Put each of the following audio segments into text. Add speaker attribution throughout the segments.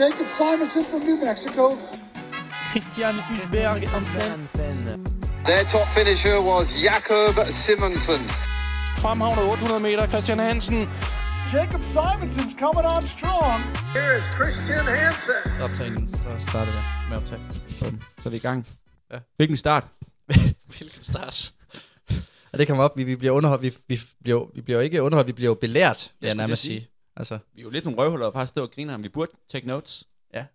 Speaker 1: Jacob Simonson from New Mexico.
Speaker 2: Christian Hulberg Hansen.
Speaker 3: Their top finisher was Jakob Simonsen.
Speaker 2: Fremhavner 800 meter, Christian Hansen.
Speaker 1: Jacob Simonson's coming on strong. Here is Christian Hansen.
Speaker 4: optagningen, så starter jeg med optag.
Speaker 5: Sådan, så er vi i gang.
Speaker 4: Ja.
Speaker 5: Ja. Hvilken start?
Speaker 4: Hvilken start?
Speaker 5: Og det kommer op, vi, vi bliver underholdt, vi, vi, bliver, jo- vi bliver jo ikke underholdt, vi bliver jo belært,
Speaker 4: skulle til
Speaker 5: vil jeg
Speaker 4: at
Speaker 5: nærmest
Speaker 4: sige.
Speaker 5: sige. Altså,
Speaker 4: Vi er jo lidt nogle røvhuller og bare stå og grine ham. Vi burde take notes.
Speaker 5: jeg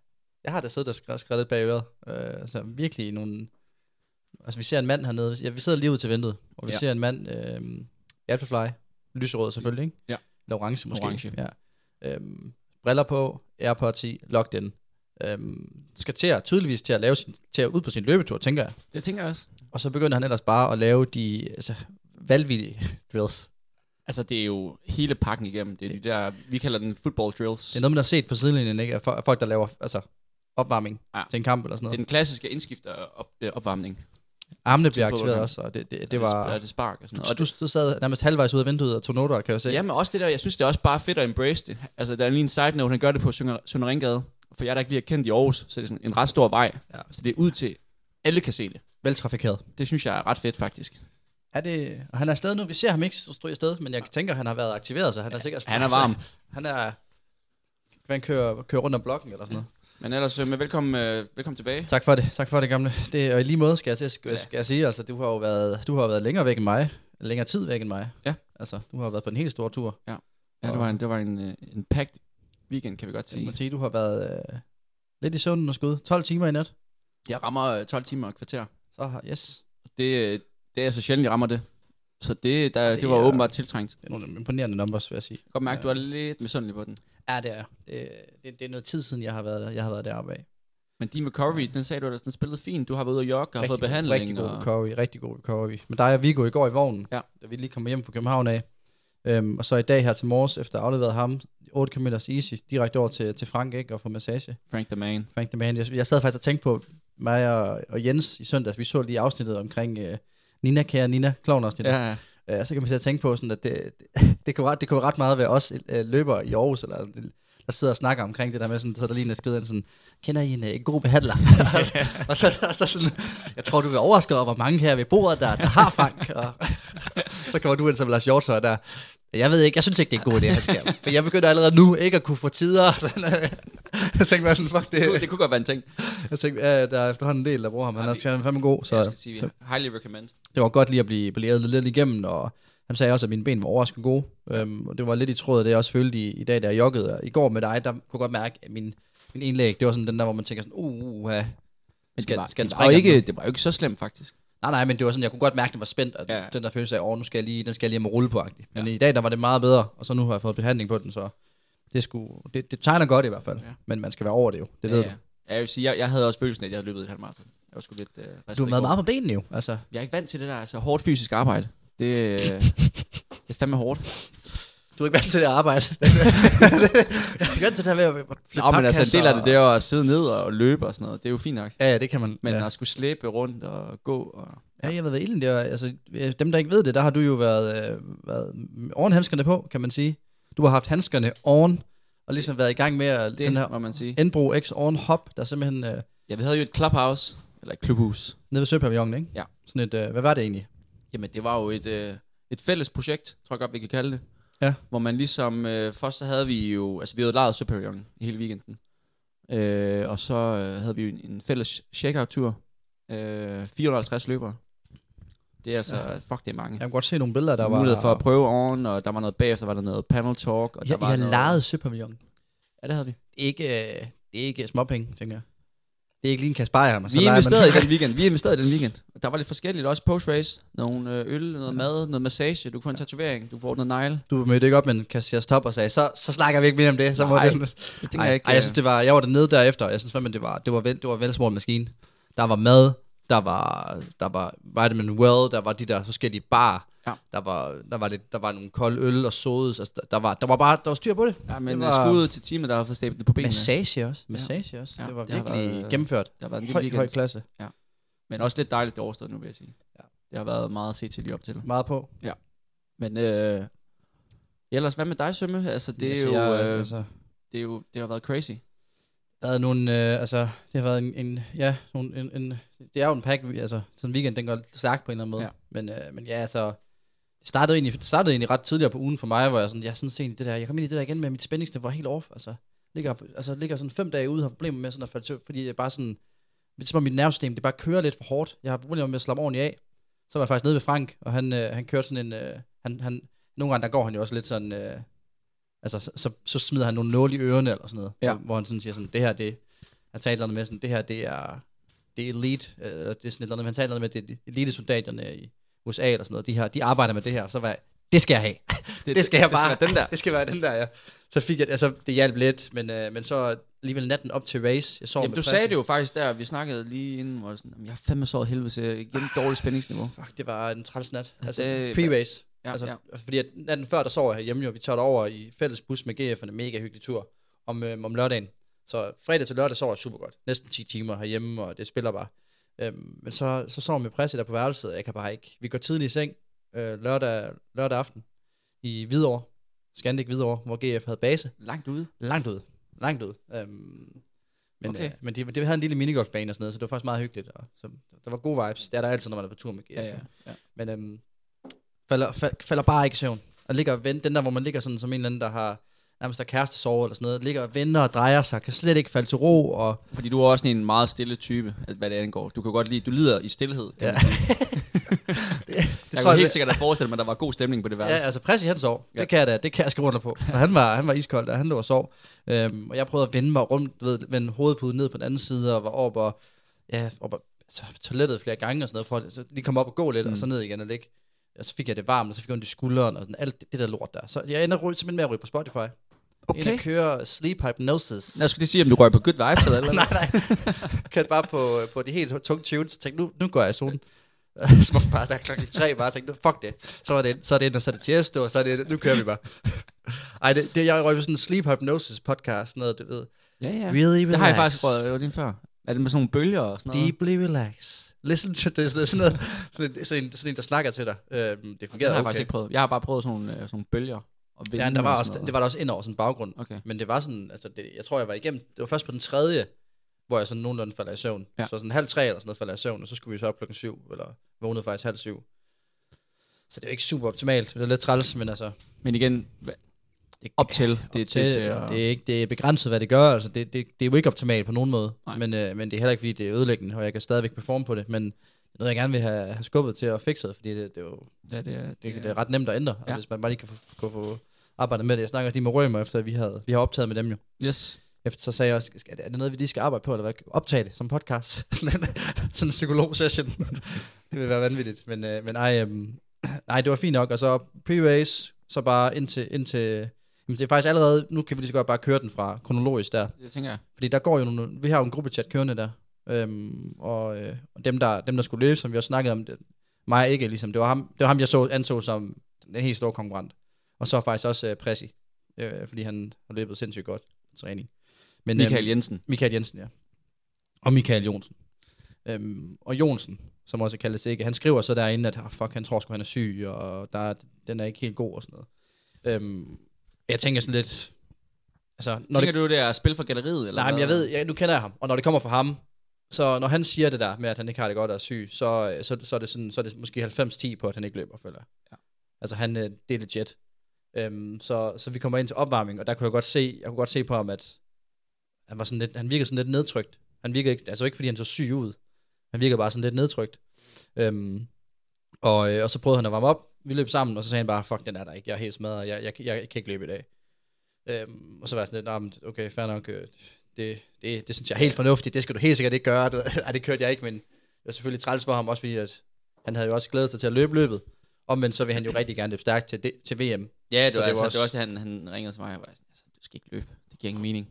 Speaker 5: har da siddet og skrevet, skrevet lidt bag øret. Øh, altså, virkelig nogle... Altså, vi ser en mand hernede. Ja, vi sidder lige ud til vinduet, og vi
Speaker 4: Ja.
Speaker 5: ja. ser en mand øh, i Alphafly. Lyserød selvfølgelig, ikke?
Speaker 4: Ja.
Speaker 5: Eller orange måske.
Speaker 4: Orange.
Speaker 5: Ja. Øhm, briller på, AirPods i, locked in. Øhm, skal til at, tydeligvis til at, lave sin, til at ud på sin løbetur, tænker jeg.
Speaker 4: Det tænker jeg også.
Speaker 5: Og så begynder han ellers bare at lave de altså, valgvillige drills.
Speaker 4: Altså, det er jo hele pakken igennem. Det er de der, vi kalder den football drills.
Speaker 5: Det er noget, man har set på sidelinjen, ikke? Af fo- af folk, der laver altså, opvarmning
Speaker 4: Ja.
Speaker 5: ja. til en kamp eller sådan
Speaker 4: det er
Speaker 5: noget.
Speaker 4: den klassiske indskifter op, øh, opvarmning.
Speaker 5: Armene bliver
Speaker 4: til
Speaker 5: aktiveret
Speaker 4: fodboldkamp.
Speaker 5: også, og det, det, det var...
Speaker 4: Er det spark og sådan noget.
Speaker 5: Og du, du sad nærmest halvvejs ud af vinduet og tog noter, kan jeg jo se.
Speaker 4: Ja, men også det der, jeg synes, det er også bare fedt at embrace det. Altså, der er lige en side note, han gør det på Sønder- Sønder Ringgade. For jeg, der ikke lige er kendt i Aarhus, så er det sådan en ret stor vej.
Speaker 5: Ja.
Speaker 4: Så det er ud til, alle kan se det.
Speaker 5: Veltrafikeret.
Speaker 4: Det synes jeg er ret fedt, faktisk.
Speaker 5: Er det, og han er afsted nu. Vi ser ham ikke stå i sted, men jeg tænker, han har været aktiveret, så han er sikkert... Altså,
Speaker 4: Han er varm.
Speaker 5: Han er... Han kører, kører rundt om blokken eller sådan noget.
Speaker 4: Men ellers, øh, men velkommen, øh, velkommen tilbage.
Speaker 5: Tak for det. Tak for det, gamle. Det, og i lige måde skal jeg, til, skal,
Speaker 4: Ja.
Speaker 5: ja. skal jeg sige, altså, du har jo været, du har været længere væk end mig. Længere tid væk end mig.
Speaker 4: Ja.
Speaker 5: Altså, du har været på en helt stor tur.
Speaker 4: Ja, det var en, det var en, øh, en packed weekend, kan vi godt
Speaker 5: Jeg må
Speaker 4: sige.
Speaker 5: sige, du har været øh, lidt i søvnen og skud. 12 timer i nat.
Speaker 4: Jeg rammer øh, 12 timer og et kvarter.
Speaker 5: Så har, yes.
Speaker 4: Det, øh, det er så sjældent, jeg rammer det. Så det, der, det,
Speaker 5: Det
Speaker 4: var
Speaker 5: er-
Speaker 4: åbenbart tiltrængt.
Speaker 5: Det er nogle imponerende numbers, vil jeg sige.
Speaker 4: Jeg kan godt mærke,
Speaker 5: Ja.
Speaker 4: du er lidt misundelig på den.
Speaker 5: Ja, det er jeg. det, det, det er noget tid siden, jeg har været, jeg har været deroppe af.
Speaker 4: Men din recovery, den sagde du, at den spillede fint. Du har været ude og jogge og har fået
Speaker 5: god-
Speaker 4: behandling.
Speaker 5: Rigtig god
Speaker 4: og...
Speaker 5: recovery, rigtig god recovery. Men der er Viggo i går i vognen,
Speaker 4: Ja.
Speaker 5: da vi lige kom hjem fra København af. Øhm, og så i dag her til morges, efter at have afleveret ham, 8 km easy, direkte over til, til Frank, ikke, og få massage.
Speaker 4: Frank the man.
Speaker 5: Frank the Man. Jeg, jeg sad faktisk og tænkte på, mig og, og Jens i søndags, vi så lige afsnittet omkring øh, Nina Kære Nina, klovnafsnittet.
Speaker 4: Ja,
Speaker 5: Øh, så kan man sidde og tænke på, sådan, at det, det, det, kunne ret, det kunne ret meget være os øh, løbere i Aarhus, eller, der sidder og snakker omkring det der med, sådan, så er der lige en der skrider ind sådan, kender I en øh, god behandler? og, så, og så sådan, jeg tror, du vil overraske over, hvor mange her ved bordet, der, der har Frank. Og, så kommer du ind som Lars Hjortøj der, jeg ved ikke, jeg synes ikke, det er en god idé, han skal. For jeg begynder allerede nu ikke at kunne få tider. Sådan, øh. jeg tænkte bare sådan, fuck det.
Speaker 4: Det, det kunne godt være en ting.
Speaker 5: Jeg tænkte, ja, der er efterhånden en del, der bruger ham. Han er fandme fandme god,
Speaker 4: Så, jeg skal
Speaker 5: så
Speaker 4: sige, highly recommend.
Speaker 5: det var godt lige at blive belæret lidt igennem, og han sagde også, at mine ben var overraskende gode. Øhm, og det var lidt i tråd af det, jeg også følte i, i dag, da jeg joggede. Og I går med dig, der kunne jeg godt mærke, at min, min indlæg, det var sådan den der, hvor man tænker sådan, uh, uh
Speaker 4: Men
Speaker 5: Skal-
Speaker 4: det, var,
Speaker 5: skal
Speaker 4: det,
Speaker 5: den
Speaker 4: var jo
Speaker 5: springe
Speaker 4: ikke,
Speaker 5: den
Speaker 4: det var jo ikke så slemt, faktisk.
Speaker 5: Nej, nej, men det var sådan, jeg kunne godt mærke, at den var spændt, og
Speaker 4: Ja.
Speaker 5: ja. den der følelse af, åh, nu skal jeg lige, den skal jeg lige have med rulle på, -agtig. Men i dag, der var det meget bedre, og så nu har jeg fået behandling på den, så det, skulle, det, det tegner godt i hvert fald.
Speaker 4: Ja.
Speaker 5: Ja. Men man skal være over det jo, det ja, ved
Speaker 4: ja. ja, jeg vil sige, jeg, jeg havde også følelsen af, at jeg havde løbet et halvmarathon. Jeg var sgu lidt øh,
Speaker 5: du. Du har været meget på benene jo, altså.
Speaker 4: Jeg er ikke vant til det der, altså hårdt fysisk arbejde. Det, øh, det er fandme hårdt.
Speaker 5: Du er ikke vant til det arbejde. jeg er ikke vant til det her med at flytte
Speaker 4: Nå, men altså, en
Speaker 5: papkasser
Speaker 4: del af det,
Speaker 5: og-
Speaker 4: det er jo at sidde ned og løbe og sådan noget. Det er jo fint nok.
Speaker 5: Ja, ja, det kan man.
Speaker 4: Men
Speaker 5: ja.
Speaker 4: ja. at skulle slæbe rundt og gå og...
Speaker 5: Ja, jeg ved hvad ilden der. Altså, øh, dem, der ikke ved det, der har du jo været, øh, været oven handskerne på, kan man sige. Du har haft handskerne oven, og ligesom været i gang med at,
Speaker 4: Det
Speaker 5: den her
Speaker 4: må man sige.
Speaker 5: Enbro X Oven Hop, der er simpelthen øh,
Speaker 4: Ja, vi havde jo et clubhouse, eller et klubhus.
Speaker 5: nede ved Søpavillonen, ikke?
Speaker 4: Ja.
Speaker 5: Sådan et, øh, hvad var det egentlig?
Speaker 4: Jamen, det var jo et, øh, et fælles projekt, tror jeg godt, vi kan kalde det.
Speaker 5: Ja.
Speaker 4: Hvor man ligesom, øh, først så havde vi jo, altså vi havde lejet Søpavillonen hele weekenden. Øh, og så øh, havde vi jo en, en fælles checkout-tur. Øh, 450 løbere. Det er altså, ja.
Speaker 5: Ja.
Speaker 4: fuck det er mange.
Speaker 5: Jeg kan godt se nogle billeder, der
Speaker 4: der
Speaker 5: var...
Speaker 4: var mulighed for at prøve oven, og der var noget bagefter, var der noget panel talk. Og
Speaker 5: Ja,
Speaker 4: der var
Speaker 5: I har
Speaker 4: noget...
Speaker 5: lejet Søpavillonen.
Speaker 4: Ja, det havde vi.
Speaker 5: Ikke, øh, det er ikke småpenge, tænker jeg. Det er ikke lige en Kasper, jeg har
Speaker 4: Vi investerede i den weekend. Vi investerede i den weekend. Og Der var lidt forskelligt også post-race. Nogle øh, øl, noget mad, noget massage. Du kunne få en tatovering. Du får noget negle.
Speaker 5: Du mødte ikke op med en kasserer stop og sagde, så, så snakker vi ikke mere om det. Så må
Speaker 4: Nej,
Speaker 5: den...
Speaker 4: Det
Speaker 5: Ej, ej, jeg øh, synes, det var, jeg var dernede derefter, og jeg synes fandme, det var, det var, vel, det var en velsmurt maskine. Der var mad, der var, der var Vitamin Well, der var de der forskellige bar,
Speaker 4: Ja.
Speaker 5: der, var, der, var lidt, der var nogle kolde øl og sodes, altså, der, der, var, der var bare der var styr på det.
Speaker 4: Ja, men var...
Speaker 5: det var-
Speaker 4: skuddet til teamet, der har fået stablet det på benene.
Speaker 5: øh, Massage også. Massage også.
Speaker 4: Ja,
Speaker 5: Ja, det var
Speaker 4: det har
Speaker 5: virkelig
Speaker 4: været, øh,
Speaker 5: gennemført.
Speaker 4: Der har været en lille
Speaker 5: Høj, høj
Speaker 4: weekend.
Speaker 5: klasse.
Speaker 4: Men også lidt dejligt det er overstået nu, vil jeg sige. Ja.
Speaker 5: Ja.
Speaker 4: Det har været meget at se til lige op til.
Speaker 5: Meget på.
Speaker 4: Men øh, ellers, hvad med dig, Sømme? Altså, det, er
Speaker 5: Altså,
Speaker 4: jo,
Speaker 5: jeg-
Speaker 4: øh,
Speaker 5: altså,
Speaker 4: det er jo, det har været crazy.
Speaker 5: været nogle, øh, altså, det har været en, en ja, nogle, en, en, det er jo en pack, altså, sådan en weekend, den går stærkt på en eller anden måde.
Speaker 4: Ja.
Speaker 5: Ja. Men, øh, men ja, altså, det startede, egentlig, det startede egentlig ret tidligere på ugen for mig, hvor jeg sådan, jeg synes egentlig det der, jeg kom ind i det der igen med mit spændingsniveau var helt off, altså, ligger, altså, ligger sådan fem dage ude, har problemer med sådan at falde til, fordi jeg bare sådan, det er som om mit nervesystem, det bare kører lidt for hårdt. Jeg har problemer med at slappe ordentligt af. Så var jeg faktisk nede ved Frank, og han, øh, han kørte sådan en, øh, han, han, nogle gange der går han jo også lidt sådan, øh, altså så, så, så smider han nogle nåle i ørerne eller sådan noget,
Speaker 4: Ja.
Speaker 5: hvor, hvor han sådan siger sådan, det her det, han taler noget med sådan, det her det er, det er elite, øh, eller det er sådan et eller andet, men han taler noget med, det er elitesoldaterne i USA eller sådan noget, de, har, de arbejder med det her, så var jeg, det skal jeg have. Det, det skal
Speaker 4: det
Speaker 5: jeg
Speaker 4: skal
Speaker 5: bare.
Speaker 4: være den der.
Speaker 5: Det skal være den der, ja. Så fik jeg, altså det hjalp lidt, men, øh, men så alligevel natten op til race, jeg sov
Speaker 4: Jamen,
Speaker 5: med
Speaker 4: du
Speaker 5: Christian.
Speaker 4: sagde det jo faktisk der, vi snakkede lige inden, hvor jeg sådan, "Jamen, jeg har fandme såret helvede til igen dårligt spændingsniveau.
Speaker 5: Fuck, det var en træls nat. Altså,
Speaker 4: det-
Speaker 5: pre-race.
Speaker 4: Ja,
Speaker 5: Ja, altså,
Speaker 4: ja.
Speaker 5: ja. Fordi at natten før, der sov jeg hjemme, og vi tager det over i fælles bus med GF, en mega hyggelig tur om, øh, om lørdagen. Så fredag til lørdag sover jeg super godt. Næsten 10 timer herhjemme, og det spiller bare. Øhm, men så, så sover jeg med presse der på værelset, og jeg kan bare ikke. Vi går tidligt i seng øh, lørdag, lørdag aften i Hvidovre, Scandic Hvidovre, hvor GF havde base.
Speaker 4: Langt ude.
Speaker 5: Langt ud. Langt ud. Øhm, men
Speaker 4: Okay.
Speaker 5: okay. øh, men det, det havde en lille minigolfbane og sådan noget, så det var faktisk meget hyggeligt. Og, så, der var gode vibes. Det er der altid, når man er på tur med GF.
Speaker 4: Ja, ja, ja.
Speaker 5: Men øhm, falder, fal, falder bare ikke i søvn. Og ligger og venter, den der, hvor man ligger sådan som en eller anden, der har nærmest har kæreste sover eller sådan noget, ligger og venter og drejer sig, kan slet ikke falde til ro, og
Speaker 4: Fordi du er også sådan en meget stille type, at hvad det angår. Du kan godt lide, du lider i stillhed. Kan ja. man sige. det, jeg
Speaker 5: tror
Speaker 4: kunne
Speaker 5: jeg,
Speaker 4: helt
Speaker 5: det-
Speaker 4: sikkert have forestillet mig, at der var god stemning på det
Speaker 5: Ja,
Speaker 4: værelse.
Speaker 5: altså Præssi, han sov.
Speaker 4: Ja.
Speaker 5: Det kan jeg da, det kan jeg skrive under på. For han var, han var iskold, og han lå og sov. Øhm, og jeg prøvede at vende mig rundt, du ved, vende hovedpuden ned på den anden side, og var op og, ja, op og altså, toilettet flere gange og sådan noget, for at så lige komme op og gå lidt, mm. og så ned igen og ligge. Og så fik jeg det varmt, og så fik jeg ondt i skulderen, og sådan alt det, det der lort der. Så jeg ender ry- simpelthen med at ryge på Spotify. Okay. Ind og køre Sleep Hypnosis.
Speaker 4: Jeg skulle lige sige, om du går på good vibes eller eller
Speaker 5: nej, nej. Kørte bare på, øh, på de helt tunge tunes, og tænkte, nu, nu går jeg i solen. så var bare der klokken tre, bare tænkte, nu, fuck det. Så var det, så er det ind, og så er det tiesto, og så er det, nu kører vi bare. Ej, det, det jeg røg på sådan en sleep hypnosis podcast, noget, du ved.
Speaker 4: Ja, ja.
Speaker 5: Really
Speaker 4: det har jeg
Speaker 5: relax.
Speaker 4: faktisk prøvet det var lige før. Er det med sådan nogle bølger og sådan noget?
Speaker 5: Deeply relax. Listen to this, det er sådan noget, sådan en, sådan en, sådan en der snakker til dig. Øhm,
Speaker 4: Det
Speaker 5: det
Speaker 4: har
Speaker 5: fungerede
Speaker 4: jeg
Speaker 5: okay.
Speaker 4: faktisk ikke prøvet. Jeg har bare prøvet sådan nogle, øh, sådan nogle bølger. Og vinde
Speaker 5: Ja, men der var
Speaker 4: og
Speaker 5: også,
Speaker 4: sådan
Speaker 5: det var der også ind over sådan en baggrund.
Speaker 4: Okay.
Speaker 5: Men det var sådan, altså det, jeg tror, jeg var igennem. Det var først på den tredje, hvor jeg sådan nogenlunde falder i søvn.
Speaker 4: Ja.
Speaker 5: Ja. Så sådan halv tre eller sådan noget falder jeg i søvn, og så skulle vi så op klokken syv, eller vågnede faktisk halv syv. Så det er jo ikke super optimalt. Det er lidt træls, men altså...
Speaker 4: Men igen, hva- op til. Det er til, til at...
Speaker 5: det, er ikke, det er begrænset, hvad det gør. Altså, det, det, det er jo ikke optimalt på nogen måde.
Speaker 4: Nej.
Speaker 5: Men, øh, men det er heller ikke, fordi det er ødelæggende, og jeg kan stadigvæk performe på det. Men det er noget, jeg gerne vil have, have skubbet til at fikse, fordi det, det er jo
Speaker 4: ja, det, er,
Speaker 5: det, det er ret nemt at ændre, ja.
Speaker 4: Ja.
Speaker 5: og hvis man bare lige kan få, kan få arbejdet med det. Jeg snakker også lige med Rømer, efter vi, havde, vi har optaget med dem jo.
Speaker 4: Yes.
Speaker 5: Efter, så sagde jeg også, skal, er det noget, vi lige skal arbejde på, eller hvad? Optage det som podcast. Sådan en psykolog-session. det vil være vanvittigt. Men, øh, men ej, øh, nej, det var fint nok. Og så pre-race, så bare indtil... indtil Jamen, det er faktisk allerede, nu kan vi lige så godt bare køre den fra kronologisk der.
Speaker 4: Det tænker jeg.
Speaker 5: Fordi der går jo nogle, vi har jo en gruppechat kørende der, øhm, og, øh, og dem, der, dem, der skulle løbe, som vi også snakkede om, det, mig og ikke ligesom, det var ham, det var ham jeg så, anså som den helt store konkurrent. Og så faktisk også øh, Pressi, øh, fordi han har løbet sindssygt godt i træning. Men, øhm,
Speaker 4: Michael Jensen.
Speaker 5: Michael Jensen, ja. Og Michael Jonsen. Øhm, og Jonsen, som også kaldes ikke, han skriver så derinde, at ah, fuck, han tror sgu, han er syg, og der, er- den er ikke helt god og sådan noget. Øhm, jeg tænker sådan lidt, altså, når
Speaker 4: Tænker du, det er spil for galleriet? Eller
Speaker 5: Nej, men
Speaker 4: hvad?
Speaker 5: jeg ved, jeg, nu kender jeg ham, og når det kommer fra ham, så når han siger det der med, at han ikke har det godt og er syg, så, øh, så, så, er, det sådan, så er det måske 90-10 på, at han ikke løber, føler jeg. Ja. Altså han, øh, det er legit. Øhm, så, så vi kommer ind til opvarmning, og der kunne jeg godt se, jeg kunne godt se på ham, at han, var sådan lidt, han virkede sådan lidt nedtrykt. Han virkede ikke, altså ikke fordi han så syg ud, han virkede bare sådan lidt nedtrykt. Øhm, og, øh, og så prøvede han at varme op, vi løb sammen, og så sagde han bare, fuck, den er der ikke, jeg er helt smadret, jeg, jeg, jeg, jeg kan ikke løbe i dag. Øhm, og så var jeg sådan lidt, "Nå, men okay, fair nok, øh, det, det, det synes jeg er helt fornuftigt, det skal du helt sikkert ikke gøre. Du- Ej, det kørte jeg ikke, men det var selvfølgelig træls for ham, også fordi at han havde jo også glædet sig til at løbe løbet. Omvendt så vil han jo rigtig gerne løbe stærkt til, det, til VM.
Speaker 4: Ja, det
Speaker 5: Så
Speaker 4: var,
Speaker 5: det
Speaker 4: altså,
Speaker 5: var
Speaker 4: det var også
Speaker 5: også-
Speaker 4: det, han, han ringede til mig. Og var sådan, altså, du skal ikke løbe. Det giver ingen mening.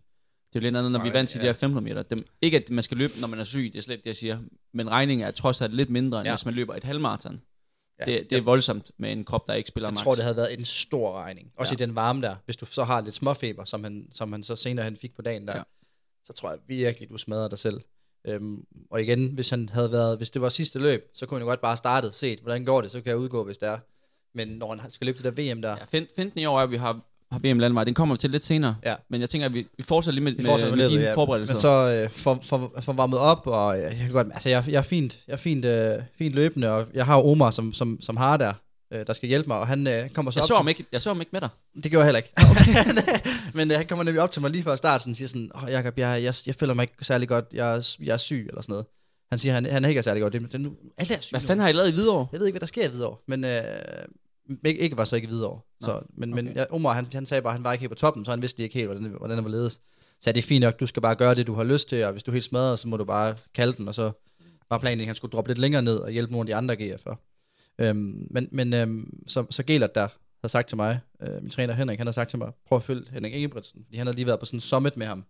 Speaker 4: Det er jo lidt andet, når vi er
Speaker 5: Nej,
Speaker 4: vant til de
Speaker 5: ja.
Speaker 4: her 500 meter. Dem, ikke at man skal løbe, når man er syg, det er slet ikke det, jeg siger. Men regningen er trods alt lidt mindre, end ja.
Speaker 5: Ja.
Speaker 4: hvis man løber et halvmarathon. Ja, det, det er
Speaker 5: jeg,
Speaker 4: voldsomt med en krop, der ikke spiller
Speaker 5: jeg
Speaker 4: max.
Speaker 5: tror, det havde været en stor regning. Også
Speaker 4: Ja.
Speaker 5: ja. i den varme der, hvis du så har lidt småfeber, som han, som han så senere han fik på dagen der,
Speaker 4: Ja.
Speaker 5: ja. så tror jeg virkelig, du smadrer dig selv. Øhm, og igen, hvis han havde været, hvis det var sidste løb, så kunne han jo godt bare have startet, set, hvordan går det, så kan jeg udgå, hvis det er. Men når han skal løbe det der VM der,
Speaker 4: Ja, find, find den i år, er, at vi har har VM landvej. Den kommer vi til lidt senere.
Speaker 5: Ja.
Speaker 4: Men jeg tænker, at vi, vi fortsætter lige med,
Speaker 5: Vi
Speaker 4: med,
Speaker 5: fortsætter
Speaker 4: med, med
Speaker 5: lidt,
Speaker 4: dine
Speaker 5: ja.
Speaker 4: forberedelser.
Speaker 5: Men så øh, for, for, for varmet op, og jeg, jeg kan godt, altså jeg, jeg er fint, jeg er fint, øh, fint løbende, og jeg har jo Omar, som, som, som har der, øh, der skal hjælpe mig, og han øh, kommer så
Speaker 4: jeg,
Speaker 5: op
Speaker 4: så
Speaker 5: til-
Speaker 4: ham ikke, jeg så ham ikke med dig.
Speaker 5: Det gjorde jeg heller ikke. men øh, han kommer nemlig op til mig lige før start, og siger sådan, oh, Jacob, jeg, jeg, jeg føler mig ikke særlig godt, jeg, er- jeg er syg, eller sådan noget. Han siger, han, han er ikke særlig godt. Det, det, nu, alle er syge
Speaker 4: Hvad
Speaker 5: nu.
Speaker 4: fanden har I lavet i Hvidovre?
Speaker 5: Jeg ved ikke, hvad der sker i Hvidovre, men øh, ikke, ikke var så ikke i Hvidovre. Så, men, men
Speaker 4: okay.
Speaker 5: ja, Omar, han, han sagde bare, at han var ikke helt på toppen, så han vidste ikke helt, hvordan, hvordan det var ledes. Så det er fint nok, du skal bare gøre det, du har lyst til, og hvis du er helt smadret, så må du bare kalde den, og så var planen, at han skulle droppe lidt længere ned og hjælpe nogle af de andre GF'er. Øhm, men men øhm, så, så Gelert der har sagt til mig, øh, min træner Henrik, han har sagt til mig, prøv at følge Henrik Ingebrigtsen, fordi han har lige været på sådan en summit med ham.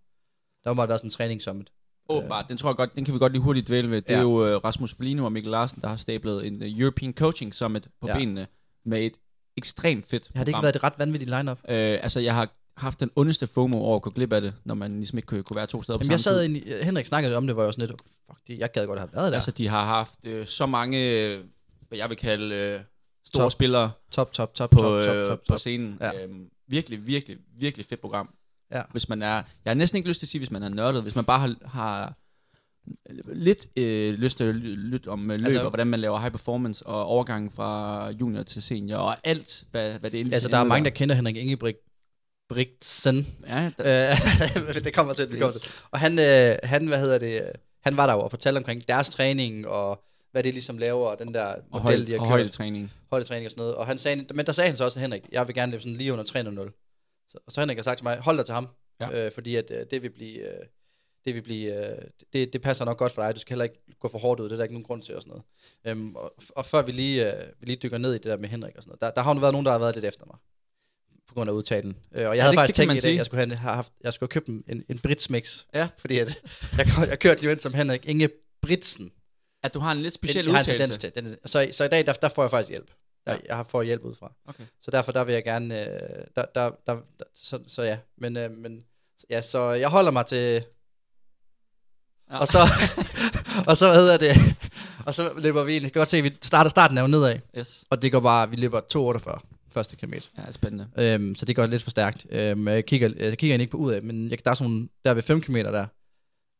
Speaker 5: Der må være sådan en træningssummit.
Speaker 4: Åbenbart, den tror jeg godt, den kan vi godt lige hurtigt dvæle ved. Det er
Speaker 5: Ja.
Speaker 4: jo øh, Rasmus Folino og Mikkel Larsen, der har stablet en øh, European Coaching Summit på
Speaker 5: Ja.
Speaker 4: benene med et ekstremt fedt
Speaker 5: Har
Speaker 4: program.
Speaker 5: det ikke været et ret vanvittigt lineup?
Speaker 4: Øh, altså, jeg har haft den ondeste FOMO over at gå glip af det, når man ligesom ikke kunne, kunne være to steder på
Speaker 5: Jamen,
Speaker 4: samme
Speaker 5: jeg sad
Speaker 4: tid.
Speaker 5: ind, Henrik snakkede om det, hvor jeg var sådan lidt, fuck, det, jeg gad godt have været der.
Speaker 4: Altså, de har haft øh, så mange, øh, hvad jeg vil kalde øh, store
Speaker 5: Top.
Speaker 4: spillere
Speaker 5: Top, top, top,
Speaker 4: på,
Speaker 5: top, top,
Speaker 4: øh,
Speaker 5: top,
Speaker 4: på
Speaker 5: top.
Speaker 4: scenen.
Speaker 5: Ja.
Speaker 4: Ja. Øhm, virkelig, virkelig, virkelig fedt program.
Speaker 5: Ja.
Speaker 4: Hvis man er, jeg har næsten ikke lyst til at sige, hvis man er nørdet, hvis man bare har, har lidt øh, lyst til at ly- lytte om øh, løb,
Speaker 5: Altså-
Speaker 4: altså, og hvordan man laver high performance, og overgangen fra junior til senior, og alt, hvad, hvad det
Speaker 5: Altså, der er mange, der kender Henrik Ingebrigtsen.
Speaker 4: Ja, der,
Speaker 5: Øh, det kommer til, det kommer til. Og han, øh, han, hvad hedder det, øh, han var der jo og fortalte omkring deres træning, og hvad det ligesom laver, og den der
Speaker 4: og,
Speaker 5: model, de
Speaker 4: højde, og
Speaker 5: har kørt,
Speaker 4: højdetræning.
Speaker 5: højdetræning og sådan noget. Og han sagde, men der sagde han så også, Henrik, jeg vil gerne løbe sådan lige under 3.00. Så, og så Henrik har sagt til mig, hold dig til ham,
Speaker 4: Ja.
Speaker 5: ja. øh, fordi at øh, det vil blive, øh, det vil blive, øh, det, det passer nok godt for dig, du skal heller ikke gå for hårdt ud, det er der ikke nogen grund til og sådan noget. Øhm, og, og før vi lige, øh, vi lige dykker ned i det der med Henrik og sådan noget, der, der har jo været nogen, der har været lidt efter mig på grund af udtalen. Øh, og jeg ja,
Speaker 4: det-
Speaker 5: havde det, faktisk
Speaker 4: det kan
Speaker 5: tænkt
Speaker 4: man
Speaker 5: i dag,
Speaker 4: sige.
Speaker 5: jeg skulle have, have haft, jeg skulle have købt en, en, en britsmix,
Speaker 4: Ja.
Speaker 5: fordi at, jeg, kom- jeg kørte jo ind som Henrik Inge Britsen.
Speaker 4: At du har en lidt speciel
Speaker 5: Jeg har en
Speaker 4: udtalelse.
Speaker 5: tendens til- den- så, så i dag, der, der får jeg faktisk hjælp. Jeg,
Speaker 4: Ja.
Speaker 5: ja. jeg har- får hjælp udefra.
Speaker 4: Okay.
Speaker 5: Så derfor, der vil jeg gerne... Øh, der, der, der, der, så, så ja, men, øh, men ja, så jeg holder mig til...
Speaker 4: Ja. Ah.
Speaker 5: Og så, og så hvad hedder det, og så løber vi ind. Jeg kan godt se, at vi starter starten er jo nedad,
Speaker 4: Yes.
Speaker 5: og det går bare, vi løber 2,48 første kilometer.
Speaker 4: Ja, spændende.
Speaker 5: Øhm, så det går lidt for stærkt. Øhm, jeg, kigger, jeg kigger egentlig ikke på ud af, men jeg, der er sådan nogle- der ved 5 km der.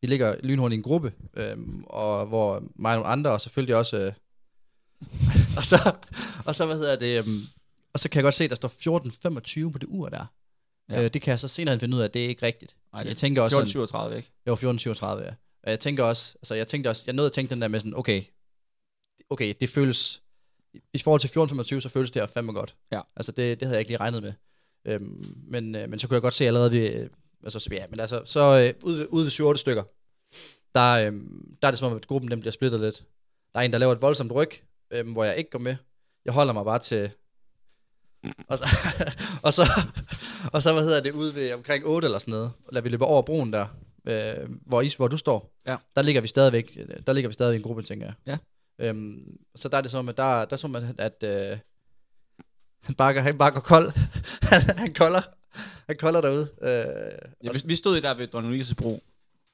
Speaker 5: Vi ligger lynhurtigt i en gruppe, øhm, og hvor mig og nogle andre, og selvfølgelig også... Øh, og, så, og så, hvad hedder det... Øhm, og så kan jeg godt se, der står 14.25 på det ur der.
Speaker 4: Ja.
Speaker 5: Ja. Øh, det kan jeg så senere finde ud af, at det er ikke rigtigt.
Speaker 4: Ej,
Speaker 5: Ej,
Speaker 4: det er
Speaker 5: jeg tænker også sådan,
Speaker 4: 1437, ikke?
Speaker 5: jeg var 1437, ja. Og jeg tænker også, altså jeg tænkte også, jeg nåede at tænke den der med sådan, okay, okay, det føles, i forhold til 1425, så føles det her fandme godt.
Speaker 4: Ja.
Speaker 5: Altså det, det havde jeg ikke lige regnet med. Øhm, men, øh, men så kunne jeg godt se allerede ved, øh, altså, så- ja, men altså, så øh, ude, ved- ude ved 7-8 stykker, der, øh, der er det som om, at gruppen den bliver splittet lidt. Der er en, der laver et voldsomt ryg, øh, hvor jeg ikke går med. Jeg holder mig bare til, og så, og så, og så hvad hedder det, ude ved omkring 8 eller sådan noget, lader vi løbe over broen der, øh, hvor, is, hvor du står,
Speaker 4: Ja.
Speaker 5: der ligger vi stadigvæk, øh, der ligger vi stadigvæk i en gruppe, tænker jeg.
Speaker 4: Ja.
Speaker 5: Øhm, så der er det som, om, at der, der er som, om, at, at øh, han bakker, han bakker kold. han, han kolder. Han kolder derude. Øh,
Speaker 4: Ja,
Speaker 5: og
Speaker 4: vi, vi stod i der ved Don Luises bro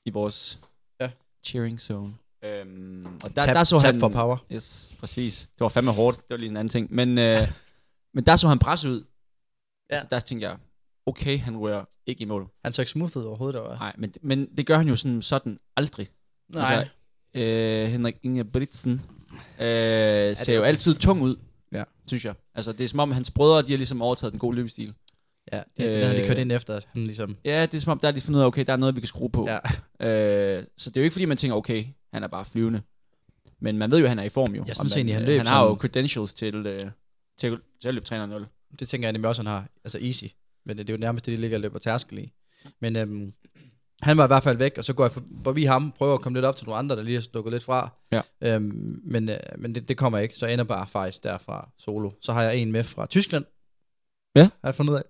Speaker 4: i vores
Speaker 5: Ja.
Speaker 4: cheering zone. Øhm, og der,
Speaker 5: Tap-
Speaker 4: der så
Speaker 5: tap
Speaker 4: han...
Speaker 5: for power.
Speaker 4: Yes, præcis. Det var fandme hårdt. Det var lige en anden ting. Men, øh, men der så han presset ud. Ja.
Speaker 5: Ja.
Speaker 4: Altså, der tænkte jeg, okay, han rører ikke i mål.
Speaker 5: han så ikke smooth ud overhovedet derude.
Speaker 4: Nej, men, men det gør han jo sådan, sådan aldrig.
Speaker 5: Nej.
Speaker 4: Altså, øh, Henrik Ingebrigtsen øh, ser jo altid tung ud,
Speaker 5: Ja.
Speaker 4: synes jeg. Altså, det er som om, hans brødre, de har ligesom overtaget den gode løbestil.
Speaker 5: ja, det, det, har de
Speaker 4: øh,
Speaker 5: kørt ind efter, at han ligesom...
Speaker 4: Ja, det er som om, der er de fundet ud af, okay, der er noget, vi kan skrue på.
Speaker 5: Ja.
Speaker 4: Øh, så det er jo ikke fordi, man tænker, okay, han er bare flyvende. Men man ved jo, at han er i form jo.
Speaker 5: Jeg
Speaker 4: Og
Speaker 5: synes
Speaker 4: man,
Speaker 5: egentlig, han
Speaker 4: øh,
Speaker 5: løb
Speaker 4: Han har jo
Speaker 5: sådan-
Speaker 4: credentials til, øh, til, til at løbe 300.
Speaker 5: Det tænker jeg nemlig også, han har. Altså easy. Men det er jo nærmest det, de ligger og løber tærskel i. Men øhm, han var i hvert fald væk, og så går jeg for- forbi ham, prøver at komme lidt op til nogle andre, der lige er dukket lidt fra.
Speaker 4: Ja.
Speaker 5: Øhm, men øh, men det, det kommer ikke, så jeg ender bare faktisk derfra solo. Så har jeg en med fra Tyskland.
Speaker 4: Ja.
Speaker 5: Har jeg fundet ud af.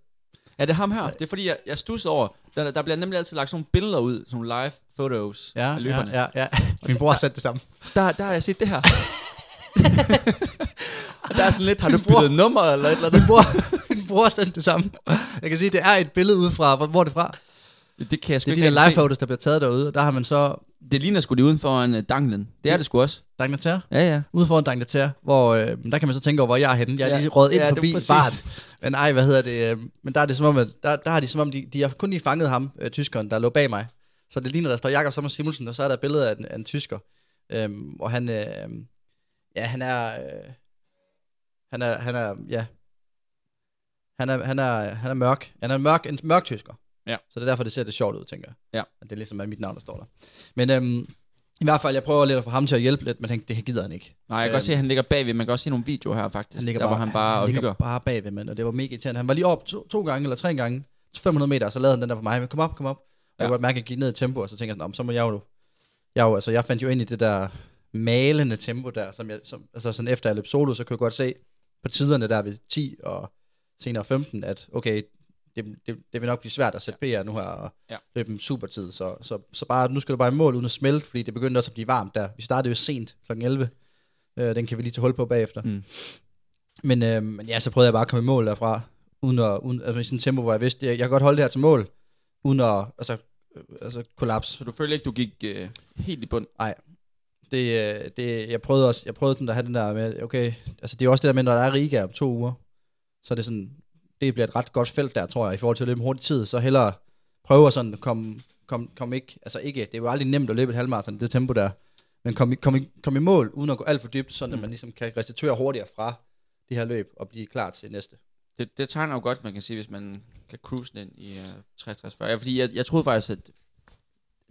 Speaker 4: Ja, det er ham her. Det er fordi, jeg, jeg stussede over. Der, der bliver nemlig altid lagt sådan nogle billeder ud, sådan nogle live photos af løberne.
Speaker 5: ja, ja, ja. Min bror har sat det samme.
Speaker 4: Der, der har jeg set det her. Og der er sådan lidt, har du
Speaker 5: Bror.
Speaker 4: byttet nummer eller et eller
Speaker 5: Min bror, min bror har sendt det samme. Jeg kan sige, det er et billede udefra. Hvor, hvor er det fra?
Speaker 4: andet? Det kan jeg sgu
Speaker 5: Det er de
Speaker 4: ikke
Speaker 5: der
Speaker 4: rigtig
Speaker 5: live
Speaker 4: se.
Speaker 5: photos, der bliver taget derude, og der har man så
Speaker 4: det ligner sgu det uden for en uh, danglen. Det er det sgu også.
Speaker 5: Dangleterre?
Speaker 4: Ja, ja.
Speaker 5: ude foran Dangleterre, hvor øh, der kan man så tænke over, hvor jeg er henne. Jeg er
Speaker 4: Ja.
Speaker 5: lige røget ind
Speaker 4: Ja,
Speaker 5: ja,
Speaker 4: det er
Speaker 5: forbi
Speaker 4: præcis.
Speaker 5: bart. Men nej, hvad hedder det? Øh, men der er det som om, at der, der har de som om, de, de har kun lige fanget ham, øh, tyskeren, der lå bag mig. Så det ligner, der står Jakob Sommer Simonsen, og så er der et billede af en, af en tysker. Øhm, og han, øh, ja, han er, øh, han er, han er, ja, han er, han er, han er mørk. Han er en mørk, en mørk tysker.
Speaker 4: Ja.
Speaker 5: Så det er derfor, det ser det sjovt ud, tænker jeg.
Speaker 4: Ja.
Speaker 5: At det er ligesom er mit navn, der står der. Men øhm, i hvert fald, jeg prøver lidt at få ham til at hjælpe lidt, men han, det gider han ikke.
Speaker 4: Nej, jeg kan godt
Speaker 5: Øhm.
Speaker 4: se, at han ligger bagved. Man kan også se nogle videoer her, faktisk.
Speaker 5: Han ligger
Speaker 4: der,
Speaker 5: bare,
Speaker 4: hvor han bare og
Speaker 5: ligger
Speaker 4: hygger.
Speaker 5: bare bagved, mand, og det var mega irriterende. Han var lige op to, to gange eller tre gange, 500 meter, og så lavede han den der for mig, men kom op, kom op. Og ja. jeg
Speaker 4: Ja.
Speaker 5: kunne godt mærke, at jeg gik ned i tempo, og så tænkte jeg sådan, "Nå, men så må jeg jo, jeg, er jo, altså, jeg fandt jo ind i det der malende tempo der, som jeg, som, altså sådan efter jeg løb solo, så kunne jeg godt se på tiderne der ved 10 og senere 15, at okay, det, det, det vil nok blive svært at sætte PR nu her og
Speaker 4: Ja.
Speaker 5: ja. løbe en super tid. Så, så, så bare, nu skal du bare i mål uden at smelte, fordi det begyndte også at blive varmt der. Vi startede jo sent kl. 11. Øh, den kan vi lige tage hul på bagefter.
Speaker 4: Mm.
Speaker 5: Mm. Men, øh, men ja, så prøvede jeg bare at komme i mål derfra, uden at, uden, altså i sådan et tempo, hvor jeg vidste, jeg, jeg kan godt holde det her til mål, uden at altså, øh, altså kollaps.
Speaker 4: Så du føler ikke, du gik øh, helt i bund?
Speaker 5: Det, øh, det, jeg prøvede også, jeg prøvede sådan at have den der med, okay, altså det er jo også det der med, når der er Riga om to uger, så er det sådan, det bliver et ret godt felt der, tror jeg, i forhold til at løbe en hurtig tid, så hellere prøve at sådan komme, kom, kom ikke, altså ikke, det er jo aldrig nemt at løbe et halvmarathon i det tempo der, men kom, i- kom, i- kom i mål, uden at gå alt for dybt, sådan at man ligesom kan restituere hurtigere fra det her løb, og blive klar til næste.
Speaker 4: Det, det tegner jo godt, man kan sige, hvis man kan cruise den ind i øh, 60 40 ja, Fordi jeg, jeg troede faktisk, at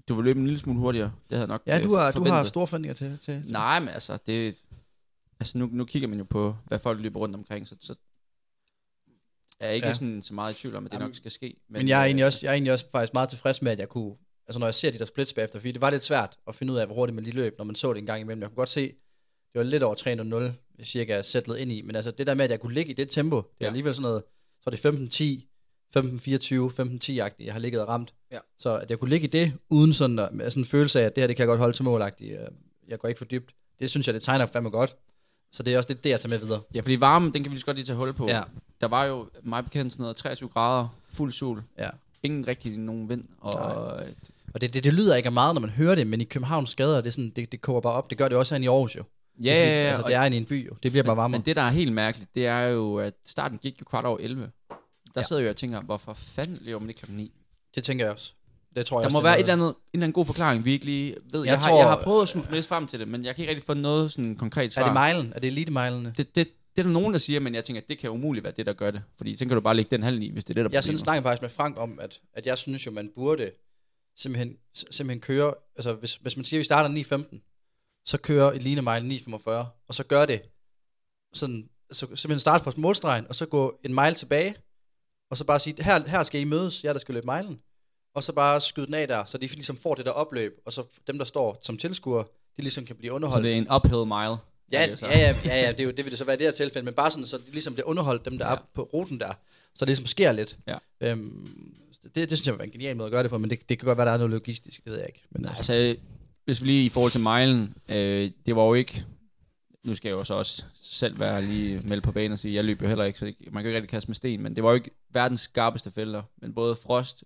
Speaker 4: du ville løbe en lille smule hurtigere. Det havde jeg nok
Speaker 5: Ja,
Speaker 4: øh,
Speaker 5: du har, du
Speaker 4: forventet.
Speaker 5: har store forventninger til, til, til.
Speaker 4: Nej, men altså, det, altså nu, nu kigger man jo på, hvad folk løber rundt omkring, så, så er jeg ikke ja.
Speaker 5: Ja.
Speaker 4: sådan, så meget i tvivl om, at det
Speaker 5: Jamen,
Speaker 4: nok skal ske. øh,
Speaker 5: Men, men jeg, er egentlig også, jeg er egentlig også faktisk meget tilfreds med, at jeg kunne... Altså når jeg ser de der splits bagefter, fordi det var lidt svært at finde ud af, hvor hurtigt man lige løb, når man så det en gang imellem. Jeg kunne godt se, det var lidt over 3.00, cirka sættet ind i. Men altså det der med, at jeg kunne ligge i det tempo, det
Speaker 4: Ja.
Speaker 5: er alligevel sådan noget, så er det 15-10, 15-24, 15-10-agtigt, jeg har ligget og ramt.
Speaker 4: Ja.
Speaker 5: Så at jeg kunne ligge i det, uden sådan, at, med sådan en følelse af, at det her det kan jeg godt holde til målagtigt. øh, Jeg går ikke for dybt. Det synes jeg, det tegner fandme godt. Så det er også lidt det, jeg tager med videre.
Speaker 4: Ja, fordi varmen, den kan vi lige så godt lige tage hul på.
Speaker 5: Ja.
Speaker 4: Der var jo, mig bekendt, sådan noget 23 grader, fuld sol,
Speaker 5: Ja.
Speaker 4: ingen rigtig nogen vind, og
Speaker 5: Nej. Og det, det, det lyder ikke af meget, når man hører det, men i Københavns gader, det, er sådan, det, det koger bare op. Det gør det også herinde i Aarhus jo.
Speaker 4: Ja,
Speaker 5: Det er
Speaker 4: ja,
Speaker 5: fordi,
Speaker 4: ja.
Speaker 5: Altså,
Speaker 4: og-
Speaker 5: det er inde i en by jo. Det bliver bare varmere.
Speaker 4: Men det, der er helt mærkeligt, det er jo, at starten gik jo kvart over 11. Der
Speaker 5: Ja.
Speaker 4: sidder jeg og tænker, hvorfor fanden lever man ikke klokken 9?
Speaker 5: det tænker jeg også. Det tror jeg
Speaker 4: Der
Speaker 5: også,
Speaker 4: må
Speaker 5: det
Speaker 4: være
Speaker 5: er
Speaker 4: et eller andet, en eller anden god forklaring, vi ikke lige ved. Jeg,
Speaker 5: Jeg
Speaker 4: jeg, har, jeg
Speaker 5: tror-
Speaker 4: har prøvet at snuse mig lidt frem til det, men jeg kan ikke rigtig få noget sådan konkret svar.
Speaker 5: Er det mejlen? Er det elitemejlene?
Speaker 4: Det, det, det er der nogen, der siger, men jeg tænker, at det kan umuligt være det, der gør det. Fordi så kan du bare lægge den halv i, hvis det er det, der er
Speaker 5: Jeg sådan
Speaker 4: problemet.
Speaker 5: snakkede faktisk med Frank om, at, at jeg synes jo, man burde simpelthen, s- simpelthen køre, altså hvis, hvis man siger, at vi starter 9.15, så kører elitemejlen 9.45, og så gør det sådan, så simpelthen starte fra målstregen, og så gå en mile tilbage, og så bare sige, her, her skal I mødes, jeg der skal løbe mejlen, og så bare skyde den af der, så de ligesom får det der opløb, og så dem, der står som tilskuere, de ligesom kan blive
Speaker 4: Så
Speaker 5: underholdt.
Speaker 4: det er en uphill mile.
Speaker 5: Ja,
Speaker 4: er det
Speaker 5: det,
Speaker 4: så.
Speaker 5: ja, ja, ja, ja det, er jo, det vil det så være i det her tilfælde, men bare sådan, så det ligesom bliver underholdt dem, der ja. er på ruten der, så det ligesom sker lidt.
Speaker 4: Ja.
Speaker 5: Øhm, det, det synes jeg var en genial måde at gøre det på, men det, det kan godt være, der er noget logistisk, det ved jeg ikke. Men
Speaker 4: Nej,
Speaker 5: altså,
Speaker 4: altså, hvis vi lige i forhold til milen, øh, det var jo ikke... Nu skal jeg jo så også selv være lige meldt på banen og sige, jeg løb jo heller ikke, så det- man kan jo ikke rigtig kaste med sten, men det var jo ikke verdens skarpeste felter. Men både Frost,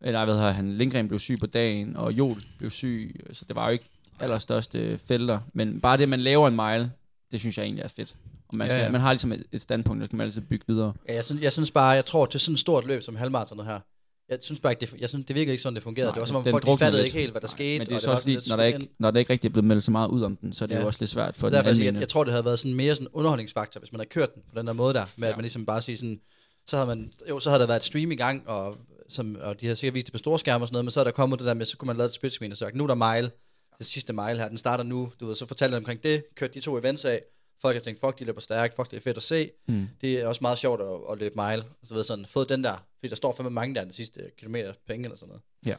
Speaker 4: eller hvad hedder han, Lindgren blev syg på dagen, og Jol blev syg, så det var jo ikke de allerstørste felter. Men bare det, man laver en mile, det synes jeg egentlig er fedt. Og man,
Speaker 5: Ja,
Speaker 4: skal, ja,
Speaker 5: ja.
Speaker 4: man har ligesom et, et standpunkt, der kan man altid bygge videre.
Speaker 5: ja, jeg, synes, jeg synes bare, jeg tror, til sådan et stort løb som halvmaratonet her, jeg synes bare ikke, det, fu- jeg synes, det virkede ikke sådan, det fungerede.
Speaker 4: Nej,
Speaker 5: det var som om
Speaker 4: den
Speaker 5: folk de
Speaker 4: drukner
Speaker 5: fattede
Speaker 4: lidt.
Speaker 5: ikke helt, hvad der skete.
Speaker 4: Men det er
Speaker 5: og
Speaker 4: så også
Speaker 5: sådan
Speaker 4: fordi,
Speaker 5: lidt
Speaker 4: når der, ikke,
Speaker 5: skyld
Speaker 4: når der ikke rigtig er blevet meldt så meget ud om den, så er det
Speaker 5: Ja.
Speaker 4: jo også lidt svært for
Speaker 5: ind.
Speaker 4: den
Speaker 5: Derfor, jeg, siger, jeg,
Speaker 4: almene.
Speaker 5: jeg tror, det havde været sådan mere sådan underholdningsfaktor, hvis man havde kørt den på den der måde der, med ja.
Speaker 4: Ja.
Speaker 5: at man ligesom bare siger sådan, så havde man, jo, så havde der været et stream i gang, og, som, og de havde sikkert vist det på store skærme og sådan noget, men så er der kommet det der med, så kunne man lave et split screen og sagt, nu er der mile, det sidste mile her, den starter nu, du ved, så fortalte jeg omkring det, kørte de to events af, folk har tænkt, fuck, de løber stærkt, fuck, det er fedt at se,
Speaker 4: Mm.
Speaker 5: det er også meget sjovt at, at løbe mile, og så ved jeg sådan, fået den der, fordi der står fandme mange der den sidste kilometer penge eller sådan noget.
Speaker 4: Ja.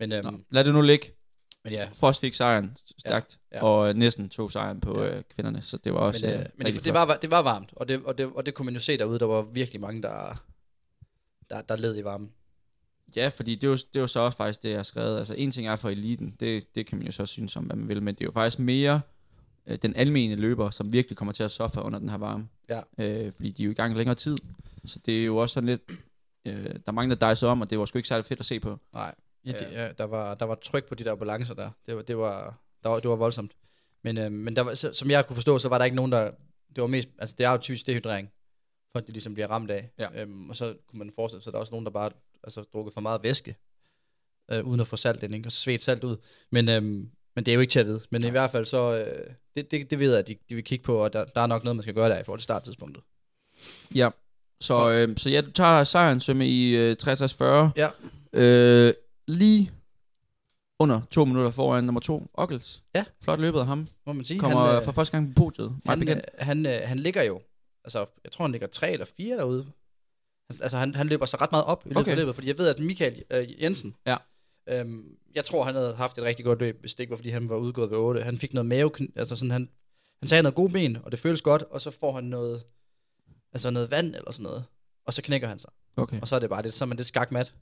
Speaker 5: Men, øhm,
Speaker 4: Nå, lad det nu ligge.
Speaker 5: men ja,
Speaker 4: Frost fik sejren stærkt, ja,
Speaker 5: Ja,
Speaker 4: ja.
Speaker 5: ja.
Speaker 4: og øh, næsten tog sejren på
Speaker 5: Ja.
Speaker 4: øh, kvinderne, så det var også
Speaker 5: men,
Speaker 4: øh,
Speaker 5: øh, men
Speaker 4: rigtig
Speaker 5: det, det,
Speaker 4: flot.
Speaker 5: var, det var varmt, og det, og, det, og det kunne man jo se derude, der var virkelig mange, der, der, der led i varmen.
Speaker 4: Ja, fordi det var, det var så også faktisk det, jeg har skrevet. Altså, en ting er for eliten, det, det kan man jo så synes om, hvad man vil, men det er jo faktisk mere øh, den almene løber, som virkelig kommer til at soffe under den her varme.
Speaker 5: Ja.
Speaker 4: Øh, fordi de er jo i gang længere tid, så det er jo også sådan lidt... Øh, der er mange, der dejser om, og det var sgu ikke særlig fedt at se på.
Speaker 5: Nej. Ja, det, ja, der, var, der var tryk på de der balancer der. Det var, det var, der var, det var voldsomt. Men, øh, men der var, så, som jeg kunne forstå, så var der ikke nogen, der... Det var mest... Altså, det er jo typisk dehydrering, folk de ligesom bliver ramt af.
Speaker 4: Ja.
Speaker 5: Øhm, og så kunne man forestille sig, at der er også nogen, der bare altså, drukket for meget væske, øh, uden at få salt ind, ikke? og svedt salt ud. Men, øh, men det er jo ikke til at vide. Men ja. i hvert fald så... Øh, det, det, det ved jeg, at de, de vil kigge på, og der, der er nok noget, man skal gøre der i forhold til starttidspunktet.
Speaker 4: Ja. Så, øh, så ja, du tager sejren som i øh, 63-40.
Speaker 5: Ja.
Speaker 4: Øh, lige under to minutter foran nummer to, Ockels.
Speaker 5: Ja.
Speaker 4: Flot løbet af ham.
Speaker 5: Må man sige.
Speaker 4: Kommer
Speaker 5: han,
Speaker 4: han,
Speaker 5: øh,
Speaker 4: for første gang på podiet. Meget
Speaker 5: han,
Speaker 4: bekendt.
Speaker 5: øh, han, øh, han ligger jo, altså jeg tror han ligger tre eller fire derude. Altså altså, han, han løber sig ret meget op i løbet okay.
Speaker 4: Okay.
Speaker 5: af løbet, fordi jeg ved, at Michael øh, Jensen,
Speaker 4: Ja.
Speaker 5: øhm, jeg tror han havde haft et rigtig godt løb, hvis det ikke var, fordi han var udgået ved 8. Han fik noget mave, altså sådan han, han sagde noget gode ben, og det føles godt, og så får han noget, altså noget vand eller sådan noget, og så knækker han sig.
Speaker 4: Okay.
Speaker 5: øh, Og så er det bare det, så er man lidt skakmat,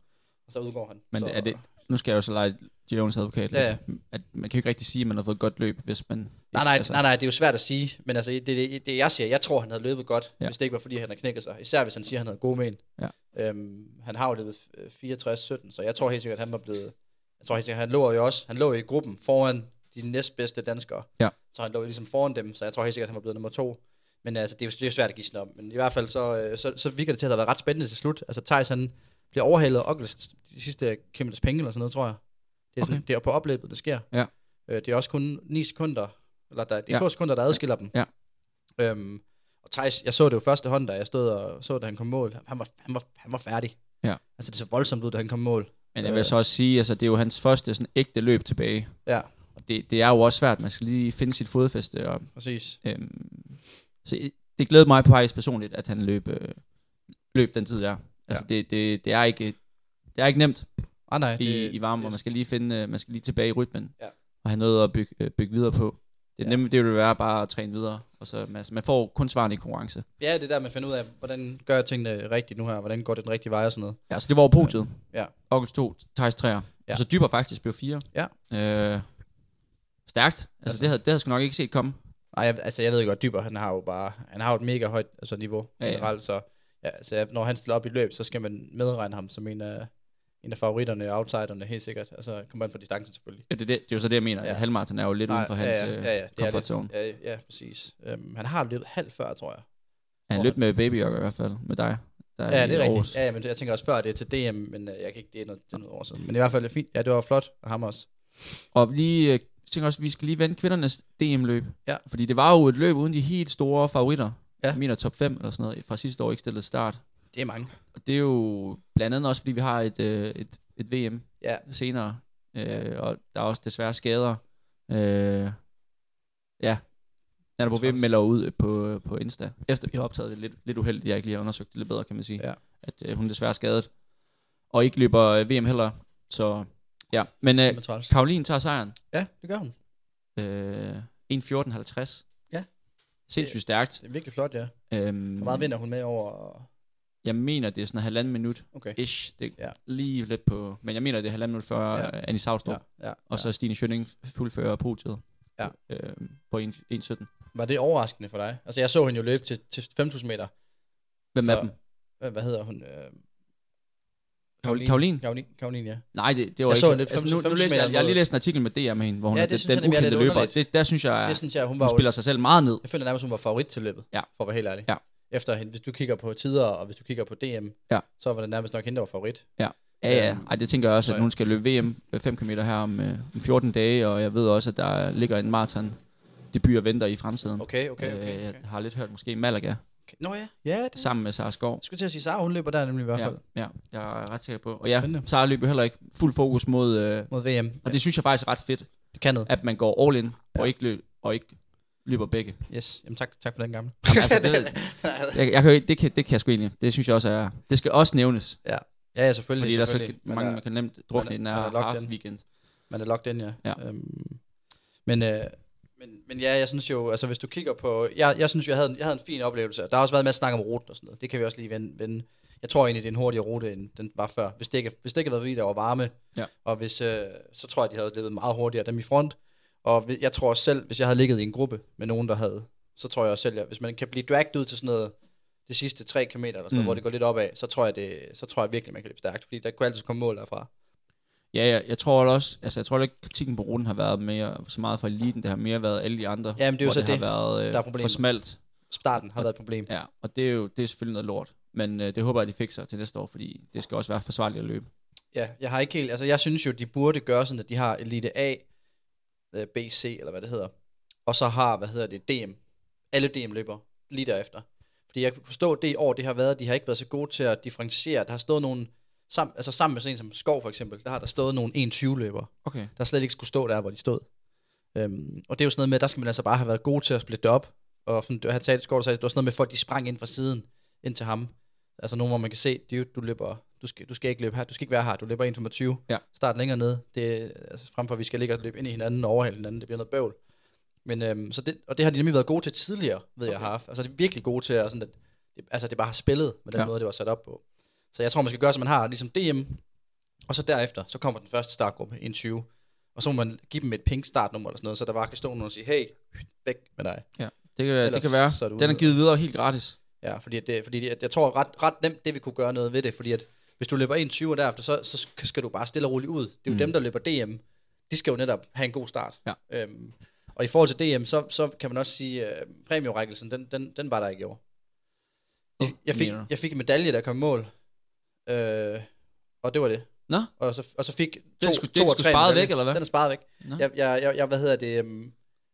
Speaker 5: og så udgår han.
Speaker 4: Men
Speaker 5: så,
Speaker 4: er det, nu skal jeg jo så lege Jones advokat. lidt.
Speaker 5: Ja, ja.
Speaker 4: At man kan jo ikke rigtig sige, at man har fået et godt løb, hvis man...
Speaker 5: Nej, nej,
Speaker 4: altså,
Speaker 5: nej, nej, det er jo svært at sige, men altså, det, det, det jeg siger, jeg tror, han havde løbet godt,
Speaker 4: Ja.
Speaker 5: ja. hvis det ikke var, fordi han havde knækket sig. Især hvis han siger, han havde gode men.
Speaker 4: Ja.
Speaker 5: Øhm, han har jo løbet øh, 64-17, så jeg tror helt sikkert, at han var blevet... Jeg tror helt sikkert, han lå jo også... Han lå i gruppen foran de næstbedste danskere.
Speaker 4: Ja.
Speaker 5: Så han lå jo ligesom foran dem, så jeg tror helt sikkert, at han var blevet nummer to. Men altså, det er jo det er jo svært at give sådan om. Men i hvert fald, så, øh, så, så virker det til at have været ret spændende til slut. Altså, Thijs, han bliver overhalet af Ockels de sidste kæmpes penge eller sådan noget, tror jeg. Det er, sådan,
Speaker 4: Okay.
Speaker 5: det er på opløbet, det sker.
Speaker 4: Ja.
Speaker 5: Øh, det er også kun 9 sekunder, eller der, det
Speaker 4: Ja.
Speaker 5: er ja. få sekunder, der adskiller dem.
Speaker 4: Ja.
Speaker 5: Øhm, og Thijs, jeg så det jo første hånd, da jeg stod og så, da han kom mål. Han var, han var, han var færdig.
Speaker 4: Ja.
Speaker 5: Altså, det så voldsomt ud, da han kom mål.
Speaker 4: Men jeg vil så også sige, altså det er jo hans første sådan ægte løb tilbage.
Speaker 5: Ja,
Speaker 4: Og det, det er jo også svært, man skal lige finde sit fodfæste. Og,
Speaker 5: præcis.
Speaker 4: øhm, så i- det glæder mig på Paris personligt, at han løb, øh, løb den tid der. Altså ja. det, det, det, er ikke, det er ikke nemt
Speaker 5: Ah, nej,
Speaker 4: i, i varmen, og man skal lige finde, øh, man skal lige tilbage i rytmen.
Speaker 5: Ja.
Speaker 4: Og have noget at bygge, øh, bygge videre på. Det
Speaker 5: Ja.
Speaker 4: nemme, det vil jo være bare at træne videre. Og så, man, man får kun svarene i konkurrence.
Speaker 5: Ja, det er der, man finder ud af, hvordan gør jeg tingene rigtigt nu her, hvordan går det den rigtige vej og sådan noget.
Speaker 4: Ja, så det var jo podiet.
Speaker 5: Ja.
Speaker 4: August 2, Thijs 3. Ja.
Speaker 5: Ja.
Speaker 4: Og så dyber faktisk blev 4.
Speaker 5: Ja.
Speaker 4: Øh, stærkt. Altså,
Speaker 5: Altså.
Speaker 4: det, havde, det havde jeg sgu nok ikke set komme.
Speaker 5: Nej, jeg, altså, jeg ved godt, Dyber, han har jo bare, han har jo et mega højt altså, niveau
Speaker 4: Ja, ja.
Speaker 5: generelt, så ja, altså, jeg- når han stiller op i løb, så skal man medregne ham som en af, en af favoritterne og outsiderne, helt sikkert. Altså, kommer an på distancen selvfølgelig.
Speaker 4: Ja, det, er det, det er jo så det, jeg mener.
Speaker 5: Ja.
Speaker 4: Ja. Halvmarathon er jo lidt uden for hans øh, ja, ja,
Speaker 5: det er
Speaker 4: comfort zone.
Speaker 5: lidt- Ja, ja, ja, præcis. Øhm, han har løbet halv før, tror jeg.
Speaker 4: Han
Speaker 5: Hvor
Speaker 4: løb
Speaker 5: han-
Speaker 4: med Baby Jogger i hvert fald, med dig. Der
Speaker 5: Ja,
Speaker 4: i
Speaker 5: det er
Speaker 4: Aarhus.
Speaker 5: rigtigt. Ja, ja, men jeg tænker også før det er til DM, men øh, jeg kan ikke, det er noget, det er noget år siden. Men i hvert fald er det fint. Ja, det var flot af ham også.
Speaker 4: Og lige, øh, tænker også, at vi skal lige vende kvindernes DM-løb.
Speaker 5: Ja.
Speaker 4: Fordi det var jo et løb uden de helt store favoritter.
Speaker 5: Ja.
Speaker 4: Min er top 5 eller sådan noget, fra sidste år ikke stillet start.
Speaker 5: Det er mange.
Speaker 4: Og det er jo blandt andet også, fordi vi har et, øh, et, et VM
Speaker 5: Ja,
Speaker 4: senere. Øh,
Speaker 5: Ja.
Speaker 4: Og der er også desværre skader. Øh, ja. Natterbo
Speaker 5: Træls.
Speaker 4: VM melder ud på, øh, på Insta. Efter vi har optaget det lidt, lidt uheldigt, jeg ikke lige har undersøgt det lidt bedre, kan man sige.
Speaker 5: Ja.
Speaker 4: At øh, hun er desværre skadet. Og ikke løber øh, VM heller. Så ja. Men
Speaker 5: det
Speaker 4: øh,
Speaker 5: er træls.
Speaker 4: Karoline tager sejren.
Speaker 5: Ja, det gør hun.
Speaker 4: Øh, 1.14.50.
Speaker 5: Ja.
Speaker 4: Sindssygt stærkt.
Speaker 5: Det er virkelig flot, ja.
Speaker 4: Øhm,
Speaker 5: Hvor meget vinder hun med over...
Speaker 4: Jeg mener, det er sådan en halvanden minut.
Speaker 5: Okay.
Speaker 4: Ish. Det er
Speaker 5: Ja.
Speaker 4: lige lidt på... Men jeg mener, det er halvanden minut før
Speaker 5: Ja.
Speaker 4: ja. Annie Savstrup.
Speaker 5: Ja, ja,
Speaker 4: Og så Stine Schønning fuldfører podiet
Speaker 5: Ja.
Speaker 4: øh, på 1.17.
Speaker 5: Var det overraskende for dig? Altså, jeg så hende jo løbe til, til 5.000 meter.
Speaker 4: Hvem
Speaker 5: Så-
Speaker 4: er dem?
Speaker 5: Hvad, hvad hedder hun? Øh,
Speaker 4: Karoline? Karoline?
Speaker 5: Karoline, Karoline, ja.
Speaker 4: Nej, det, det var
Speaker 5: Jeg
Speaker 4: ikke...
Speaker 5: så lidt
Speaker 4: altså, nu, nu
Speaker 5: 55
Speaker 4: læste
Speaker 5: meter
Speaker 4: jeg, jeg har
Speaker 5: noget.
Speaker 4: lige læst en artikel med DR med hende, hvor hun
Speaker 5: Ja,
Speaker 4: er
Speaker 5: det
Speaker 4: den, den
Speaker 5: synes jeg nemlig er
Speaker 4: ukendte
Speaker 5: lidt
Speaker 4: løber.
Speaker 5: underligt.
Speaker 4: Det, der synes jeg,
Speaker 5: Det synes jeg, hun var
Speaker 4: hun
Speaker 5: jo-
Speaker 4: spiller sig selv meget ned.
Speaker 5: Jeg føler nærmest, hun var favorit til løbet,
Speaker 4: Ja.
Speaker 5: for at være helt ærlig.
Speaker 4: Ja.
Speaker 5: Efter hende, hvis du kigger på tider, og hvis du kigger på DM,
Speaker 4: Ja. Mm.
Speaker 5: så var det nærmest nok hende, der var favorit.
Speaker 4: Ja, ja.
Speaker 5: Øhm,
Speaker 4: Ej, det tænker jeg også,
Speaker 5: så
Speaker 4: at
Speaker 5: ja.
Speaker 4: hun skal løbe VM 5 km her om, øh, om 14 dage, og jeg ved også, at der ligger en maraton debut og venter i fremtiden.
Speaker 5: Okay, okay, okay.
Speaker 4: Øh,
Speaker 5: okay.
Speaker 4: Jeg har lidt hørt måske Malaga,
Speaker 5: okay. Nå ja, ja, det
Speaker 4: sammen med Sara Skov.
Speaker 5: Jeg skulle til at sige, Sara, hun løber der nemlig i hvert
Speaker 4: Ja,
Speaker 5: fald
Speaker 4: ja, jeg er ret sikker på. Og ja,
Speaker 5: Spændende.
Speaker 4: Sara løb jo heller ikke fuld fokus mod... Øh,
Speaker 5: mod VM.
Speaker 4: og det synes jeg faktisk er ret fedt.
Speaker 5: Det kan noget.
Speaker 4: at man går all in ja.
Speaker 5: Ja.
Speaker 4: og ikke løb, og ikke løber begge.
Speaker 5: Yes, jamen tak, tak for den gamle.
Speaker 4: Jamen, altså, det, jeg, jeg kan, jo- det, kan, det kan jeg sgu egentlig. Det synes jeg også er... Det skal også nævnes,
Speaker 5: ja, ja, selvfølgelig.
Speaker 4: fordi der er så
Speaker 5: selvfølgelig.
Speaker 4: kan- mange, man
Speaker 5: er,
Speaker 4: kan nemt drukne i den
Speaker 5: man er
Speaker 4: her
Speaker 5: locked
Speaker 4: half
Speaker 5: in.
Speaker 4: weekend.
Speaker 5: man er locked in, ja.
Speaker 4: Ja.
Speaker 5: Øhm, men, øh, men, men ja, jeg synes jo, altså hvis du kigger på, jeg, jeg synes jo, jeg havde, en, jeg havde en fin oplevelse. Der har også været en masse snak om ruten og sådan noget. Det kan vi også lige vende. vende. Jeg tror egentlig, det er en hurtigere rute, end den var før. Hvis det ikke, hvis det ikke havde været, fordi der var varme,
Speaker 4: Ja.
Speaker 5: og hvis, øh, så tror jeg, de havde levet meget hurtigere dem i front. Og vi- jeg tror også selv, hvis jeg havde ligget i en gruppe med nogen, der havde, så tror jeg også selv, at hvis man kan blive dragged ud til sådan noget, de sidste 3 km, eller sådan noget,
Speaker 4: Mm.
Speaker 5: mm. hvor det går lidt opad, så tror, jeg det, så tror jeg virkelig, man kan løbe stærkt, fordi der kunne altid komme mål derfra.
Speaker 4: Ja, ja, jeg tror også, altså jeg tror ikke, kritikken på ruten har været mere, så meget for eliten, det har mere været alle de andre,
Speaker 5: Jamen, det er jo
Speaker 4: hvor
Speaker 5: så
Speaker 4: har
Speaker 5: det,
Speaker 4: været øh,
Speaker 5: der er
Speaker 4: for
Speaker 5: problemet.
Speaker 4: smalt.
Speaker 5: Starten har været et problem.
Speaker 4: Ja, og det er jo det er selvfølgelig noget lort. Men øh, det håber jeg, de fikser til næste år, fordi det skal også være forsvarligt at løbe.
Speaker 5: Ja, jeg har ikke helt, altså jeg synes jo, de burde gøre sådan, at de har Elite A, øh, B, C, eller hvad det hedder, og så har, hvad hedder det, DM. Alle DM løber lige derefter. Fordi jeg kan forstå, det år, det har været, at de har ikke været så gode til at differentiere. Der har stået nogle, sam, altså sammen med sådan en som Skov for eksempel, der har der stået nogle 1-20 løber,
Speaker 4: Okay.
Speaker 5: der slet ikke skulle stå der, hvor de stod. Øhm, og det er jo sådan noget med, at der skal man altså bare have været god til at splitte det op. Og sådan, det, her talte Skov, der sagde, det var sådan noget med, folk de sprang ind fra siden ind til ham. Altså nogen, hvor man kan se, du, du løber, du skal, du skal ikke løbe her, du skal ikke være her, du løber 1,25.
Speaker 4: Ja.
Speaker 5: Start længere ned, det, er- altså, frem for at vi skal ligge og løbe ind i hinanden og overhale hinanden, det bliver noget bøvl. Men, øhm, så det, og det har de nemlig været gode til tidligere, ved okay. jeg har haft. Altså de er virkelig gode til, at, sådan, at det, altså, det bare har spillet med den
Speaker 4: Ja.
Speaker 5: ja. måde, det var sat op på. Så jeg tror, man skal gøre, som man har, ligesom DM, og så derefter, så kommer den første startgruppe, en 20. Og så må man give dem et pink startnummer eller sådan noget, så der bare kan stå nogen og sige, hey, væk med dig.
Speaker 4: Det kan, det
Speaker 5: Ellers
Speaker 4: kan være.
Speaker 5: så er det
Speaker 4: Den er
Speaker 5: ude.
Speaker 4: givet videre helt gratis.
Speaker 5: Ja, fordi, at det, fordi at jeg tror ret, ret nemt, det vi kunne gøre noget ved det, fordi at hvis du løber 21 og derefter, så, så skal du bare stille og roligt ud. Det er jo
Speaker 4: Mm.
Speaker 5: mm. dem, der løber DM. De skal jo netop have en god start.
Speaker 4: Ja.
Speaker 5: Øhm, og i forhold til DM, så, så kan man også sige, at øh, præmieorækkelsen, den, den, den var der ikke i år. Jeg,
Speaker 4: Hvad
Speaker 5: jeg, fik,
Speaker 4: mener du?
Speaker 5: jeg fik en medalje, der kom i mål. Øh, og det var det.
Speaker 4: Nå?
Speaker 5: Og så, og så fik to,
Speaker 4: sgu-
Speaker 5: to
Speaker 4: den
Speaker 5: og
Speaker 4: sgu
Speaker 5: tre
Speaker 4: sparet
Speaker 5: medaljer.
Speaker 4: væk, eller hvad?
Speaker 5: Den er sparet væk.
Speaker 4: Nå.
Speaker 5: Jeg, jeg, jeg, jeg, hvad hedder det? øhm,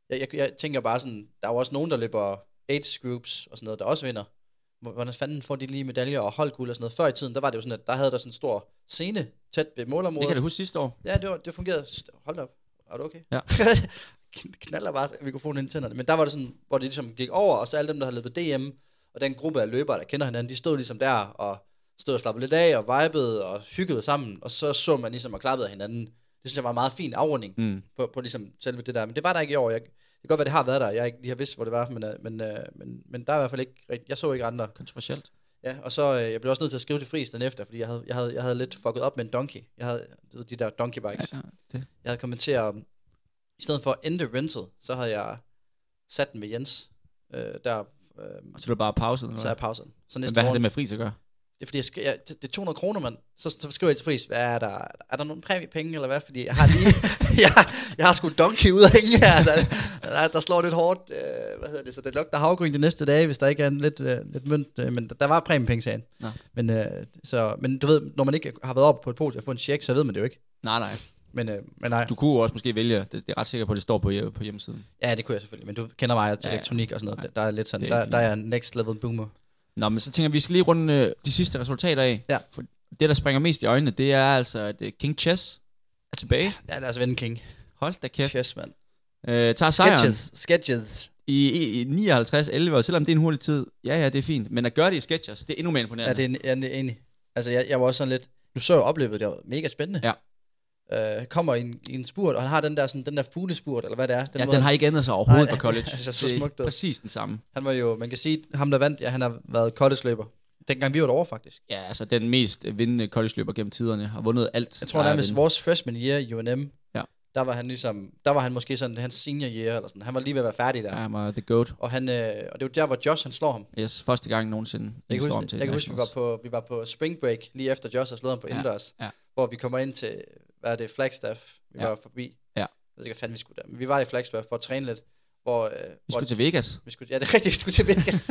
Speaker 5: Jeg, jeg, jeg tænker bare sådan, der er jo også nogen, der løber age groups og sådan noget, der også vinder. Hvor- Hvordan fanden får de lige medaljer og holdguld og sådan noget? Før i tiden, der var det jo sådan, at der havde der sådan en stor scene tæt ved målområdet.
Speaker 4: Det kan du huske sidste år.
Speaker 5: Ja, det, var, det fungerede. St- Hold da op. Er du okay?
Speaker 4: Ja.
Speaker 5: Kn- Knaller bare mikrofonen ind i tænderne. Men der var det sådan, hvor det ligesom gik over, og så alle dem, der har løbet DM, og den gruppe af løbere, der kender hinanden, de stod ligesom der og stod og slappede lidt af og vibede og hyggede sammen, og så så man ligesom og klappede af hinanden. Det synes jeg var en meget fin afrunding
Speaker 4: Mm.
Speaker 5: på, på ligesom selve det der. Men det var der ikke i år. Jeg, det kan godt være, det har været der. Jeg har ikke lige har vidst, hvor det var, men, øh, men, øh, men, men der er i hvert fald ikke rigtig, jeg så ikke andre.
Speaker 4: Kontroversielt.
Speaker 5: Ja, og så øh, jeg blev også nødt til at skrive til Friis den efter, fordi jeg havde, jeg, havde, jeg havde lidt fucket op med en donkey. Jeg havde du ved, de der donkey bikes.
Speaker 4: Ja, det.
Speaker 5: Jeg havde kommenteret, um, i stedet for end the rental, så havde jeg sat den med Jens. Øh, der øh,
Speaker 4: Og så er det bare pauset.
Speaker 5: så er pausen. Så
Speaker 4: Men
Speaker 5: næste
Speaker 4: hvad har det
Speaker 5: morgen, det,
Speaker 4: med fris at gøre?
Speaker 5: det er fordi, jeg, sk- jeg, det, det er 200 kroner, mand. Så, så skriver jeg til Friis, hvad er der, er der nogen præmiepenge, eller hvad? Fordi jeg har lige, jeg, jeg har sgu donkey ud af hænge her. Der, der, der slår lidt hårdt, øh, hvad hedder det, så det lugter havgryn de næste dage, hvis der ikke er en lidt, øh, lidt mønt. Øh, men der, der var præmiepenge, sagde han.
Speaker 4: Nå.
Speaker 5: Men, øh, så, men du ved, når man ikke har været oppe på et podium og fået en check, så ved man det jo ikke.
Speaker 4: Nej, nej.
Speaker 5: Men, øh, men nej.
Speaker 4: Du kunne jo også måske vælge, det, det er ret sikker på, at det står på, hjem- på hjemmesiden.
Speaker 5: Ja, det kunne jeg selvfølgelig, men du kender mig til
Speaker 4: Ja, ja.
Speaker 5: elektronik og sådan noget. Der, der er lidt sådan,
Speaker 4: Det er
Speaker 5: der,
Speaker 4: ikke
Speaker 5: der er jeg next level boomer.
Speaker 4: Nå, men så tænker jeg, vi skal lige runde øh, de sidste resultater af.
Speaker 5: Ja.
Speaker 4: For det, der springer mest i øjnene, det er altså, at øh, King Chess er tilbage.
Speaker 5: Ja, lad os vende King.
Speaker 4: Hold da kæft.
Speaker 5: Chess, mand.
Speaker 4: Øh, tager sejren
Speaker 5: Sketches. Sketches.
Speaker 4: i, i 59-11, og selvom det er en hurtig tid, ja, ja, det er fint. Men at gøre det i Sketchers, det er endnu mere
Speaker 5: Ja,
Speaker 4: imponerende.
Speaker 5: det er, en- ja, det er enig. Altså, jeg, jeg var også sådan lidt... Du så jo opløbet, det var mega spændende. Ja. Øh, kommer i en, i en spurt, og han har den der, sådan, den der fuglespurt, eller hvad det er. Den
Speaker 4: ja,
Speaker 5: måde,
Speaker 4: den har ikke ændret sig overhovedet
Speaker 5: Nej,
Speaker 4: fra college.
Speaker 5: altså, så
Speaker 4: det er
Speaker 5: smukt ud.
Speaker 4: præcis den samme.
Speaker 5: Han var jo, man kan sige, ham der vandt, ja, han har været college-løber. Dengang vi var derovre, faktisk.
Speaker 4: Ja, altså den mest vindende college-løber gennem tiderne har vundet alt.
Speaker 5: Jeg tror
Speaker 4: der er at
Speaker 5: nærmest,
Speaker 4: vinde.
Speaker 5: vores freshman year i UNM,
Speaker 4: Ja.
Speaker 5: der var han ligesom, der var han måske sådan, hans senior year, eller sådan. Han var lige ved at være færdig der. Ja.
Speaker 4: Ja, han var the goat.
Speaker 5: Og, han, øh, og det er jo der, hvor Josh, han slår ham.
Speaker 4: Yes, første gang nogensinde.
Speaker 5: Jeg kan
Speaker 4: står om
Speaker 5: huske, jeg kan huske vi, var
Speaker 4: nationals.
Speaker 5: på, vi var på spring break, lige efter Josh havde slået ham på
Speaker 4: Ja,
Speaker 5: ja, indendørs,
Speaker 4: ja.
Speaker 5: hvor vi kommer ind til, hvad er det, Flagstaff, vi
Speaker 4: Ja.
Speaker 5: ja. var forbi.
Speaker 4: Ja.
Speaker 5: Jeg ved ikke, hvad fanden vi skulle der, men vi var i Flagstaff for at træne lidt, hvor, øh,
Speaker 4: Vi
Speaker 5: hvor
Speaker 4: skulle til Vegas.
Speaker 5: vi skulle, ja, det er rigtigt, vi skulle til Vegas,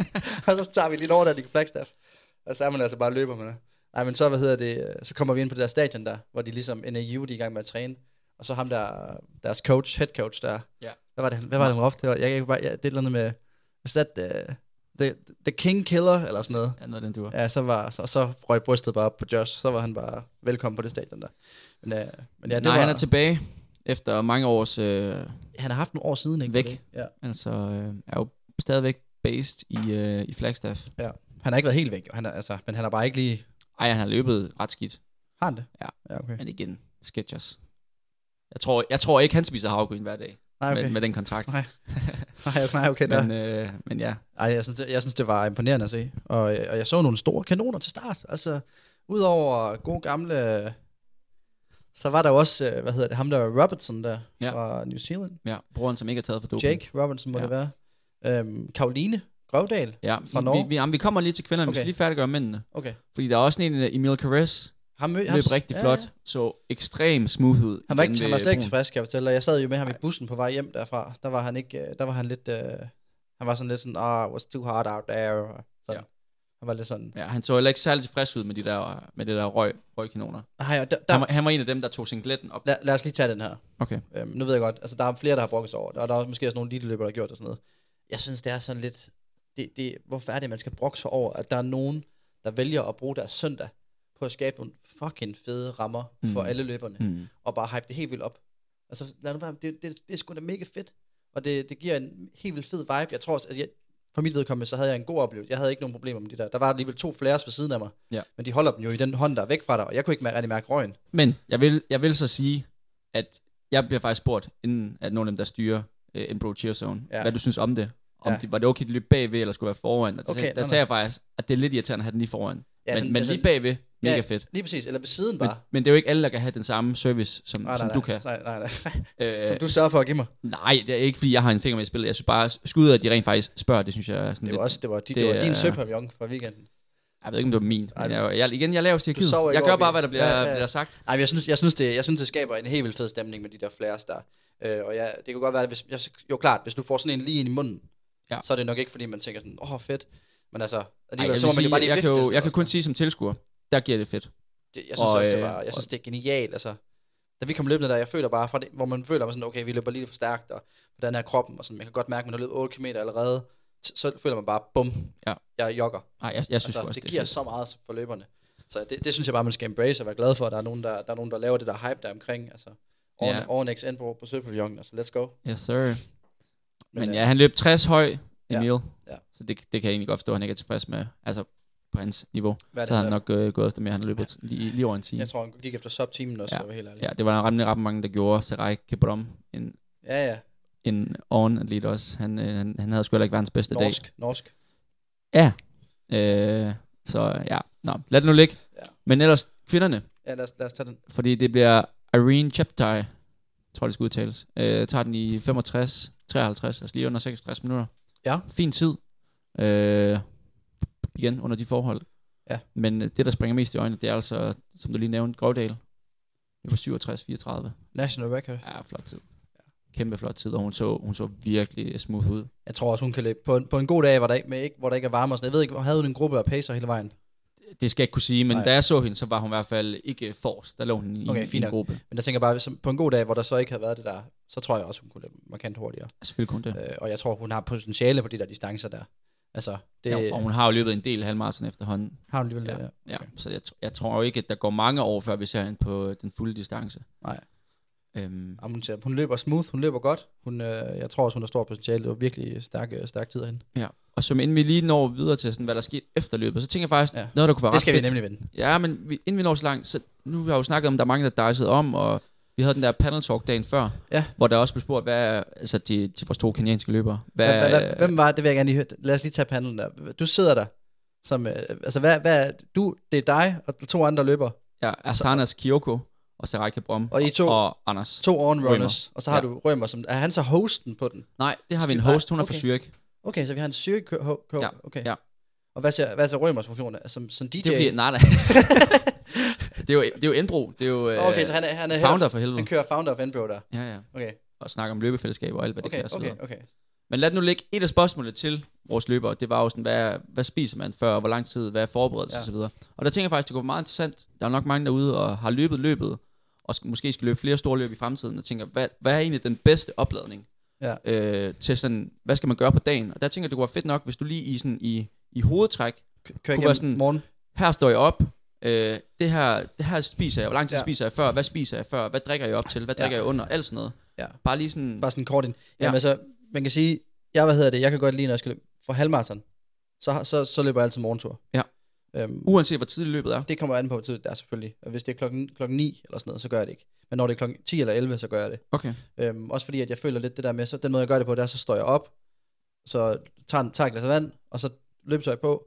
Speaker 5: og så tager vi lige over der, de Flagstaff, og så er man altså bare løber med det. Nej, men så, hvad hedder det, øh, så kommer vi ind på det der stadion der, hvor de ligesom, NAU, de er i gang med at træne, og så ham der, deres coach, head coach der,
Speaker 4: Ja.
Speaker 5: hvad var det, han- hvad var det, han råbte? Det var, jeg kan ikke bare, ja, det er et eller andet med, hvis that, uh, the, the king killer, eller sådan noget.
Speaker 4: Ja, noget af den duer.
Speaker 5: Ja, så var så, så røg brystet bare op på Josh. Så var han bare velkommen på det stadion der. Men, øh, men ja,
Speaker 4: Ja,
Speaker 5: det
Speaker 4: Nej,
Speaker 5: var,
Speaker 4: han er tilbage efter mange års... Øh,
Speaker 5: han har haft nogle år siden, ikke?
Speaker 4: Væk.
Speaker 5: Det? Ja.
Speaker 4: altså, øh, er jo stadigvæk based i, øh, i Flagstaff.
Speaker 5: ja. Han har ikke været helt væk, jo. Han er, altså, men han har bare ikke lige...
Speaker 4: Ej, han har løbet ret skidt,
Speaker 5: Har han det?
Speaker 4: Ja.
Speaker 5: ja okay.
Speaker 4: men igen, Sketchers. Jeg tror, jeg tror ikke, han spiser havgryn hver dag
Speaker 5: Nej,
Speaker 4: okay.
Speaker 5: okay.
Speaker 4: med, med den kontrakt.
Speaker 5: Nej, nej, okay, nej, okay der.
Speaker 4: Men, øh, men ja,
Speaker 5: Ej, jeg synes, det, jeg synes, det var imponerende at se. Og, øh, og jeg så nogle store kanoner til start. Altså, udover gode gamle... Så var der jo også, øh, hvad hedder det, ham der Robertson der
Speaker 4: Ja.
Speaker 5: ja. fra New Zealand.
Speaker 4: ja, broren, som ikke er taget for doping.
Speaker 5: Jake Robertson må
Speaker 4: Ja.
Speaker 5: ja. det være. Øhm, Karoline Grøvdal.
Speaker 4: Ja,
Speaker 5: Fra
Speaker 4: vi,
Speaker 5: Norge?
Speaker 4: vi, vi, jamen, vi kommer lige til kvinderne, okay. vi skal
Speaker 5: Okay.
Speaker 4: lige færdiggøre mændene.
Speaker 5: Okay.
Speaker 4: Fordi der er også sådan en, øh, Emil Carrez,
Speaker 5: Ham, mød-
Speaker 4: løb rigtig
Speaker 5: ja,
Speaker 4: flot,
Speaker 5: Ja.
Speaker 4: så ekstrem smooth ud.
Speaker 5: Han var, ikke,
Speaker 4: igen
Speaker 5: han var
Speaker 4: ved
Speaker 5: slet ikke
Speaker 4: broen.
Speaker 5: tilfreds, kan jeg fortælle dig. Jeg sad jo med ham i bussen på vej hjem derfra. Der var han ikke, øh, der var han lidt, øh, han var sådan lidt sådan, ah, oh, was too hard out there. og Sådan.
Speaker 4: Ja.
Speaker 5: Han var lidt sådan,
Speaker 4: Ja, han så heller ikke særlig tilfreds ud med, de der, øh, med det der røg, røgkanoner.
Speaker 5: nej, og "Ah, der,
Speaker 4: Han
Speaker 5: der,
Speaker 4: var, han var en af dem, der tog singletten op.
Speaker 5: lad, lad, os lige tage den her.
Speaker 4: Okay.
Speaker 5: Øhm, nu ved jeg godt, altså der er flere, der har brugt sig over det, og der er måske også nogle lille løbere, der har gjort det og sådan noget. Jeg synes, det er sådan lidt, det, det, hvorfor er det, man skal brokke sig over, at der er nogen, der vælger at bruge deres søndag på at skabe nogle fucking fede rammer for
Speaker 4: Mm.
Speaker 5: alle løberne,
Speaker 4: Mm.
Speaker 5: og bare hype det helt vildt op. Altså, lad nu være, det, det, det er sgu da mega fedt, og det, det giver en helt vildt fed vibe. Jeg tror også, at jeg, for mit vedkommende, så havde jeg en god oplevelse. Jeg havde ikke nogen problemer med de der. Der var alligevel to flares ved siden af mig,
Speaker 4: Ja.
Speaker 5: men de holder dem jo i den hånd, der er væk fra dig, og jeg kunne ikke mær- rigtig mærke røgen.
Speaker 4: Men jeg vil, jeg vil så sige, at jeg bliver faktisk spurgt, inden at nogle af dem, der styrer øh, Embro Cheer Zone,
Speaker 5: Ja.
Speaker 4: ja. hvad du synes om det. Om
Speaker 5: Ja.
Speaker 4: ja. det, var det okay, at de løb bagved, eller skulle være foran? Og der,
Speaker 5: Okay,
Speaker 4: okay, sagde, der
Speaker 5: nej,
Speaker 4: sagde jeg faktisk, at det er lidt irriterende at have den lige foran. Ja, men,
Speaker 5: sådan-
Speaker 4: men
Speaker 5: altså-
Speaker 4: lige bagved, mega ja, fedt.
Speaker 5: Lige præcis, eller ved siden
Speaker 4: Men,
Speaker 5: bare. Ah,
Speaker 4: men det er jo ikke alle, der kan have den samme service, som, nej, som
Speaker 5: nej,
Speaker 4: du kan.
Speaker 5: Nej, nej, nej.
Speaker 4: Øh,
Speaker 5: Som du sørger for at give mig.
Speaker 4: Nej, det er ikke, fordi jeg har en finger med i spillet. Jeg synes bare, skuddet, at de rent faktisk spørger, det synes jeg er sådan
Speaker 5: Det
Speaker 4: lidt...
Speaker 5: var, også, det var, det,
Speaker 4: det
Speaker 5: det var din
Speaker 4: er-
Speaker 5: søpavillon fra weekenden.
Speaker 4: Jeg ved ikke, om det var min.
Speaker 5: Ej,
Speaker 4: men jeg, jeg, igen, jeg laver hierarkiet.
Speaker 5: sover ikke
Speaker 4: Jeg gør
Speaker 5: over
Speaker 4: bare,
Speaker 5: det.
Speaker 4: hvad der bliver,
Speaker 5: Ja,
Speaker 4: ja,
Speaker 5: ja, ja.
Speaker 4: ja. bliver sagt.
Speaker 5: Ej, men jeg synes, jeg, synes det, jeg synes, det skaber en helt vildt fed stemning med de der flares der. Øh, og jeg, det kunne godt være, at hvis, jeg, jo klart, hvis du får sådan en lige ind i munden, ja.
Speaker 4: Ja.
Speaker 5: så er det nok ikke, fordi man tænker sådan, åh, oh, fedt. Men altså,
Speaker 4: Ej,
Speaker 5: alligevel,
Speaker 4: jeg,
Speaker 5: så må
Speaker 4: vil
Speaker 5: man jo bare
Speaker 4: sige,
Speaker 5: lige
Speaker 4: jeg kan,
Speaker 5: vifte
Speaker 4: jo,
Speaker 5: det,
Speaker 4: jeg kan
Speaker 5: og
Speaker 4: kun
Speaker 5: sådan
Speaker 4: sige som tilskuer, der giver det fedt.
Speaker 5: noget. Det, jeg synes
Speaker 4: og,
Speaker 5: også, det
Speaker 4: øh,
Speaker 5: var, jeg synes, det er genialt, altså. Da vi kom løbende der, jeg føler bare fra det, hvor man føler man sådan, okay, vi løber lige for stærkt, og hvordan er kroppen, og sådan, man kan godt mærke, at man har løbet 8 km allerede, så- så føler man bare, bum,
Speaker 4: Ja.
Speaker 5: jeg jogger.
Speaker 4: Nej, jeg, jeg synes
Speaker 5: Altså,
Speaker 4: også,
Speaker 5: det,
Speaker 4: det, er
Speaker 5: giver
Speaker 4: fedt.
Speaker 5: så meget for løberne. Så det, det synes jeg bare, man skal embrace og være glad for, at der er nogen, der, der, er nogen, der laver det der hype der omkring. Altså,
Speaker 4: Ja.
Speaker 5: yeah. Ornex ind på, på Søpavillonen, altså let's go.
Speaker 4: Yes, sir. Men,
Speaker 5: øh,
Speaker 4: Men ja, han løb 60 høj,
Speaker 5: Ja,
Speaker 4: Emil.
Speaker 5: ja.
Speaker 4: Ja. Så det, det kan jeg egentlig godt forstå, at han ikke er tilfreds med. Altså, på hans niveau.
Speaker 5: hvad er
Speaker 4: Så havde han
Speaker 5: hedder?
Speaker 4: nok øh, gået efter mere. Han har løbet lige, lige over en time.
Speaker 5: Jeg tror, han gik efter sub-teamen også, ja.
Speaker 4: Ja.
Speaker 5: for at være helt ærlig.
Speaker 4: Ja, det var der rimelig ret mange, der gjorde. Serai Kebrom, en,
Speaker 5: Ja, ja.
Speaker 4: en on-atlet også. Han, øh, han, han havde sgu heller ikke verdens bedste dag.
Speaker 5: Norsk, norsk.
Speaker 4: Ja. Øh, så ja, Nå, lad det nu ligge.
Speaker 5: Ja.
Speaker 4: Ja. Men ellers kvinderne,
Speaker 5: Ja, lad os, lad os tage den.
Speaker 4: fordi det bliver Irene Cheptai, tror jeg det skal udtales, øh, tager den i 65, 53, altså lige under 66 minutter.
Speaker 5: Ja.
Speaker 4: Fin tid. Øh, igen, under de forhold.
Speaker 5: Ja.
Speaker 4: Men øh, det, der springer mest i øjnene, det er altså, som du lige nævnte, Grovdal. Det var 67-34.
Speaker 5: National record.
Speaker 4: Ja, flot tid. Kæmpe flot tid, og hun så, hun så virkelig smooth ud.
Speaker 5: Jeg tror også, hun kan løbe på en, på en god dag, hvor der, ikke, med ikke, hvor der ikke er varme og sådan. Jeg ved ikke, havde hun en gruppe af pacer hele vejen?
Speaker 4: Det skal jeg ikke kunne sige, men
Speaker 5: Nej.
Speaker 4: Nej. da jeg så hende, så var hun i hvert fald ikke forrest. Der lå hun i
Speaker 5: Okay,
Speaker 4: okay, en
Speaker 5: fint
Speaker 4: fin
Speaker 5: nok.
Speaker 4: gruppe.
Speaker 5: Men der tænker jeg bare, hvis, på en god dag, hvor der så ikke havde været det der, så tror jeg også, hun kunne løbe markant hurtigere.
Speaker 4: Selvfølgelig kun det.
Speaker 5: Øh, og jeg tror, hun har potentiale på de der distancer der. Altså, det
Speaker 4: Ja, og hun har jo løbet en del halvmarathon efterhånden.
Speaker 5: har hun alligevel. Ja.
Speaker 4: Ja, så jeg, tr- jeg tror jo ikke, at der går mange år, før vi ser hende på øh, den fulde distance.
Speaker 5: Nej.
Speaker 4: Øhm,
Speaker 5: Jamen, hun, ser- hun løber smooth, hun løber godt. Hun, øh, jeg tror også, hun har stor potentiale. Det var virkelig stærk, øh, stærk tid af hende.
Speaker 4: ja. Og som inden vi lige når videre til, sådan, hvad der er sket efter løbet, så tænker jeg faktisk,
Speaker 5: Ja.
Speaker 4: ja. noget, der kunne være
Speaker 5: Det
Speaker 4: ret
Speaker 5: skal vi
Speaker 4: fedt.
Speaker 5: nemlig vinde.
Speaker 4: Ja, men vi, inden vi når så langt, så nu har vi jo snakket om, at der er mange, der dejsede om, og vi havde den der panel talk dagen før,
Speaker 5: Ja.
Speaker 4: hvor der også blev spurgt, hvad er, altså de, de vores to kenyanske løbere, hvad,
Speaker 5: Hvad, hvad,
Speaker 4: øh,
Speaker 5: hvem var det, vil jeg gerne lige høre. Lad os lige tage panelen der. Du sidder der. Som, øh, altså, hvad, hvad, du, det er dig og to andre løber.
Speaker 4: Ja, Asanas Kyoko og Sarai Kabrom
Speaker 5: Og I to-
Speaker 4: og Anders.
Speaker 5: To onrunners.
Speaker 4: Rømer.
Speaker 5: Og så har
Speaker 4: Ja.
Speaker 5: du Rømer. Som, er han så hosten på den?
Speaker 4: Nej, det har vi en
Speaker 5: Skal vi-
Speaker 4: host, hun er fra
Speaker 5: okay.
Speaker 4: Zürich.
Speaker 5: Okay, så vi har en syge coach.
Speaker 4: Ja,
Speaker 5: Okay.
Speaker 4: ja.
Speaker 5: Og hvad ser, hvad ser Rømers funktion af? Som, som DJ?
Speaker 4: Det er fordi, nej, nej. det er jo, det er jo Indbro, det er jo øh,
Speaker 5: okay, så han er, han er
Speaker 4: founder
Speaker 5: her.
Speaker 4: for helvede.
Speaker 5: Han kører founder of Enbro der.
Speaker 4: Ja, ja.
Speaker 5: Okay,
Speaker 4: Og snakker om løbefællesskab og alt, hvad det
Speaker 5: okay,
Speaker 4: kan. og så
Speaker 5: okay,
Speaker 4: videre.
Speaker 5: okay.
Speaker 4: Men lad det nu ligge et af spørgsmålene til vores løbere. Det var jo sådan, hvad, hvad spiser man før, og hvor lang tid, hvad er forberedelse ja.
Speaker 5: Ja.
Speaker 4: osv. Og der tænker jeg faktisk, det kunne være meget interessant. Der er nok mange derude, og har løbet løbet, og skal, måske skal løbe flere store løb i fremtiden, og tænker, hvad, hvad er egentlig den bedste opladning?
Speaker 5: Ja.
Speaker 4: Øh, til sådan, hvad skal man gøre på dagen? Og der tænker jeg, det kunne være fedt nok, hvis du lige i, sådan, i, i hovedtræk
Speaker 5: Kører
Speaker 4: være
Speaker 5: igennem
Speaker 4: sådan-
Speaker 5: morgen.
Speaker 4: her står jeg op, øh, det, her, det her spiser jeg, hvor lang tid
Speaker 5: Ja.
Speaker 4: ja. spiser jeg før, hvad spiser jeg før, hvad drikker jeg op til, hvad
Speaker 5: Ja.
Speaker 4: drikker ja. jeg under, alt sådan noget.
Speaker 5: Ja.
Speaker 4: Bare lige sådan,
Speaker 5: Bare sådan kort ind.
Speaker 4: Ja.
Speaker 5: Jamen altså, man kan sige, jeg, hvad hedder det, jeg kan godt lide, når jeg skal løbe for halvmarathon, så, så, så løber jeg altid morgentur.
Speaker 4: Ja.
Speaker 5: Øhm,
Speaker 4: uanset hvor tidligt løbet er.
Speaker 5: det kommer an på, hvor tidligt det er selvfølgelig. Og hvis det er klokken, klokken 9 eller sådan noget, så gør jeg det ikke. Men når det er klokken 10 eller 11, så gør jeg det.
Speaker 4: Okay.
Speaker 5: Øhm, også fordi, at jeg føler lidt det der med, så den måde, jeg gør det på, der så står jeg op, så tager, en- tager et glas vand, og så løbetøj på,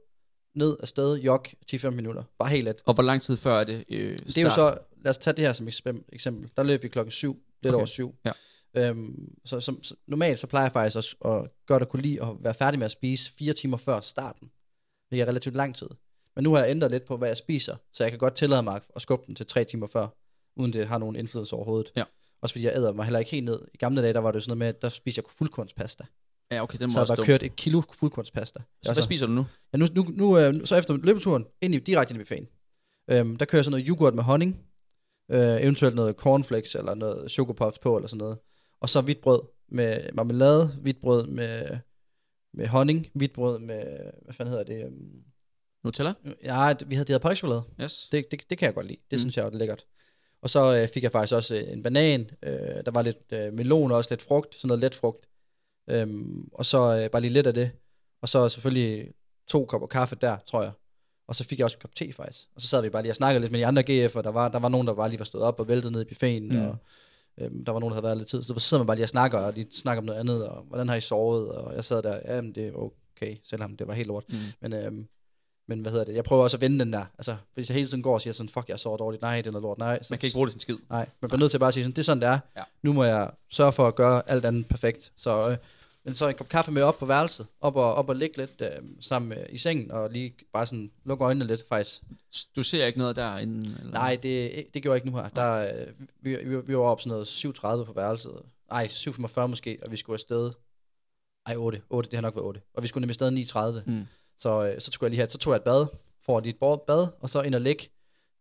Speaker 5: ned afsted, jog 10-15 minutter. Bare helt let.
Speaker 4: Og hvor lang tid før er det? Øh,
Speaker 5: Det er jo så, lad os tage det her som eksem- eksempel. Der løb vi klokken 7, lidt
Speaker 4: Okay.
Speaker 5: okay. over 7.
Speaker 4: Ja.
Speaker 5: Øhm, så, som, så, normalt så plejer jeg faktisk også at godt at kunne lide at være færdig med at spise fire timer før starten. Det er relativt lang tid. Men nu har jeg ændret lidt på, hvad jeg spiser, så jeg kan godt tillade mig at skubbe den til tre timer før, uden det har nogen indflydelse overhovedet.
Speaker 4: Ja.
Speaker 5: Også fordi jeg æder mig heller ikke helt ned. I gamle dage, der var det jo sådan noget med, at der spiser jeg fuldkornspasta.
Speaker 4: Ja, okay, den
Speaker 5: Så
Speaker 4: var
Speaker 5: jeg
Speaker 4: også
Speaker 5: bare
Speaker 4: dum.
Speaker 5: kørt et kilo fuldkornspasta.
Speaker 4: Så
Speaker 5: Og
Speaker 4: hvad spiser du nu?
Speaker 5: Ja, nu, nu, nu, øh, nu- så efter løbeturen, ind i, direkte ind i buffeten, øhm, der kører jeg sådan noget yoghurt med honning, øh, eventuelt noget cornflakes eller noget chokopops på eller sådan noget, og så hvidt brød med marmelade, hvidt brød med, med honning, hvidt brød med, hvad fanden hedder det, øhm,
Speaker 4: Nutella?
Speaker 5: ja, det- vi havde, de havde pålægtschokolade,
Speaker 4: Yes.
Speaker 5: det, det, det kan jeg godt lide, det
Speaker 4: Mm.
Speaker 5: mm. synes jeg er lækkert. Og så øh, fik jeg faktisk også øh, en banan, øh, der var lidt øh, melon og også lidt frugt, sådan noget let frugt, øhm, og så øh, bare lige lidt af det, og så selvfølgelig to kopper kaffe der, tror jeg. Og så fik jeg også en kop te faktisk. Og så sad vi bare lige og snakkede lidt med de andre GF'er. Der var, der var nogen, der bare lige var stået op og væltet ned i buffeten.
Speaker 4: Mm.
Speaker 5: Mm. Og, øhm, der var nogen, der havde været lidt tid. Så sidder man bare lige og snakker, og lige snakker om noget andet. Og hvordan har I sovet? Og jeg sad der, ja, men det er okay, selvom det var helt lort.
Speaker 4: Mm.
Speaker 5: Mm. Men, øhm, men hvad hedder det? Jeg prøver også at vende den der. Altså, hvis jeg hele tiden går og siger sådan, fuck, jeg sover dårligt. Nej, det er noget lort. Nej. Så,
Speaker 4: Man kan ikke bruge det til en skid.
Speaker 5: Nej, man bliver nødt til at bare sige sådan, det er sådan, det er.
Speaker 4: Ja.
Speaker 5: Nu må jeg sørge for at gøre alt andet perfekt. Så, øh, men så en kop kaffe med op på værelset, op og, op og ligge lidt øh, sammen med, i sengen, og lige bare sådan lukke øjnene lidt faktisk.
Speaker 4: Du ser ikke noget derinde? Eller?
Speaker 5: Nej, det, det gjorde jeg ikke nu her. Der, øh, vi, vi, vi var op sådan noget 7.30 på værelset. Ej, 7.45 måske, og vi skulle afsted. Ej, 8. 8, det har nok været 8. Og vi skulle nemlig afsted 9.30.
Speaker 4: Mm.
Speaker 5: Så, øh, så, skulle jeg lige have, så tog jeg et bad, får lige et bad- bad, og så ind og ligge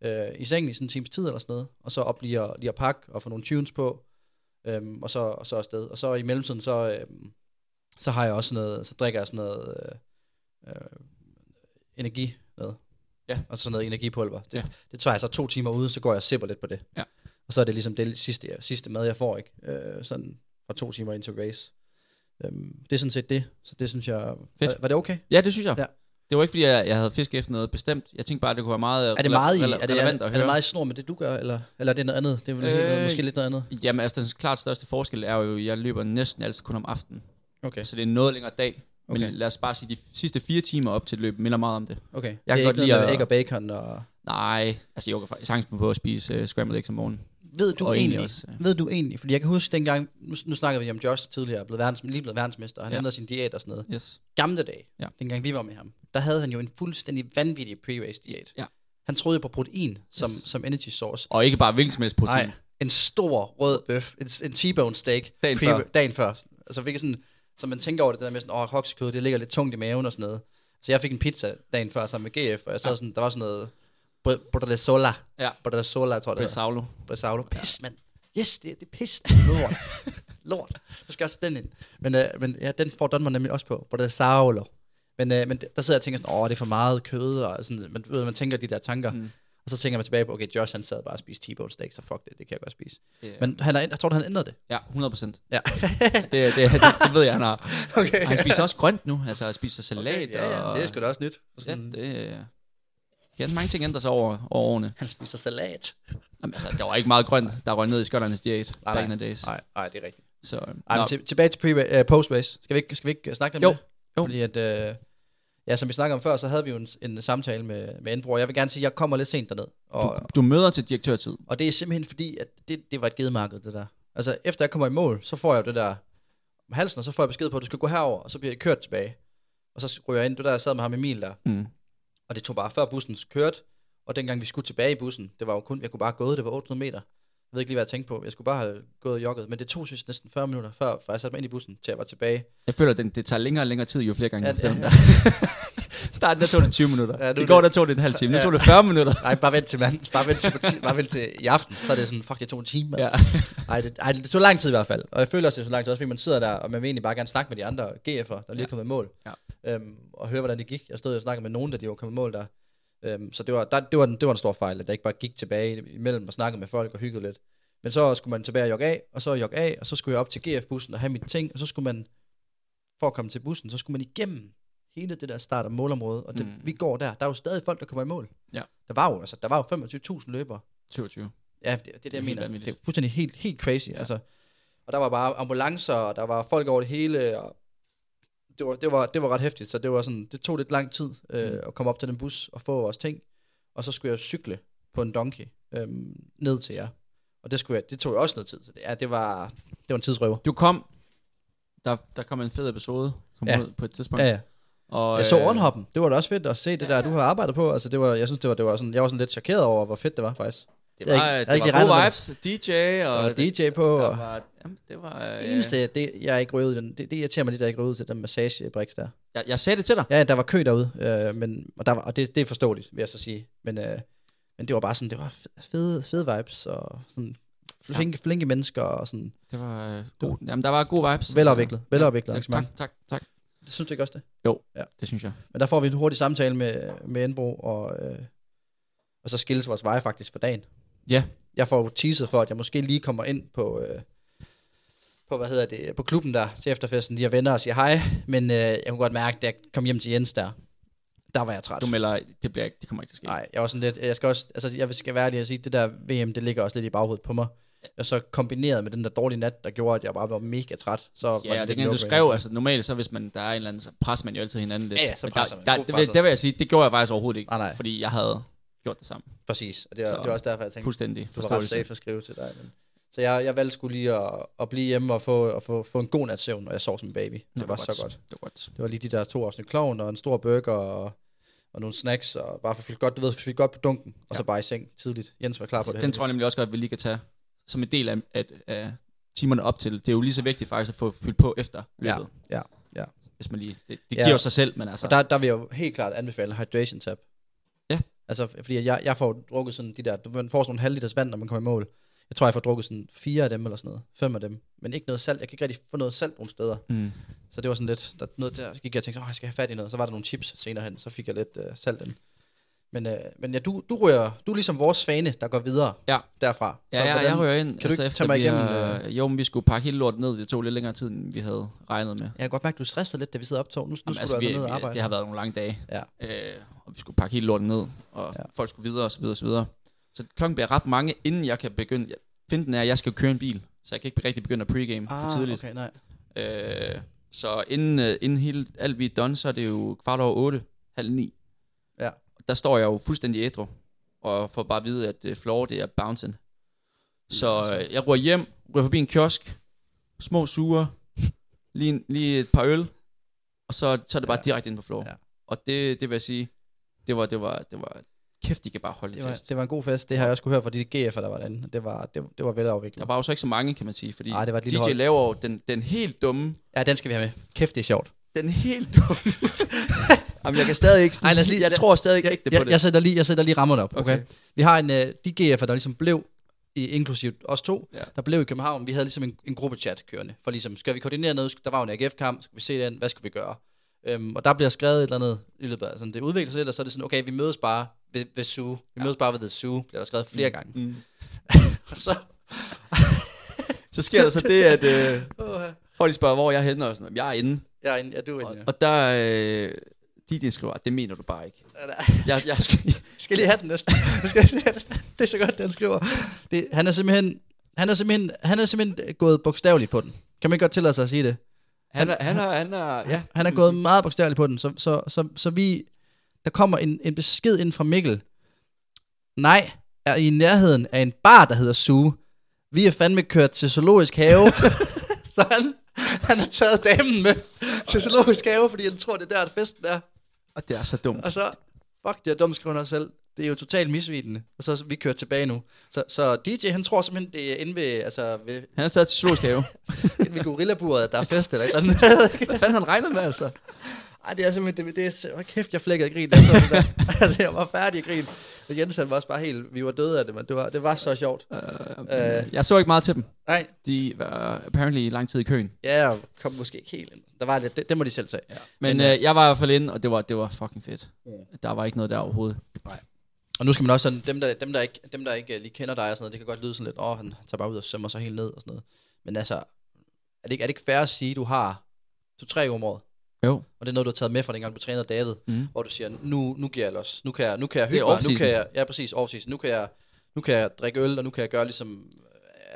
Speaker 5: øh, i sengen i sådan en times tid eller sådan noget, og så op lige at, lige at pakke og få nogle tunes på, øhm, og, så, og så afsted. Og så i mellemtiden, så, øhm, så har jeg også noget, så drikker jeg sådan noget øh, øh, energi noget.
Speaker 4: Ja.
Speaker 5: Og så sådan noget energipulver. Det,
Speaker 4: Ja.
Speaker 5: ja. det tager jeg så to timer ude, så går jeg og sipper lidt på det.
Speaker 4: Ja.
Speaker 5: Og så er det ligesom det sidste, sidste mad, jeg får, ikke? Øh, sådan fra to timer ind til race. Øhm, det er sådan set det, så det synes jeg...
Speaker 4: Fedt.
Speaker 5: Var, var det okay?
Speaker 4: Ja, det synes jeg.
Speaker 5: Ja.
Speaker 4: Det var ikke, fordi jeg, jeg havde fisk efter noget bestemt. Jeg tænkte bare, at det kunne være meget
Speaker 5: Er det meget i, er det, er,
Speaker 4: relevant
Speaker 5: er
Speaker 4: at høre.
Speaker 5: det meget i snor med det, du gør, eller, eller er det noget andet? Det er vel helt noget,
Speaker 4: Øh,
Speaker 5: måske lidt noget andet.
Speaker 4: Jamen, altså, den klart største forskel er jo, at jeg løber næsten altid kun om aftenen.
Speaker 5: Okay,
Speaker 4: Så det er en noget længere dag. Men
Speaker 5: Okay.
Speaker 4: lad os bare sige, de sidste fire timer op til et løb minder meget om det.
Speaker 5: okay.
Speaker 4: kan
Speaker 5: Jeg det er
Speaker 4: godt
Speaker 5: ikke
Speaker 4: lide
Speaker 5: noget med
Speaker 4: at-
Speaker 5: æg og bacon og...
Speaker 4: Nej, altså jeg kan faktisk sagtens finde på at spise uh, scrambled eggs om morgenen.
Speaker 5: Ved du
Speaker 4: Og egentlig
Speaker 5: egentlig,
Speaker 4: også,
Speaker 5: også,
Speaker 4: ja.
Speaker 5: ved du egentlig, fordi jeg kan huske dengang, nu, nu snakkede vi om Josh tidligere, er blevet verdens, lige blevet verdensmester, og han
Speaker 4: Ja.
Speaker 5: ja. ændrede sin diæt og sådan noget.
Speaker 4: Yes.
Speaker 5: Gamle dage,
Speaker 4: Ja.
Speaker 5: ja. dengang vi var med ham, der havde han jo en fuldstændig vanvittig pre-race diæt.
Speaker 4: Ja.
Speaker 5: Han troede jo på protein som,
Speaker 4: Yes.
Speaker 5: yes. som energy source.
Speaker 4: Og ikke bare hvilken som helst protein.
Speaker 5: Nej, en stor rød bøf, en, en T-bone steak
Speaker 4: Dagen
Speaker 5: pre-
Speaker 4: før.
Speaker 5: dagen før. Altså hvilket sådan, så man tænker over det, det der med sådan, åh, hoksekød, det ligger lidt tungt i maven og sådan noget. Så jeg fik en pizza dagen før sammen med GF, og jeg så sådan, der var sådan noget br- bredazola.
Speaker 4: Ja.
Speaker 5: Bredazola, tror jeg det hedder.
Speaker 4: Bresaolo.
Speaker 5: Bresaolo. Pis, mand. Yes, det, det er pis. Lort. Lort. Så skal jeg også den ind. Men, øh, men ja, den får Danmark nemlig også på. Bresaolo. Men, øh, men der sidder jeg og tænker sådan, åh, det er for meget kød, og sådan, man, ved, man tænker de der tanker.
Speaker 4: Mm.
Speaker 5: Mm. Og så tænker man tilbage på, okay, Josh han sad bare og spiste T-bone steak, så fuck det, det kan jeg godt spise.
Speaker 4: Yeah.
Speaker 5: Men han er, jeg tror, han ændrede det.
Speaker 4: Ja, 100 procent.
Speaker 5: Ja.
Speaker 4: Det, det, det, det, ved jeg, han har.
Speaker 5: okay.
Speaker 4: Og han spiser også grønt nu. Altså, han spiser salat.
Speaker 5: Okay, ja, ja,
Speaker 4: og,
Speaker 5: det er sgu da også nyt.
Speaker 4: Ja,
Speaker 5: Sådan,
Speaker 4: det, er- ja, mange ting ændrer sig over, over årene.
Speaker 5: Han spiser salat.
Speaker 4: Jamen, altså, der var ikke meget grønt, der røg ned i skotternes diæt back in the days.
Speaker 5: Nej, nej, det er rigtigt.
Speaker 4: Så,
Speaker 5: Ej,
Speaker 4: nå,
Speaker 5: men til, tilbage til pre- øh, post-race. Skal vi ikke, skal vi ikke øh, snakke om
Speaker 4: Jo.
Speaker 5: det?
Speaker 4: Jo.
Speaker 5: Fordi at, øh, ja, som vi snakkede om før, så havde vi jo en, en samtale med, med Endbro. Jeg vil gerne sige, at jeg kommer lidt sent derned. Og,
Speaker 4: du, du møder til direktørtid.
Speaker 5: og det er simpelthen fordi, at det, det var et gedemarked, det der. Altså, efter jeg kommer i mål, så får jeg jo det der om halsen, og så får jeg besked på, at du skal gå herover, og så bliver jeg kørt tilbage. Og så ryger jeg ind, det der, jeg sad med ham Emil der.
Speaker 4: Mm.
Speaker 5: Og det tog bare før bussen kørte, og dengang vi skulle tilbage i bussen, det var jo kun, jeg kunne bare have gået, det var 800 meter. Jeg ved ikke lige, hvad jeg tænkte på. Jeg skulle bare have gået og jogget, men det tog synes jeg, næsten 40 minutter før, før jeg satte mig ind i bussen, til jeg var tilbage.
Speaker 4: Jeg føler, at den, det tager længere og længere tid, jo flere gange
Speaker 5: Ja,
Speaker 4: jeg fortæller
Speaker 5: det-
Speaker 4: om det. Starten, der tog det 20 minutter.
Speaker 5: Ja,
Speaker 4: Ja,
Speaker 5: nu
Speaker 4: I
Speaker 5: er
Speaker 4: går,
Speaker 5: det-
Speaker 4: der tog det en halv time. Nu tog det 40 minutter.
Speaker 5: Nej, bare vent til mand. Bare vent til, parti, bare vent til i aften. Så er det sådan, fuck, jeg tog en time.
Speaker 4: Ja.
Speaker 5: Ja. Ej, det, ej, det tog lang tid i hvert fald. Og jeg føler også, det tog lang tid, også fordi man sidder der, og man vil egentlig bare gerne snakke med de andre GF'er, der lige er kommet i mål.
Speaker 4: Ja.
Speaker 5: Øhm, og høre, hvordan det gik. Jeg stod og snakkede med nogen, der de var kommet i mål der. Øhm, så det var, der, det, var en, det var en stor fejl, at jeg ikke bare gik tilbage imellem og snakkede med folk og hyggede lidt. Men så skulle man tilbage og jogge af, og så jogge af, og så skulle jeg op til GF-bussen og have mine ting, og så skulle man, for at komme til bussen, så skulle man igennem hele det der start- og målområde, og det,
Speaker 4: Mm.
Speaker 5: mm. vi går der. Der er jo stadig folk, der kommer i mål.
Speaker 4: Ja.
Speaker 5: Der var jo, altså, der var jo 25.000 løbere.
Speaker 4: 22.
Speaker 5: Ja, det, det er det, jeg
Speaker 4: helt
Speaker 5: mener.
Speaker 4: vanvittigt.
Speaker 5: Det er fuldstændig helt, helt crazy. Ja. Altså, og der var bare ambulancer, og der var folk over det hele, og det var, det var, det var ret hæftigt, så det, var sådan, det tog lidt lang tid øh,
Speaker 4: Mm.
Speaker 5: at komme op til den bus og få vores ting, og så skulle jeg cykle på en donkey øh, ned til jer. Og det, skulle jeg, det tog jo også noget tid, så det, ja, det, var, det var en tidsrøver.
Speaker 4: Du kom. Der, der kom en fed episode som
Speaker 5: Ja.
Speaker 4: ja. på et tidspunkt.
Speaker 5: Ja, ja.
Speaker 4: Og,
Speaker 5: Jeg så
Speaker 4: øh,
Speaker 5: Ornhoppen. Det var da også fedt at se det der, du har arbejdet på. Altså, det var, jeg synes, det var, det var sådan, jeg var sådan lidt chokeret over, hvor fedt det var faktisk.
Speaker 4: Det
Speaker 5: Jeg
Speaker 4: var,
Speaker 5: havde ikke- jeg
Speaker 4: det
Speaker 5: havde
Speaker 4: var ikke
Speaker 5: ikke regnet med
Speaker 4: gode
Speaker 5: det.
Speaker 4: vibes, DJ og...
Speaker 5: Der var
Speaker 4: det-
Speaker 5: DJ på,
Speaker 4: Der
Speaker 5: og
Speaker 4: var, jamen, det var... øh,
Speaker 5: det eneste, det, jeg ikke røvede den, det, det irriterer mig lidt, at jeg ikke røvede til den massagebriks der.
Speaker 4: Jeg, jeg sagde det til dig.
Speaker 5: Ja, der var kø derude, øh, men, og, der var, og det, det er forståeligt, vil jeg så sige. Men, øh, men det var bare sådan, det var f- fede, fede vibes, og sådan flinke, ja. flinke mennesker, og sådan
Speaker 4: Det var øh, god. Jamen, der var gode vibes.
Speaker 5: velopviklet, velopviklet
Speaker 4: Tak,
Speaker 5: arrangement.
Speaker 4: tak, tak, tak.
Speaker 5: Det synes du ikke også det?
Speaker 4: Det synes jeg.
Speaker 5: Men der får vi en hurtig samtale med, med Enbro, og, øh, og så skilles vores veje faktisk for dagen.
Speaker 4: Ja.
Speaker 5: Jeg får jo teaset for, at jeg måske lige kommer ind på, øh, på hvad hedder det, på klubben der til efterfesten, lige og vender og siger hej, men øh, jeg kunne godt mærke, da jeg kom hjem til Jens der, der var jeg træt.
Speaker 4: Du melder, det, bliver ikke, det kommer ikke til at ske.
Speaker 5: Nej, jeg var sådan lidt, jeg skal også, altså jeg skal være ærlig og sige, det der VM, det ligger også lidt i baghovedet på mig. Og så kombineret med den der dårlige nat, der gjorde, at jeg bare var mega træt. Så var
Speaker 4: Ja, og
Speaker 5: lidt
Speaker 4: det kan du
Speaker 5: no-brainer.
Speaker 4: skrev, altså normalt så hvis man, der er en eller anden, så presser man jo altid hinanden lidt.
Speaker 5: Ja, ja, så
Speaker 4: Men
Speaker 5: presser man.
Speaker 4: Der, der,
Speaker 5: God
Speaker 4: det, vil,
Speaker 5: presser. Ah,
Speaker 4: der vil jeg sige, det gjorde jeg faktisk overhovedet ikke,
Speaker 5: Nej, nej.
Speaker 4: fordi jeg havde gjort det samme.
Speaker 5: Præcis, og det var,
Speaker 4: Så-
Speaker 5: det var også derfor, jeg tænkte,
Speaker 4: Fuldstændig
Speaker 5: du var ret
Speaker 4: forståelse.
Speaker 5: safe at skrive til dig. Men. Så jeg, jeg valgte skulle lige at, at blive hjemme og få, og få, få en god nats søvn, og jeg sov som en baby. Det,
Speaker 4: Nå,
Speaker 5: det var så godt.
Speaker 4: Det var godt.
Speaker 5: Det var lige de der to afsnit klovn og en stor burger og, og nogle snacks, og bare for fyldt godt, du ved, fyldt godt på dunken, og
Speaker 4: Ja.
Speaker 5: så bare i seng tidligt. Jens var klar på det.
Speaker 4: Den tror jeg nemlig også godt, at vi lige kan tage som en del af, af, af timerne op til. Det er jo lige så vigtigt faktisk at få fyldt på efter løbet.
Speaker 5: ja, ja.
Speaker 4: Hvis man lige, det, det
Speaker 5: Ja.
Speaker 4: giver jo sig selv, men altså,
Speaker 5: Og der, der vil jeg jo helt klart anbefale hydration tab.
Speaker 4: Ja.
Speaker 5: Altså, fordi jeg, jeg får jo drukket sådan de der, du- man får sådan nogle halv liters vand, når man kommer i mål. Jeg tror, jeg får drukket sådan fire af dem eller sådan noget. Fem af dem. Men ikke noget salt. Jeg kan ikke rigtig få noget salt nogen steder.
Speaker 4: mm,
Speaker 5: Så det var sådan lidt, der, noget der gik jeg og tænkte, åh, jeg skal have fat i noget. Så var der nogle chips senere hen, så fik jeg lidt øh, salt ind. Men, øh, men ja, du, du rører, du er ligesom vores fane, der går videre
Speaker 4: Ja.
Speaker 5: derfra.
Speaker 4: ja, ja, jeg rører ind. altså,
Speaker 5: kan du ikke
Speaker 4: efter
Speaker 5: tage mig
Speaker 4: vi
Speaker 5: igennem, øh-
Speaker 4: har- Jo, men vi skulle pakke hele lortet ned. Det tog lidt længere tid, end vi havde regnet med.
Speaker 5: Jeg kan godt mærke, du er stresset lidt, da vi sidder optog. Nu, nu
Speaker 4: Jamen,
Speaker 5: skulle altså, du altså ned og arbejde.
Speaker 4: det har været nogle lange dage,
Speaker 5: Ja.
Speaker 4: øh, og vi skulle pakke hele lorten ned, og
Speaker 5: Ja.
Speaker 4: ja. folk skulle videre og så videre og så videre. Så klokken bliver ret mange, inden jeg kan begynde. Jeg- Finten er, at jeg skal køre en bil, så jeg kan ikke rigtig begynde at pregame ah, for tidligt.
Speaker 5: Okay, nej.
Speaker 4: Okay. Øh, så inden, øh, inden hele, alt vi er done, så er det jo kvart over otte, halv ni.
Speaker 5: Ja.
Speaker 4: Der står jeg jo fuldstændig ædru, og får bare at vide, at øh, floor, det er bouncing. Så
Speaker 5: altså.
Speaker 4: øh, jeg ror hjem, ryger forbi en kiosk, små sure, lige, en- lige et par øl, og så, så er det bare
Speaker 5: Ja.
Speaker 4: ja. direkte ind på floor.
Speaker 5: Ja.
Speaker 4: Ja. Og det, det vil jeg sige, det var, det var, det var, kæft, de kan bare holde det
Speaker 5: Det var,
Speaker 4: fast.
Speaker 5: det var en god fest. Det har jeg også kunne høre fra de GF'er, der var derinde. Det var, det, det var
Speaker 4: Der
Speaker 5: velafviklet.
Speaker 4: var jo så ikke så mange, kan man sige, fordi
Speaker 5: Ej, det var et lille
Speaker 4: DJ
Speaker 5: hold.
Speaker 4: laver jo den, den helt dumme,
Speaker 5: Ja, den skal vi have med. Kæft, det er sjovt.
Speaker 4: den helt dumme. Jamen, jeg kan stadig ikke sådan,
Speaker 5: Ej, lad os lige-
Speaker 4: lige, jeg tror stadig ikke rigtigt på
Speaker 5: Jeg,
Speaker 4: det.
Speaker 5: jeg, sætter lige, jeg sætter lige rammerne op, okay?
Speaker 4: Okay.
Speaker 5: okay? Vi har en, øh, de GF'er, der ligesom blev, i, inklusivt os to, ja.
Speaker 4: Ja.
Speaker 5: der blev i København, vi havde ligesom en, en gruppechat kørende, for ligesom, skal vi koordinere noget? Der var jo en AGF-kamp, skal vi se den? Hvad skal vi gøre? Øhm, og der bliver skrevet et eller andet i løbet af, sådan, det udvikler sig lidt, og så er det sådan, okay, vi mødes bare ved, ved Zoo. Vi ja. mødes bare ved The Zoo, bliver der skrevet flere mm. gange.
Speaker 4: Mm.
Speaker 5: så,
Speaker 4: Så sker der så det, at øh, folk spørger, hvor jeg er henne, og sådan, "Jamen, jeg er inde.
Speaker 5: ja, ja, du er
Speaker 4: Og,
Speaker 5: inde, ja.
Speaker 4: og der, øh, Didin skriver, det mener du bare ikke. Jeg, jeg, skal,
Speaker 5: Jeg skal lige have den næste. Jeg skal lige have den. Det er så godt, den skriver. Det, han, er simpelthen, han, er simpelthen, han er simpelthen gået bogstaveligt på den. Kan man ikke godt tillade sig at sige det?
Speaker 4: han, er, han, er, han er, ja.
Speaker 5: Han er gået meget bogstaveligt på den, så, så, så, så vi... Der kommer en, en besked ind fra Mikkel. Nej, er I nærheden af en bar, der hedder Sue. Vi er fandme kørt til zoologisk have. så han, han har taget damen med til zoologisk have, fordi han tror, det er der, at festen er.
Speaker 4: Og det er så dumt.
Speaker 5: Og så, fuck, det er dumt, skriver han også selv. Det er jo totalt misvidende. Og så vi kører tilbage nu. Så, så DJ, han tror simpelthen, det er inde ved, altså, ved,
Speaker 4: Han er taget til zoologisk have.
Speaker 5: inde ved gorillaburet, at der er fest eller et eller andet.
Speaker 4: Hvad fanden han regnet med, altså?
Speaker 5: Ej, det er simpelthen, det, det er, sim- hvor kæft, jeg flækkede grin, da jeg så det der. altså, jeg var færdig at grine. Og Jens, han var også bare helt, vi var døde af det, men det var, det var så sjovt.
Speaker 4: Øh, jeg så ikke meget til dem.
Speaker 5: Nej,
Speaker 4: De var apparently lang tid i køen.
Speaker 5: ja, jeg kom måske ikke helt ind. Der var lidt, det, det må de selv tage. Ja.
Speaker 4: Men,
Speaker 5: Men,
Speaker 4: øh, jeg var i hvert fald inde, og det var, det var fucking fedt. Der var ikke noget der overhovedet.
Speaker 5: Og nu skal man også sådan, dem der, dem der, ikke, dem der ikke øh, lige kender dig og sådan noget, det kan godt lyde sådan lidt, åh, oh, han tager bare ud og sømmer sig helt ned og sådan noget. Men altså, er det ikke, er det ikke fair at sige, du har to-tre om året?
Speaker 4: Jo.
Speaker 5: Og det er noget, du har taget med fra dengang, du trænede David, mm.
Speaker 4: Mm.
Speaker 5: hvor du siger, nu, nu giver jeg los, nu kan jeg, nu kan jeg
Speaker 4: Det er
Speaker 5: hygge mig, nu
Speaker 4: off-season.
Speaker 5: kan jeg, ja præcis, off nu kan jeg, nu kan jeg drikke øl, og nu kan jeg gøre ligesom,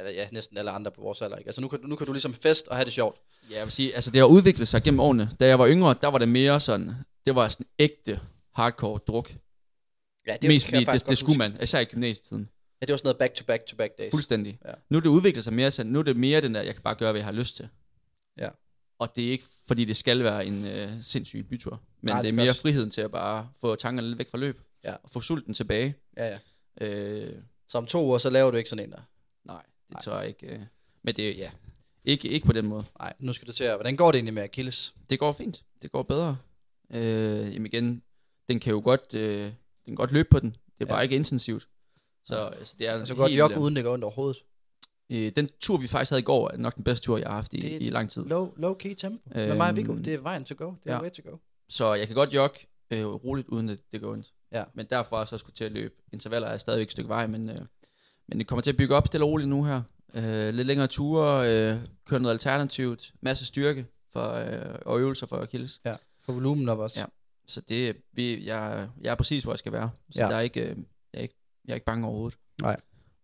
Speaker 5: øh, ja, næsten alle andre på vores alder, ikke? Altså nu kan, nu kan du ligesom fest og have det sjovt.
Speaker 4: Ja, jeg vil sige, altså det har udviklet sig gennem årene. Da jeg var yngre, der var det mere sådan, det var sådan ægte hardcore druk.
Speaker 5: Ja,
Speaker 4: Det Mest fordi det, det skulle man, især i gymnasietiden.
Speaker 5: Ja, det var sådan noget back-to-back-to-back days.
Speaker 4: Fuldstændig.
Speaker 5: Ja.
Speaker 4: Ja. Nu er det udviklet sig mere sådan, nu er det mere den der, jeg kan bare gøre, hvad jeg har lyst til.
Speaker 5: Ja.
Speaker 4: Og Og det er ikke, fordi det skal være en øh, sindssyg bytur. Men
Speaker 5: Nej,
Speaker 4: Nej,
Speaker 5: det
Speaker 4: det er
Speaker 5: er
Speaker 4: mere
Speaker 5: også-
Speaker 4: friheden til at bare få tankerne lidt væk fra løb.
Speaker 5: Ja.
Speaker 4: Og få sulten tilbage.
Speaker 5: Ja, ja.
Speaker 4: Øh,
Speaker 5: Så om to uger, så laver du ikke sådan en der.
Speaker 4: Nej, det Nej. tror jeg ikke. Øh. Men det er ja. Ikke, ikke på den måde.
Speaker 5: Nej, nu skal du til at... Hvordan går det egentlig med Achilles?
Speaker 4: Det går fint. Det går bedre. Øh, jamen igen, den kan jo godt, øh, den kan godt løbe på den. Det er bare
Speaker 5: Ja.
Speaker 4: ikke intensivt. Så, altså, det er
Speaker 5: Så godt
Speaker 4: helt,
Speaker 5: jogge
Speaker 4: øh,
Speaker 5: uden det går ondt overhovedet.
Speaker 4: Øh, den tur, vi faktisk havde i går, er nok den bedste tur, jeg har haft i,
Speaker 5: Det er
Speaker 4: i lang tid.
Speaker 5: Low, low key tempo. Øhm, med mig og Viggo,
Speaker 4: Øhm,
Speaker 5: det er vejen to go. Det er ja.
Speaker 4: ja.
Speaker 5: way to go.
Speaker 4: Så jeg kan godt jogge øh, roligt, uden at det går ondt.
Speaker 5: Ja.
Speaker 4: Men derfra så skulle til at løbe. Intervaller er stadigvæk et stykke vej, men, øh, men det kommer til at bygge op stille og roligt nu her. Øh, lidt længere ture, øh, køre noget alternativt, masse styrke for, øh, og øvelser for Achilles.
Speaker 5: For volumen op også.
Speaker 4: Ja. Så det, vi, jeg, jeg er præcis, hvor jeg skal være. Så
Speaker 5: Ja.
Speaker 4: ja. der er ikke, øh, jeg, er ikke, jeg er ikke bange overhovedet.
Speaker 5: Nej.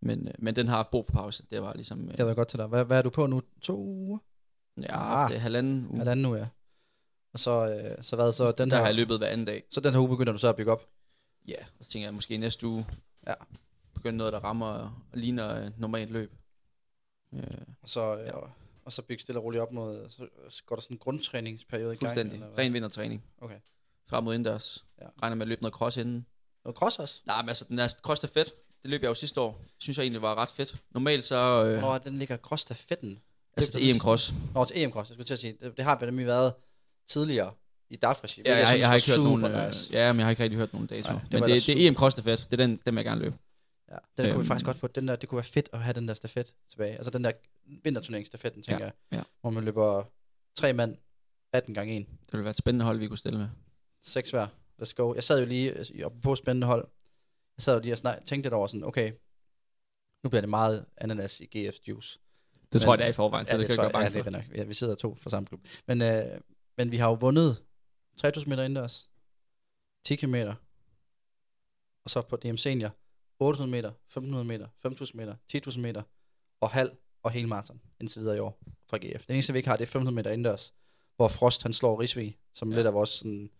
Speaker 4: Men, øh, men den har haft brug for pause. Det var ligesom... Øh,
Speaker 5: Jeg ved godt til dig. Hvad, hvad er du på nu? To uger?
Speaker 4: jeg har haft det halvanden uge.
Speaker 5: Halvanden nu, ja. Og så, øh, så hvad så? Den
Speaker 4: Uh. Der
Speaker 5: her,
Speaker 4: har jeg løbet hver anden dag.
Speaker 5: Så den her uge begynder du så at bygge op.
Speaker 4: Ja, og så tænker jeg, måske næste uge
Speaker 5: Ja.
Speaker 4: begynder noget, der rammer og ligner øh, normalt løb. Øh,
Speaker 5: Og så, øh, og, og så bygge stille og roligt op mod... øh, Så, så går der sådan en grundtræningsperiode i gang.
Speaker 4: fuldstændig.
Speaker 5: eller hvad?
Speaker 4: Ren vintertræning.
Speaker 5: Okay.
Speaker 4: Frem mod indendørs.
Speaker 5: Ja.
Speaker 4: Ja. Regner med at løbe noget cross inden.
Speaker 5: Noget cross også.
Speaker 4: Nej, men altså, den er cross der fedt. Det løb jeg jo sidste år. Synes jeg egentlig var ret fedt. Normalt så... Øh,
Speaker 5: Hvornår er den ligger cross stafetten?
Speaker 4: altså, det er EM Cross.
Speaker 5: Nå, til EM cross. Jeg skulle til at sige, det, det har nemlig været tidligere i daf regi
Speaker 4: Ja, jeg, jeg, jeg har ikke hørt nogen...
Speaker 5: Nice.
Speaker 4: Øh, ja, men jeg har ikke rigtig hørt nogen datoer.
Speaker 5: Nej, det
Speaker 4: men
Speaker 5: var ellers
Speaker 4: det, det er EM Cross der fedt. Det er den, den vil jeg gerne løbe.
Speaker 5: Ja, den øhm, kunne vi
Speaker 4: Øhm.
Speaker 5: faktisk godt få. Den der, det kunne være fedt at have den der stafet tilbage. Altså den der vinterturneringsstafetten, tænker ja, jeg.
Speaker 4: ja.
Speaker 5: Hvor man løber tre mand, 18 gange 1.
Speaker 4: Det ville være et spændende hold, vi kunne stille med.
Speaker 5: Seks hver. Let's go. Jeg sad jo lige øh, oppe på spændende hold. Jeg sad jo lige og snak, tænkte lidt over sådan, okay, nu bliver det meget ananas i GF's juice.
Speaker 4: Det men,
Speaker 5: tror
Speaker 4: tror jeg,
Speaker 5: jeg, det
Speaker 4: er i forvejen, så ja, det, kan
Speaker 5: tror
Speaker 4: jeg ikke
Speaker 5: ja,
Speaker 4: være
Speaker 5: det er
Speaker 4: bange for.
Speaker 5: rigtig nok. Ja, vi sidder to fra samme klub. Men, øh, men vi har jo vundet 3000 meter indendørs, 10 km, og så på DM Senior, 800 meter, 1500 meter, 5000 meter, 10.000 meter, og halv og hele maraton indtil videre i år fra GF. Den eneste, vi ikke har, det er 500 meter indendørs, hvor Frost han slår Risvig, som ja.
Speaker 4: Ja.
Speaker 5: lidt af vores sådan,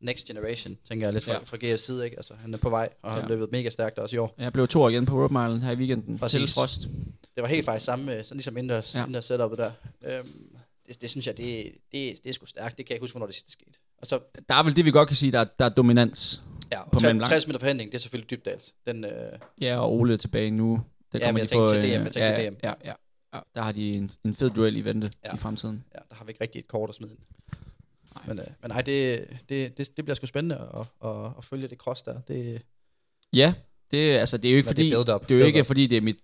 Speaker 5: next generation, tænker jeg lidt fra, ja.
Speaker 4: Ja.
Speaker 5: fra GF's side. Ikke? Altså, han er på vej, og han har
Speaker 4: Ja.
Speaker 5: løbet mega stærkt også i år.
Speaker 4: Jeg blev to igen på Road Mile her i weekenden.
Speaker 5: Præcis.
Speaker 4: Præcis. Til Frost.
Speaker 5: Det var helt faktisk samme, øh, sådan ligesom indendørs, ja.
Speaker 4: Ja.
Speaker 5: indendørs setupet der. Øhm, det, det, synes jeg, det, det, det er sgu stærkt. Det kan jeg ikke huske, hvornår det sidste skete. Og så,
Speaker 4: Der er vel det, vi godt kan sige, der, er- der er dominans.
Speaker 5: ja, og
Speaker 4: På
Speaker 5: tre-
Speaker 4: mellemlang.
Speaker 5: 60 meter forhandling, det er selvfølgelig dybdals. Den, øh,
Speaker 4: Ja, og Ole er tilbage nu. Der
Speaker 5: Ja, men jeg tænkte til
Speaker 4: øh,
Speaker 5: DM, jeg tænkte
Speaker 4: ja,
Speaker 5: til DM.
Speaker 4: Ja, ja, ja. Der har de en, en fed duel i vente
Speaker 5: Ja.
Speaker 4: ja. i fremtiden.
Speaker 5: ja, der har vi ikke rigtig et kort at smide ind.
Speaker 4: Nej.
Speaker 5: Men, øh, men nej, det, det, det, det bliver sgu spændende at, at, at følge det cross der. Det,
Speaker 4: Ja, det, altså, det er jo ikke
Speaker 5: Nå, det
Speaker 4: fordi,
Speaker 5: er build-up,
Speaker 4: det er jo ikke
Speaker 5: build-up.
Speaker 4: fordi, det er mit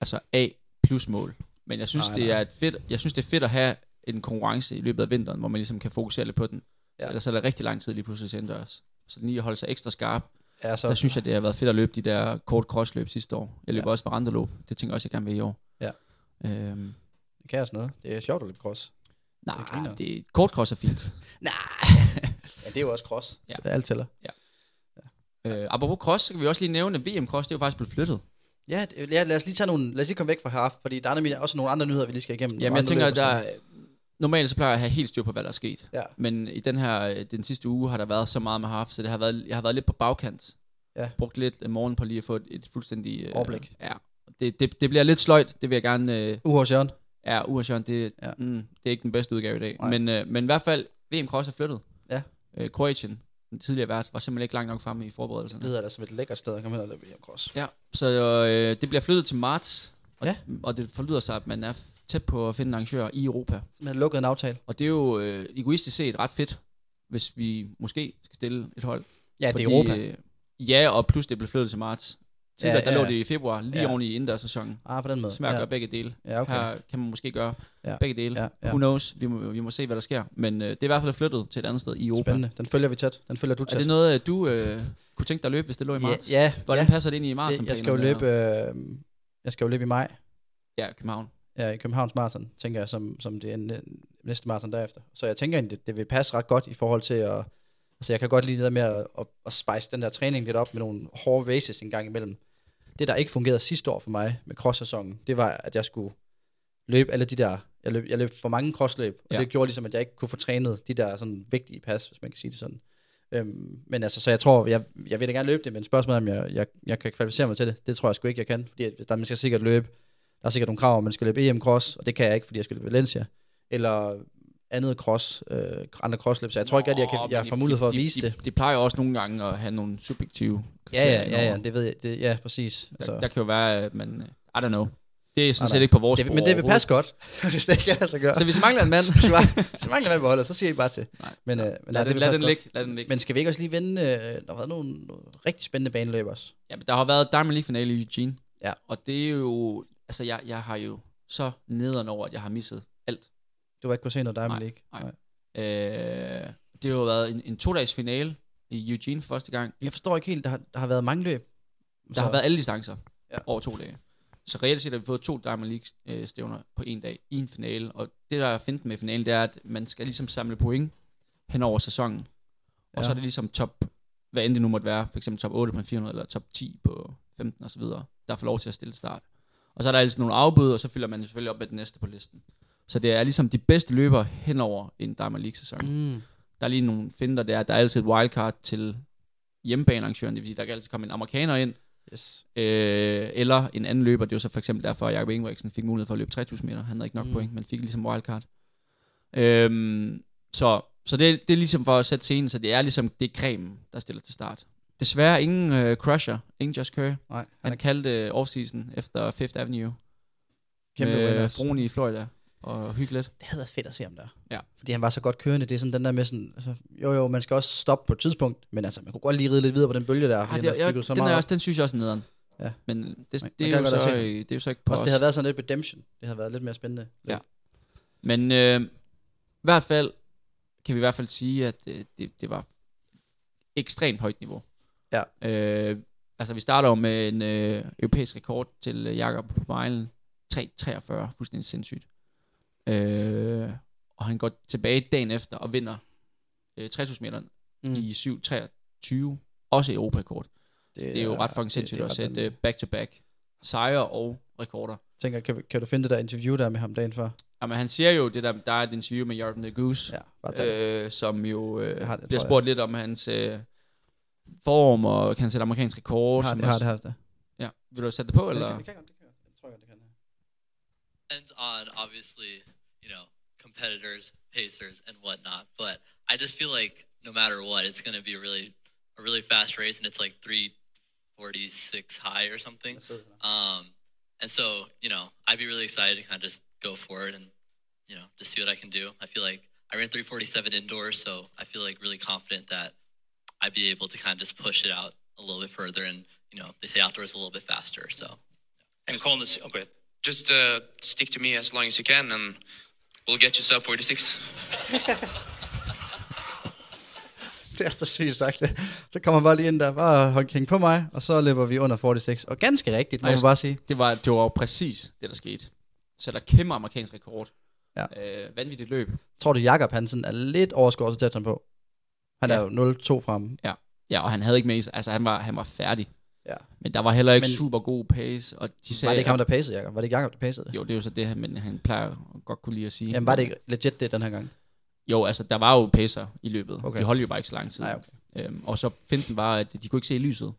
Speaker 4: altså, A plus mål. Men jeg synes, nej,
Speaker 5: Nej,
Speaker 4: det
Speaker 5: nej.
Speaker 4: er et fedt, jeg synes, det er fedt at have en konkurrence i løbet af vinteren, hvor man ligesom kan fokusere lidt på den.
Speaker 5: Ja.
Speaker 4: Ja. Så ellers er der rigtig lang tid lige pludselig sender os. Så lige at holde sig ekstra skarp.
Speaker 5: er så,
Speaker 4: Der synes jeg, det har været fedt at løbe de der kort crossløb sidste år. Jeg løber
Speaker 5: Ja.
Speaker 4: ja. også varandeløb. Det tænker jeg også, jeg gerne vil i år.
Speaker 5: Ja.
Speaker 4: Øhm,
Speaker 5: det kan jeg sådan noget. Det er sjovt at løbe cross. Det
Speaker 4: nej,
Speaker 5: griner.
Speaker 4: det, det, kort cross er fint.
Speaker 5: Ja, det er jo også cross. Ja.
Speaker 4: Ja.
Speaker 5: Så alt tæller.
Speaker 4: Øh, apropos cross, så kan vi også lige nævne, at VM cross, det er jo faktisk blevet flyttet.
Speaker 5: Ja, det- ja, lad os lige tage nogle, lad os lige komme væk fra her, fordi der er nemlig også nogle andre nyheder, vi lige skal igennem.
Speaker 4: Jamen,
Speaker 5: Nogle
Speaker 4: jeg
Speaker 5: andre
Speaker 4: tænker,
Speaker 5: løb og
Speaker 4: at
Speaker 5: sådan
Speaker 4: der, normalt så plejer jeg at have helt styr på, hvad der er sket.
Speaker 5: noget. Ja,
Speaker 4: Men i den her, øh, den sidste uge har der været så meget med haft, så det har været, jeg har været lidt på bagkant.
Speaker 5: Ja.
Speaker 4: Brugt lidt øh, morgen på lige at få et, et fuldstændig... Øh,
Speaker 5: Overblik.
Speaker 4: Ja. Det, det, det bliver lidt sløjt, det vil jeg gerne... Øh,
Speaker 5: UH's Jørgen.
Speaker 4: Ja, Ursjøen, det,
Speaker 5: Ja.
Speaker 4: ja. Mm, det er ikke den bedste udgave i dag.
Speaker 5: Nej.
Speaker 4: Men, øh, men i hvert fald, VM Cross er flyttet.
Speaker 5: Ja.
Speaker 4: Øh, Kroatien, den tidligere vært, var simpelthen ikke langt nok fremme i
Speaker 5: Det
Speaker 4: forberedelserne.
Speaker 5: lyder da som et lækkert sted at komme hen og løbe hjem cross.
Speaker 4: Ja, så øh, det bliver flyttet til marts. Og,
Speaker 5: Ja.
Speaker 4: og det forlyder sig, at man er f- tæt på at finde en arrangør i Europa.
Speaker 5: Man har lukket en aftale.
Speaker 4: Og det er jo øh, egoistisk set ret fedt, hvis vi måske skal stille et hold.
Speaker 5: Ja, det er
Speaker 4: Fordi,
Speaker 5: Europa.
Speaker 4: Øh, ja, og plus det blev flyttet til marts. Tidligere,
Speaker 5: Ja,
Speaker 4: ja, ja,
Speaker 5: ja,
Speaker 4: der lå
Speaker 5: ja.
Speaker 4: det i februar, lige
Speaker 5: Ja.
Speaker 4: ja. oven i indendørssæsonen.
Speaker 5: Ah, på den måde.
Speaker 4: Så man
Speaker 5: ja.
Speaker 4: ja. gøre begge dele.
Speaker 5: Ja, okay.
Speaker 4: Her kan man måske gøre
Speaker 5: Ja.
Speaker 4: ja. begge dele.
Speaker 5: Ja, ja.
Speaker 4: Who knows? Vi må, vi må se, hvad der sker. Men øh, det er i hvert fald flyttet til et andet sted i Europa.
Speaker 5: Spændende. Den følger vi tæt. Den følger du tæt.
Speaker 4: Er det noget, øh, du øh, kunne tænke dig at løbe, hvis det lå i marts?
Speaker 5: Ja, ja,
Speaker 4: Hvordan
Speaker 5: ja.
Speaker 4: passer det ind i marts?
Speaker 5: Det, jeg skal jo løbe, øh, jeg skal jo løbe i maj.
Speaker 4: Ja, København.
Speaker 5: Ja, i Københavns Marathon, tænker jeg, som, som det er næ- næste marathon derefter. Så jeg tænker egentlig, det, det vil passe ret godt i forhold til at... Altså, jeg kan godt lide det der med at, at, at spice den der træning lidt op med nogle hårde races en gang imellem. Det, der ikke fungerede sidste år for mig med cross-sæsonen, det var, at jeg skulle løbe alle de der... Jeg løb, jeg løb for mange crossløb, og ja.
Speaker 4: Ja.
Speaker 5: det gjorde ligesom, at jeg ikke kunne få trænet de der sådan vigtige pas, hvis man kan sige det sådan. Øhm, men altså, så jeg tror, jeg, jeg vil da gerne løbe det, men spørgsmålet er, om jeg, jeg, jeg kan kvalificere mig til det. Det tror jeg sgu ikke, jeg kan, fordi at der, man skal sikkert løbe der er sikkert nogle krav, om man skal løbe EM Cross, og det kan jeg ikke, fordi jeg skal løbe Valencia. Eller andet cross, øh, andre crossløb, så jeg tror ikke, at jeg, kan,
Speaker 4: Åh,
Speaker 5: jeg
Speaker 4: men
Speaker 5: får
Speaker 4: de-
Speaker 5: mulighed for at
Speaker 4: de-
Speaker 5: vise
Speaker 4: de,
Speaker 5: det.
Speaker 4: De, de plejer jo også nogle gange at have nogle subjektive
Speaker 5: Ja,
Speaker 4: kriterier
Speaker 5: ja, ja, ja,
Speaker 4: indover.
Speaker 5: det ved jeg. Det, ja, præcis. Altså,
Speaker 4: Der, der kan jo være, at man... øh, I don't know. Det er sådan
Speaker 5: Nej,
Speaker 4: set
Speaker 5: nej.
Speaker 4: ikke på vores
Speaker 5: det,
Speaker 4: bord
Speaker 5: men det vil
Speaker 4: overhovedet.
Speaker 5: passe godt, hvis det ikke kan lade sig gøre.
Speaker 4: Så hvis I mangler en mand...
Speaker 5: så, var, så mangler man på holdet, så siger I bare til.
Speaker 4: Nej.
Speaker 5: men, øh, men
Speaker 4: lad,
Speaker 5: vil
Speaker 4: det, lad den
Speaker 5: passe godt.
Speaker 4: ligge. Lad den ligge.
Speaker 5: Men skal vi ikke også lige vende, øh, der har været nogle rigtig spændende baneløb også.
Speaker 4: Ja, men der har været Diamond League finale i Eugene.
Speaker 5: Ja.
Speaker 4: Og det er jo... Altså, jeg, jeg har jo så nederen over, at jeg har misset alt.
Speaker 5: Du har ikke kunnet se noget Diamond
Speaker 4: Nej,
Speaker 5: League.
Speaker 4: nej. Øh, det har jo været en, en to-dages finale i Eugene første gang.
Speaker 5: Jeg forstår ikke helt, der har, der har været mange løb.
Speaker 4: Der har været alle distancer
Speaker 5: Ja.
Speaker 4: ja. over to dage. Så reelt set har vi fået to Diamond League-stævner på en dag i en finale. Og det, der er fint med finalen, det er, at man skal ligesom samle point hen over sæsonen. Ja. Og så er det ligesom top, hvad end det nu måtte være, for eksempel top 8 på en 400, eller top 10 på 15 osv., der får lov til at stille start. Og så er der altid nogle afbud, og så fylder man selvfølgelig op med den næste på listen. Så det er ligesom de bedste løbere hen over en Diamond League-sæson.
Speaker 5: Mm.
Speaker 4: Der er lige nogle finder der, der er altid et wildcard til hjemmebanearrangøren, det vil sige, der kan altid komme en amerikaner ind,
Speaker 5: Yes.
Speaker 4: øh, eller en anden løber. Det var så for eksempel derfor, at Jacob Ingebrigtsen fik mulighed for at løbe 3000 meter. Han havde ikke nok
Speaker 5: Mm.
Speaker 4: mm. point, men fik ligesom wildcard. Øhm, så så det, det er ligesom for at sætte scenen, så det er ligesom det er cremen, der stiller til start. Desværre ingen øh, crusher, ingen Josh Kerr.
Speaker 5: Nej, han
Speaker 4: Han
Speaker 5: er
Speaker 4: kaldte øh, offseason efter Fifth Avenue
Speaker 5: kæmpe
Speaker 4: med
Speaker 5: winners.
Speaker 4: broen i Florida og hygge lidt.
Speaker 5: det havde været fedt at se ham der.
Speaker 4: Ja.
Speaker 5: Fordi han var så godt kørende. Det er sådan den der med sådan, altså, jo jo, man skal også stoppe på et tidspunkt, men altså, man kunne godt lige ride lidt videre på den bølge der.
Speaker 4: Ej,
Speaker 5: fordi
Speaker 4: Ah, det,
Speaker 5: man
Speaker 4: jeg,
Speaker 5: byggede så
Speaker 4: den, er
Speaker 5: meget
Speaker 4: også, den synes jeg også er nederen.
Speaker 5: Ja.
Speaker 4: Men det,
Speaker 5: Man
Speaker 4: det,
Speaker 5: kan
Speaker 4: er jo
Speaker 5: godt
Speaker 4: så,
Speaker 5: se
Speaker 4: øh,
Speaker 5: det.
Speaker 4: det er jo så ikke
Speaker 5: op.
Speaker 4: på
Speaker 5: Også
Speaker 4: os.
Speaker 5: det havde været sådan lidt redemption. Det havde været lidt mere spændende.
Speaker 4: Ja. Men øh, i hvert fald kan vi i hvert fald sige, at øh, det, det var ekstremt højt niveau.
Speaker 5: Ja.
Speaker 4: Øh, altså, vi starter jo med en øh, europæisk rekord til øh, Jakob på mejlen. 3.43, fuldstændig sindssygt. Øh, og han går tilbage dagen efter og vinder øh, 6000 meter mm. i 7.23, også europarekord. Det, det er jo ret fucking sindssygt at sætte øh, back-to-back sejre og rekorder.
Speaker 5: Tænker, kan, kan du finde det der interview der med ham dagen før?
Speaker 4: Jamen, han siger jo det der, der er et interview med Jordan the Goose,
Speaker 5: Ja, bare tag det.
Speaker 4: ja, øh, som jo øh,
Speaker 5: Jeg har det,
Speaker 4: bliver
Speaker 5: tror
Speaker 4: spurgt lidt om hans øh, form, og kan han sætte amerikansk rekord?
Speaker 5: Jeg har
Speaker 4: som
Speaker 5: det, jeg har
Speaker 4: også-
Speaker 5: det her. Der.
Speaker 4: Ja. Vil du sætte det på, eller?
Speaker 5: Det kan godt, det kan jeg. Jeg tror godt, det kan.
Speaker 6: depends on obviously, you know, competitors, pacers, and whatnot. But I just feel like no matter what, it's going to be really a really fast race, and it's like three forty six high or something. Um, and so you know, I'd be really excited to kind of just go for it and you know just see what I can do. I feel like I ran three forty seven indoors, so I feel like really confident that I'd be able to kind of just push it out a little bit further. And you know, they say outdoors a little bit faster, so.
Speaker 7: And Colin is okay. Just uh, stick to me as long as you can, and we'll get you sub 46.
Speaker 5: Det er så sygt sagt. Så kommer han bare lige ind der, bare hånd- hæng på mig, og så løber vi under 46. Og ganske rigtigt, må
Speaker 4: Og
Speaker 5: man
Speaker 4: jeg-
Speaker 5: bare sige.
Speaker 4: Det var, det var jo præcis det, der skete. Så der kæmpe amerikansk rekord.
Speaker 5: Ja.
Speaker 4: Øh, vanvittigt løb.
Speaker 5: Tror du, Jakob Hansen er lidt overskåret til tætteren på? Han er
Speaker 4: Ja.
Speaker 5: jo 0-2 fremme.
Speaker 4: Ja, og han havde ikke med, i- altså han var, han var færdig.
Speaker 5: Ja.
Speaker 4: Men der var heller ikke
Speaker 5: Men-
Speaker 4: men, super god pace, og de
Speaker 5: Var
Speaker 4: sagde...
Speaker 5: det ikke ham, der pacede, Jakob? Var det ikke Jakob, der pacede det?
Speaker 4: Jo, det er jo så det, han- men han plejer jo godt kunne lide at sige.
Speaker 5: Jamen var det ikke legit det den her gang?
Speaker 4: Jo, altså der var jo pacer i løbet.
Speaker 5: Okay.
Speaker 4: Okay. De holdt jo bare ikke så lang tid.
Speaker 5: Nej, okay.
Speaker 4: Øhm, og så finten var, at de kunne ikke se lyset.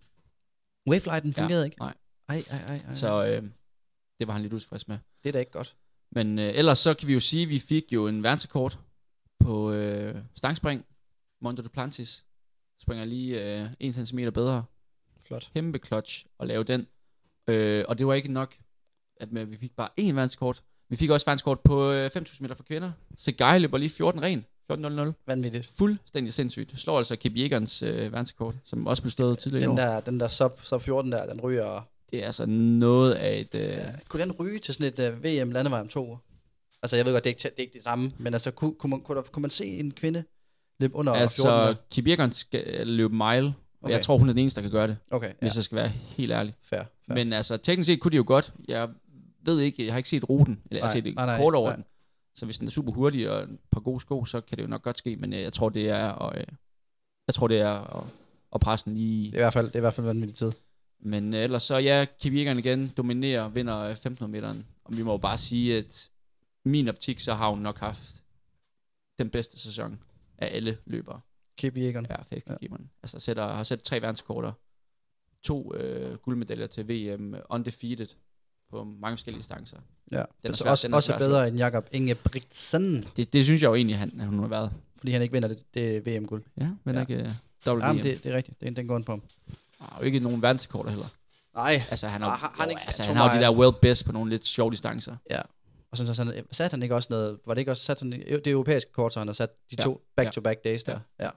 Speaker 5: Wavelighten fungerede ikke?
Speaker 4: Nej.
Speaker 5: Ej, ej, ej, ej.
Speaker 4: Så øh, det var han lidt utilfreds med.
Speaker 5: Det er da ikke godt.
Speaker 4: Men øh, ellers så kan vi jo sige, at vi fik jo en verdensrekord på øh, stangspring. Mondo Duplantis springer lige øh, 1 cm bedre.
Speaker 5: Flot.
Speaker 4: Kæmpe clutch at lave den. Øh, og det var ikke nok, at men vi fik bare én verdenskort. Vi fik også verdenskort på øh, 5.000 meter for kvinder. Segai løber lige 14 ren. 14.00.
Speaker 5: Vanvittigt.
Speaker 4: Fuldstændig sindssygt. Slår altså Kip Jægerens øh, verdenskort, som også blev stået tidligere i år.
Speaker 5: Den der, den der sub, sub 14 der, den ryger.
Speaker 4: Det er altså noget af et... Øh, ja.
Speaker 5: Ja. Kunne den ryge til sådan et uh, VM landevej om to uger? Altså jeg ved godt, det er ikke, det er ikke det samme, men altså kunne, kunne, man, kunne, der, kunne man se en kvinde løbe under altså, 14?
Speaker 4: Altså,
Speaker 5: der?
Speaker 4: Kip Jægeren skal løbe mile. Okay.
Speaker 5: Okay.
Speaker 4: Jeg tror, hun er den eneste, der kan gøre det.
Speaker 5: Okay, ja,
Speaker 4: hvis jeg skal være helt ærlig.
Speaker 5: fair. fair.
Speaker 4: Ja. Men altså, teknisk set kunne de jo godt. Jeg ved ikke, jeg har ikke set ruten, eller jeg har
Speaker 5: Nej,
Speaker 4: set et
Speaker 5: nej, nej,
Speaker 4: kort over
Speaker 5: nej.
Speaker 4: den. Så hvis den er super hurtig og et par gode sko, så kan det jo nok godt ske, men øh, jeg tror, det er at, øh, jeg tror, det er at, at presse den lige.
Speaker 5: det er i hvert fald, det er i hvert fald vanvittig tid.
Speaker 4: Men øh, ellers så, ja, Kip Jægeren igen dominerer, vinder øh, 1500 meteren. Og vi må jo bare sige, at i min optik, så har hun nok haft den bedste sæson af alle løbere.
Speaker 5: Kip Jægeren. Ja.
Speaker 4: Ja, fægtgiveren. Ja. Altså sætter, har sat tre verdenskorter, to øh, guldmedaljer til VM, øh, undefeated, på mange forskellige distancer.
Speaker 5: Ja.
Speaker 4: er
Speaker 5: Den er
Speaker 4: svær-
Speaker 5: også,
Speaker 4: den er
Speaker 5: også
Speaker 4: svær at
Speaker 5: bedre end Jakob Ingebrigtsen,
Speaker 4: Det, det synes jeg jo egentlig, han, han har været.
Speaker 5: fordi han ikke vinder det, det VM-guld.
Speaker 4: Ja, men
Speaker 5: Ja.
Speaker 4: ja. ikke uh, WM.
Speaker 5: Jamen, det, det er rigtigt. Den, den går han på.
Speaker 4: Og jo ikke nogen verdensrekorder heller.
Speaker 5: Nej.
Speaker 4: Altså, han har,
Speaker 5: Ah, har
Speaker 4: ah,
Speaker 5: han
Speaker 4: han,
Speaker 5: ikke-
Speaker 4: altså,
Speaker 5: jeg
Speaker 4: han
Speaker 5: tror
Speaker 4: har jo de der
Speaker 5: meget-
Speaker 4: world best på nogle lidt sjove distancer.
Speaker 5: Ja. Og sådan, så han, øh, satte han ikke også noget, var det ikke også, satte han, det europæiske kort, så han har sat de
Speaker 4: Ja.
Speaker 5: ja. to back-to-back days der. Ja. Det er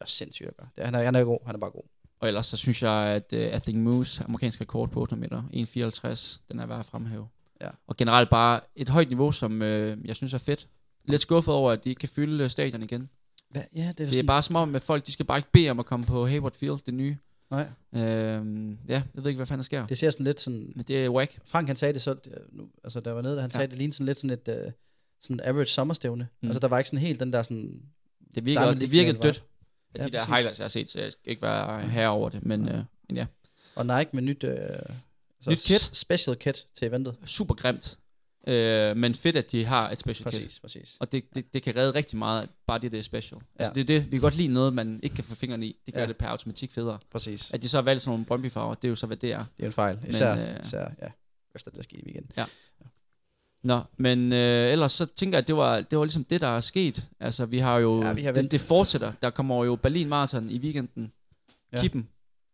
Speaker 5: også sindssygt at gøre. Det, er- han, er, han er god, han er bare god.
Speaker 4: Og ellers så synes jeg, at uh, I Think Moose, amerikansk rekord på 800 meter, 1,54, den er værd at fremhæve.
Speaker 5: Ja.
Speaker 4: Og generelt bare et højt niveau, som øh, jeg synes er fedt. Lidt skuffet over, at de ikke kan fylde øh, stadion igen.
Speaker 5: Hva? Ja, det er,
Speaker 4: Det er bare som om, at folk de skal bare ikke bede om at komme på Hayward Field, det nye.
Speaker 5: Nej,
Speaker 4: Øhm, ja, jeg ved ikke, hvad fanden der sker.
Speaker 5: det ser sådan lidt sådan,
Speaker 4: Men det er whack.
Speaker 5: Frank han sagde det så, det- nu, altså der var nede, han
Speaker 4: Ja.
Speaker 5: ja. sagde det lignede sådan lidt sådan et, øh, sådan average sommerstævne.
Speaker 4: Mm.
Speaker 5: Mm. Altså der var ikke sådan helt den der sådan,
Speaker 4: Det virkede,
Speaker 5: Der er
Speaker 4: også,
Speaker 5: lidt
Speaker 4: det virkede
Speaker 5: knaldvarmt.
Speaker 4: dødt. Ja,
Speaker 5: Ja,
Speaker 4: de der
Speaker 5: præcis.
Speaker 4: highlights, jeg har set, så jeg skal ikke være her over det. Men, øh, men ja,
Speaker 5: og Nike med nyt, øh, så
Speaker 4: Nyt kit.
Speaker 5: s- special kit til eventet.
Speaker 4: super grimt. Øh, men fedt, at de har et special
Speaker 5: Præcis,
Speaker 4: kit.
Speaker 5: præcis.
Speaker 4: Og det, det, det kan redde rigtig meget, at bare det, det er special. Altså,
Speaker 5: Ja.
Speaker 4: det er det. Vi kan godt lide noget, man ikke kan få fingrene i. Det gør ja.
Speaker 5: Ja.
Speaker 4: det per automatik federe.
Speaker 5: Præcis.
Speaker 4: At de så har valgt sådan nogle brøndbyfarver, det er jo så, hvad det er.
Speaker 5: Det er en fejl, især,
Speaker 4: øh,
Speaker 5: men, øh, især ja, efter det der skete igen.
Speaker 4: Nå, men øh, ellers så tænker jeg, at det var, det var ligesom det, der er sket. Altså, vi har jo...
Speaker 5: Ja, vi har
Speaker 4: det,
Speaker 5: vendt.
Speaker 4: det fortsætter. Der kommer jo Berlin Marathon i weekenden. Ja.
Speaker 5: Ja.
Speaker 4: Kippen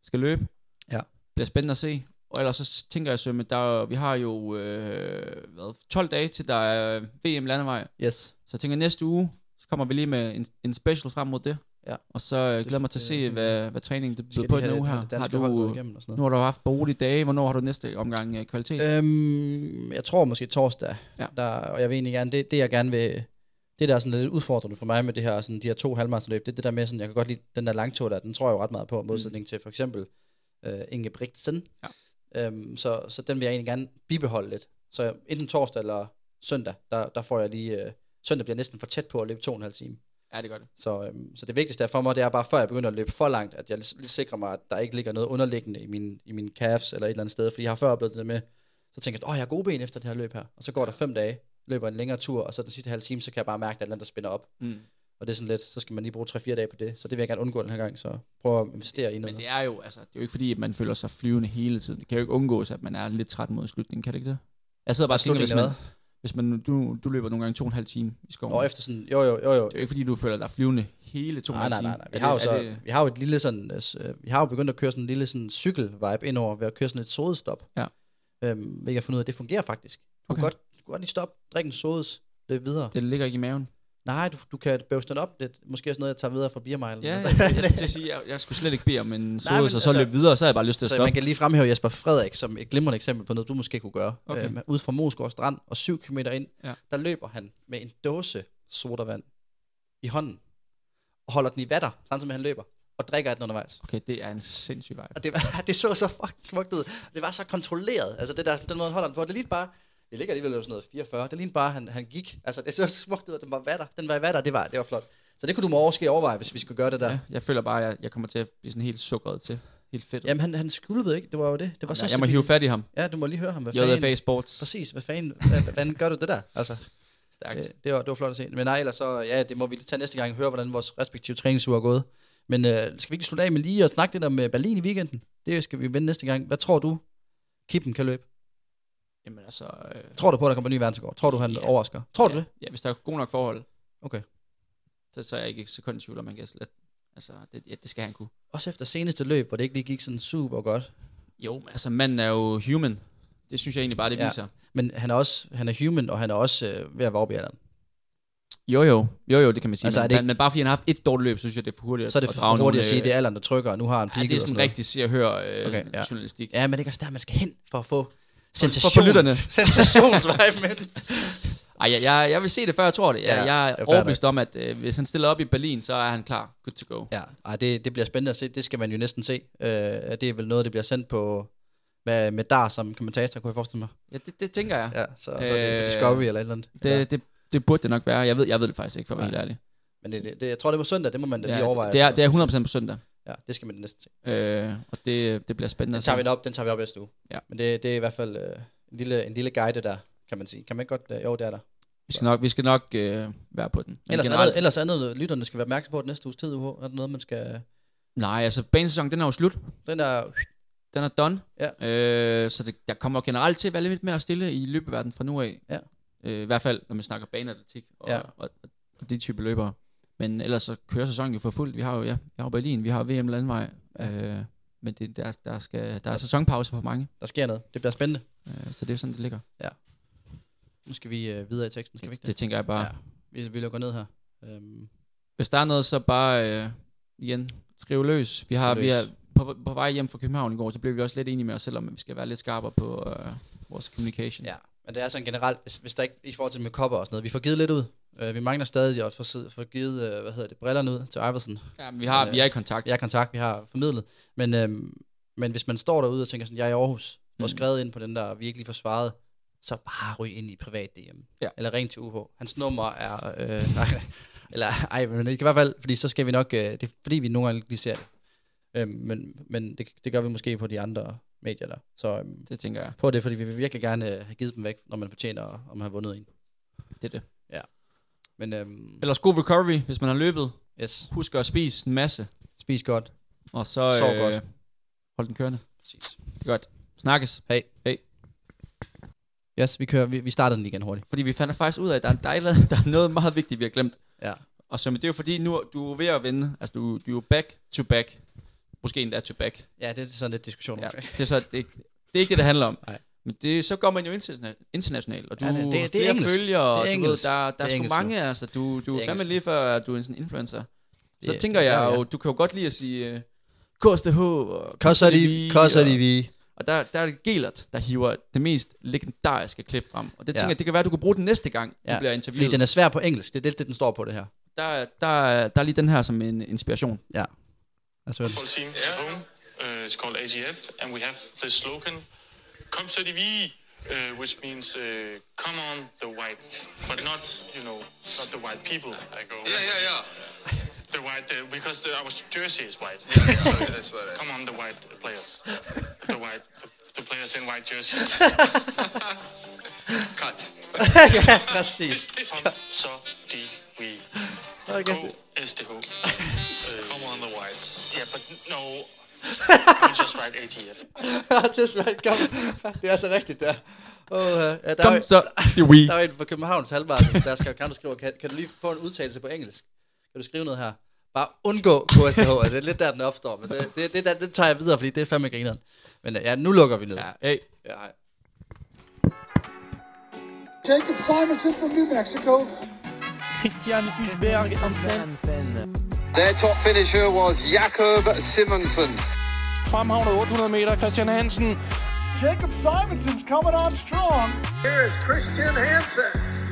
Speaker 4: skal løbe.
Speaker 5: Ja.
Speaker 4: Bliver spændende at se. Og ellers så tænker jeg, Sømme, der, er- vi har jo øh, hvad, 12 dage til, der er VM landevej.
Speaker 5: Yes.
Speaker 4: Så jeg tænker, næste uge, så kommer vi lige med en, en special frem mod det.
Speaker 5: Ja.
Speaker 4: Og så øh, glæder jeg mig til at
Speaker 5: det-
Speaker 4: se, hvad, hvad træningen det
Speaker 5: Skal
Speaker 4: byder på
Speaker 5: de
Speaker 4: den
Speaker 5: have
Speaker 4: uge
Speaker 5: det-
Speaker 4: her.
Speaker 5: det
Speaker 4: Har
Speaker 5: danske
Speaker 4: du,
Speaker 5: hold gået igennem og sådan
Speaker 4: nu
Speaker 5: noget?
Speaker 4: har du haft rolige dage. Hvornår har du næste omgang øh, kvalitet?
Speaker 5: Øhm, jeg tror måske torsdag,
Speaker 4: Ja.
Speaker 5: ja. der, og jeg vil egentlig gerne, det, det jeg gerne vil, det der er sådan lidt udfordrende for mig med det her, sådan de her to halvmaratonløb, det er det der med, sådan, jeg kan godt lide den der langtog der, den tror jeg jo ret meget på, i modsætning mm. til for eksempel øh, Ingebrigtsen.
Speaker 4: Ja.
Speaker 5: Øhm, så, så den vil jeg egentlig gerne bibeholde lidt. Så enten torsdag eller søndag, der, der får jeg lige, øh, søndag bliver næsten for tæt på at løbe to og en halv time.
Speaker 4: Ja, det gør det.
Speaker 5: Så, øhm, så det vigtigste er for mig, det er bare, før jeg begynder at løbe for langt, at jeg lige lige sikrer mig, at der ikke ligger noget underliggende i min, i min calves eller et eller andet sted. Fordi jeg har før oplevet det der med, så tænker jeg, åh, jeg har gode ben efter det her løb her. Og så går der fem dage, løber en længere tur, og så den sidste halve time, så kan jeg bare mærke, at der er et eller andet, der spænder op.
Speaker 4: Mm.
Speaker 5: Og det er sådan lidt, så skal man lige bruge 3-4 dage på det. Så det vil jeg gerne undgå den her gang, så prøv at investere i noget.
Speaker 4: Men det er jo, altså, det er jo ikke fordi, at man føler sig flyvende hele tiden. Det kan jo ikke undgås, at man er lidt træt mod slutningen, kan det ikke det? Jeg sidder bare og tænker, hvis man,
Speaker 5: Slutningen
Speaker 4: hvis man, du, du løber nogle gange to og en halv time i skoven.
Speaker 5: Og
Speaker 4: Det
Speaker 5: efter sådan, jo jo jo jo.
Speaker 4: er jo ikke fordi, du føler dig flyvende hele to og en halv
Speaker 5: Nej, Ah, nej,
Speaker 4: time.
Speaker 5: nej, nej. Vi
Speaker 4: Er
Speaker 5: har jo
Speaker 4: det- er
Speaker 5: så,
Speaker 4: det-
Speaker 5: vi har jo et lille sådan, øh, s- øh, vi har jo begyndt at køre sådan en lille sådan cykel-vibe indover, ved at køre sådan et sodestop.
Speaker 4: Ja.
Speaker 5: Øhm, hvilket jeg har fundet ud af, det fungerer faktisk. Du
Speaker 4: Okay.
Speaker 5: kan godt, du kan godt lige stoppe, drikke en sodes, løbe videre. Det.
Speaker 4: Det ligger ikke i maven.
Speaker 5: Nej, du, du kan bøvse den op lidt. Måske også noget, jeg tager videre fra biermejlen.
Speaker 4: Ja, altså, jeg, jeg skulle til at sige, jeg, jeg skulle slet ikke bede om en sodus, og så
Speaker 5: altså-
Speaker 4: løbe videre, så havde jeg bare lyst til at
Speaker 5: Så man
Speaker 4: stoppe.
Speaker 5: kan lige fremhæve Jesper Frederik som et glimrende eksempel på noget, du måske kunne gøre.
Speaker 4: Okay.
Speaker 5: Okay. Øhm, ude fra Mosgård Strand og 7 km ind,
Speaker 4: Ja.
Speaker 5: ja. der løber han med en dåse sodavand i hånden og holder den i vatter, samtidig med at han løber og drikker af den undervejs.
Speaker 4: Okay, det er en sindssyg vej.
Speaker 5: Og det, var, det så så fucking smukt ud. Det var så kontrolleret. Altså det der, den måde, han holder den på, det lignede bare, det ligger alligevel sådan noget 44, det lignede bare, han, han gik. Altså det så så smukt ud, at den var vatter. Den var i vatter, det var, det var flot. Så det kunne du måske overveje, hvis vi skulle gøre det der.
Speaker 4: Ja,
Speaker 5: Ja.
Speaker 4: jeg føler bare, at jeg, jeg kommer til at blive sådan helt sukkeret til. Helt fedt.
Speaker 5: Jamen han, han skulpede ikke, det var jo det. Det var så
Speaker 4: jeg, jeg må
Speaker 5: stabilt.
Speaker 4: hive fat i ham.
Speaker 5: Ja, du må lige høre ham, hvad
Speaker 4: JFA Sports.
Speaker 5: Præcis, hvad fanden, hvad, hvordan gør du det der? Altså,
Speaker 4: Stærkt.
Speaker 5: det, det, var, det var flot at se. Men nej, ellers så, ja, det må vi lige tage næste gang og høre, hvordan vores respektive træningsuge er gået. Men øh, skal vi ikke slutte af med lige at snakke lidt om øh, Berlin i weekenden? Det skal vi vende næste gang. Hvad tror du, Kippen kan løbe?
Speaker 4: Jamen altså... Øh,
Speaker 5: Tror du på, at der kommer en ny verdensrekord? Tror du, han
Speaker 4: Ja.
Speaker 5: yeah. overrasker? Tror du
Speaker 4: ja,
Speaker 5: det?
Speaker 4: Ja, hvis der er gode nok forhold,
Speaker 5: Okay.
Speaker 4: så, så er jeg ikke et sekund i tvivl om, man kan slet... Altså, det, ja, det skal han kunne.
Speaker 5: Også efter seneste løb, hvor det ikke lige gik sådan super godt.
Speaker 4: Jo, men altså manden er jo human. Det synes jeg egentlig bare, det
Speaker 5: Ja.
Speaker 4: viser.
Speaker 5: Men han er også han er human, og han er også øh, ved at være oppe i alderen.
Speaker 4: Jo, jo. Jo, jo, det kan man sige. Altså,
Speaker 5: Altså, er
Speaker 4: men,
Speaker 5: det
Speaker 4: men, men bare fordi han har haft et dårligt løb, så synes jeg, det er for hurtigt
Speaker 5: Så er det for
Speaker 4: nogle,
Speaker 5: hurtigt at sige,
Speaker 4: øh,
Speaker 5: at det er alderen, der trykker, og nu har han
Speaker 4: Ja,
Speaker 5: peaked
Speaker 4: det er
Speaker 5: og
Speaker 4: sådan
Speaker 5: noget.
Speaker 4: rigtigt, siger jeg hører øh, okay,
Speaker 5: Okay,
Speaker 4: ja.
Speaker 5: ja.
Speaker 4: journalistik.
Speaker 5: Ja, men det er også der, man skal hen for at få
Speaker 4: For, for
Speaker 5: sensation.
Speaker 4: lytterne.
Speaker 5: Sensationsvibe med
Speaker 4: Ej, jeg, jeg, jeg vil se det, før jeg tror det. Jeg,
Speaker 5: Ja,
Speaker 4: ja, jeg er
Speaker 5: fair
Speaker 4: overbevist om, at øh, hvis han stiller op i Berlin, så er han klar. Good to go.
Speaker 5: Ja, ej, det, det bliver spændende at se. Det skal man jo næsten se. Øh, det er vel noget, det bliver sendt på med, med DAR som kommentator, kunne jeg forestille mig.
Speaker 4: Ja, det, det tænker jeg. Ja.
Speaker 5: Ja, så, så er
Speaker 4: Øh,
Speaker 5: det Discovery eller et eller andet. ja.
Speaker 4: Det, det, det burde det nok være. Jeg ved, jeg ved det faktisk ikke, for at være
Speaker 5: Nej.
Speaker 4: helt ærlig.
Speaker 5: Men det, det, det, jeg tror, det var søndag, det må man da
Speaker 4: Ja,
Speaker 5: lige overveje.
Speaker 4: det, det, er, det er 100% på søndag.
Speaker 5: Ja, det skal man næsten se.
Speaker 4: Øh, og det, det bliver spændende.
Speaker 5: Den
Speaker 4: at se.
Speaker 5: tager vi op, den tager vi op næste uge.
Speaker 4: Ja.
Speaker 5: Men det, det er i hvert fald øh, en, lille, en lille guide der, kan man sige. Kan man ikke godt, øh, jo det er der.
Speaker 4: Vi skal nok, vi skal nok øh, være på den. Men
Speaker 5: Ellers, generelt... andet, ellers andet, lytterne skal være opmærksom på, at næste uges tid, UH, er der noget, man skal...
Speaker 4: Nej, altså banesæsonen, den er jo slut.
Speaker 5: Den er
Speaker 4: Den er done.
Speaker 5: Ja.
Speaker 4: Øh, så det, der kommer generelt til at være lidt mere stille i løbeverdenen fra nu af.
Speaker 5: Ja.
Speaker 4: Øh, I hvert fald, når man snakker baneatletik og,
Speaker 5: Ja.
Speaker 4: ja. og, og, og de type løbere. Men ellers så kører sæsonen jo for fuldt. Vi har jo, ja, vi har jo Berlin, vi har VM Landvej. Ja. Øh, men det, der, der, skal, der er sæsonpause for mange.
Speaker 5: Der sker noget. Det bliver spændende.
Speaker 4: Øh, så det er sådan, det ligger.
Speaker 5: Nu skal vi øh, videre i teksten, skal vi
Speaker 4: Det,
Speaker 5: ikke det?
Speaker 4: det tænker jeg bare.
Speaker 5: Ja. Vi, vi lukker ned her. Øhm,
Speaker 4: Hvis der er noget, så bare øh, igen, skriv løs. Vi har,
Speaker 5: Skriv
Speaker 4: vi
Speaker 5: løs.
Speaker 4: har på, på vej hjem fra København i går, så blev vi også lidt enige med os selv om, at vi skal være lidt skarpere på øh, vores communication.
Speaker 5: Ja, men det er sådan generelt, hvis, hvis der ikke, i forhold til med kopper og sådan noget, vi får givet lidt ud. Øh, vi mangler stadig at få, sid- få givet, øh, hvad hedder det, brillerne ud til Iversen.
Speaker 4: ja men vi, har,
Speaker 5: Men, øh,
Speaker 4: vi er i kontakt.
Speaker 5: Jeg er kontakt, vi har formidlet. Men, øhm, men hvis man står derude og tænker sådan, jeg er i Aarhus, får
Speaker 4: Mm.
Speaker 5: skrevet ind på den der, virkelig får svaret, så bare ryg ind i privat DM.
Speaker 4: Ja.
Speaker 5: Eller ring til UH. Hans nummer er... Øh, nej, eller ej, men i hvert fald, fordi så skal vi nok... Øh, det er fordi, vi nogle gange ikke lige ser det. Øhm, men men det, det gør vi måske på de andre medier der. Så øhm,
Speaker 4: Det tænker jeg.
Speaker 5: prøv det, fordi vi vil virkelig gerne øh, have givet dem væk, når man fortjener, om man har vundet en.
Speaker 4: Det er det.
Speaker 5: Men øhm,
Speaker 4: Ellers god recovery, hvis man har løbet.
Speaker 5: yes,
Speaker 4: Husk at spise en masse.
Speaker 5: spis godt.
Speaker 4: Og så øh,
Speaker 5: Sov godt.
Speaker 4: hold den kørende.
Speaker 5: Præcis.
Speaker 4: Godt. Snakkes.
Speaker 5: Hey.
Speaker 4: Hey.
Speaker 5: Yes, vi, kører, vi, vi startede den igen hurtigt.
Speaker 4: Fordi vi fandt faktisk ud af, at der er, en dejlig, der er noget meget vigtigt, vi har glemt.
Speaker 5: Ja.
Speaker 4: Og så, men det er jo fordi, nu du er jo ved at vinde. Altså, du, du er jo back to back. Måske endda to back.
Speaker 5: Ja, det er sådan lidt diskussion.
Speaker 4: Ja, det, er så, det, det er ikke det, det handler om.
Speaker 5: Nej.
Speaker 4: Men det, så går man jo interna- internationalt, og du
Speaker 5: Ja,
Speaker 4: ja,
Speaker 5: det- det- det er
Speaker 4: har flere
Speaker 5: engelsk.
Speaker 4: følgere, og
Speaker 5: Det er
Speaker 4: du ved,
Speaker 5: engelsk.
Speaker 4: der,
Speaker 5: er
Speaker 4: der er, sgu
Speaker 5: engelsk nu.
Speaker 4: mange, altså, du, du
Speaker 5: Det
Speaker 4: er
Speaker 5: er
Speaker 4: fandme
Speaker 5: engelsk
Speaker 4: lige før, at du er sådan en influencer. Så
Speaker 5: Det-
Speaker 4: tænker
Speaker 5: ja,
Speaker 4: jeg
Speaker 5: ja.
Speaker 4: jo, du kan jo godt lide at sige, øh, KSDH, og KSDV, og, og der, der er det Gelert, der hiver det mest legendariske klip frem. Og det
Speaker 5: Ja.
Speaker 4: tænker jeg, det kan være, du kan bruge den næste gang,
Speaker 5: Ja,
Speaker 4: du bliver
Speaker 5: Fordi
Speaker 4: interviewet.
Speaker 5: den er svær på engelsk. Det er det, det den står på det her.
Speaker 4: Der, er- der, er- der er lige den her som en inspiration.
Speaker 5: Ja. Altså,
Speaker 8: football team at home. Uh, it's called AGF, and we have the slogan "Come to the V," uh, which means uh, "Come on the white," but not you know not the white people. I go. Yeah, yeah, yeah. The white uh, because the, our jersey is white.
Speaker 7: That's what
Speaker 8: Come on, the white players. The white, the, the players in white jerseys.
Speaker 7: Cut.
Speaker 5: præcis.
Speaker 8: Kom så de vi.
Speaker 5: Okay.
Speaker 8: KSDH. Uh, Come on the whites. Yeah, but no. I'm just right ATF.
Speaker 5: Just right, kom. Det er så rigtigt, der. Oh, uh, ja, der
Speaker 4: Kom
Speaker 5: er,
Speaker 4: så, det er we.
Speaker 5: Der er en fra Københavns Halvmarathon, der skal, kan, der skriver, kan, kan du lige få en udtalelse på engelsk? Kan du skrive noget her? Bare undgå KSTH, og det er lidt der, den opstår. Men det, det, det, der, det tager jeg videre, fordi det er fandme grineren. Men øh, ja, nu lukker vi ned. Ja,
Speaker 4: Hey.
Speaker 5: ja hej.
Speaker 1: Jacob Simonson from New Mexico.
Speaker 2: Christian Hulberg Hansen.
Speaker 3: Their top finisher was Jakob Simonsen.
Speaker 2: Fremhavnet 800 meter, Christian Hansen.
Speaker 1: Jacob Simonson's coming on strong. Here is Christian Hansen.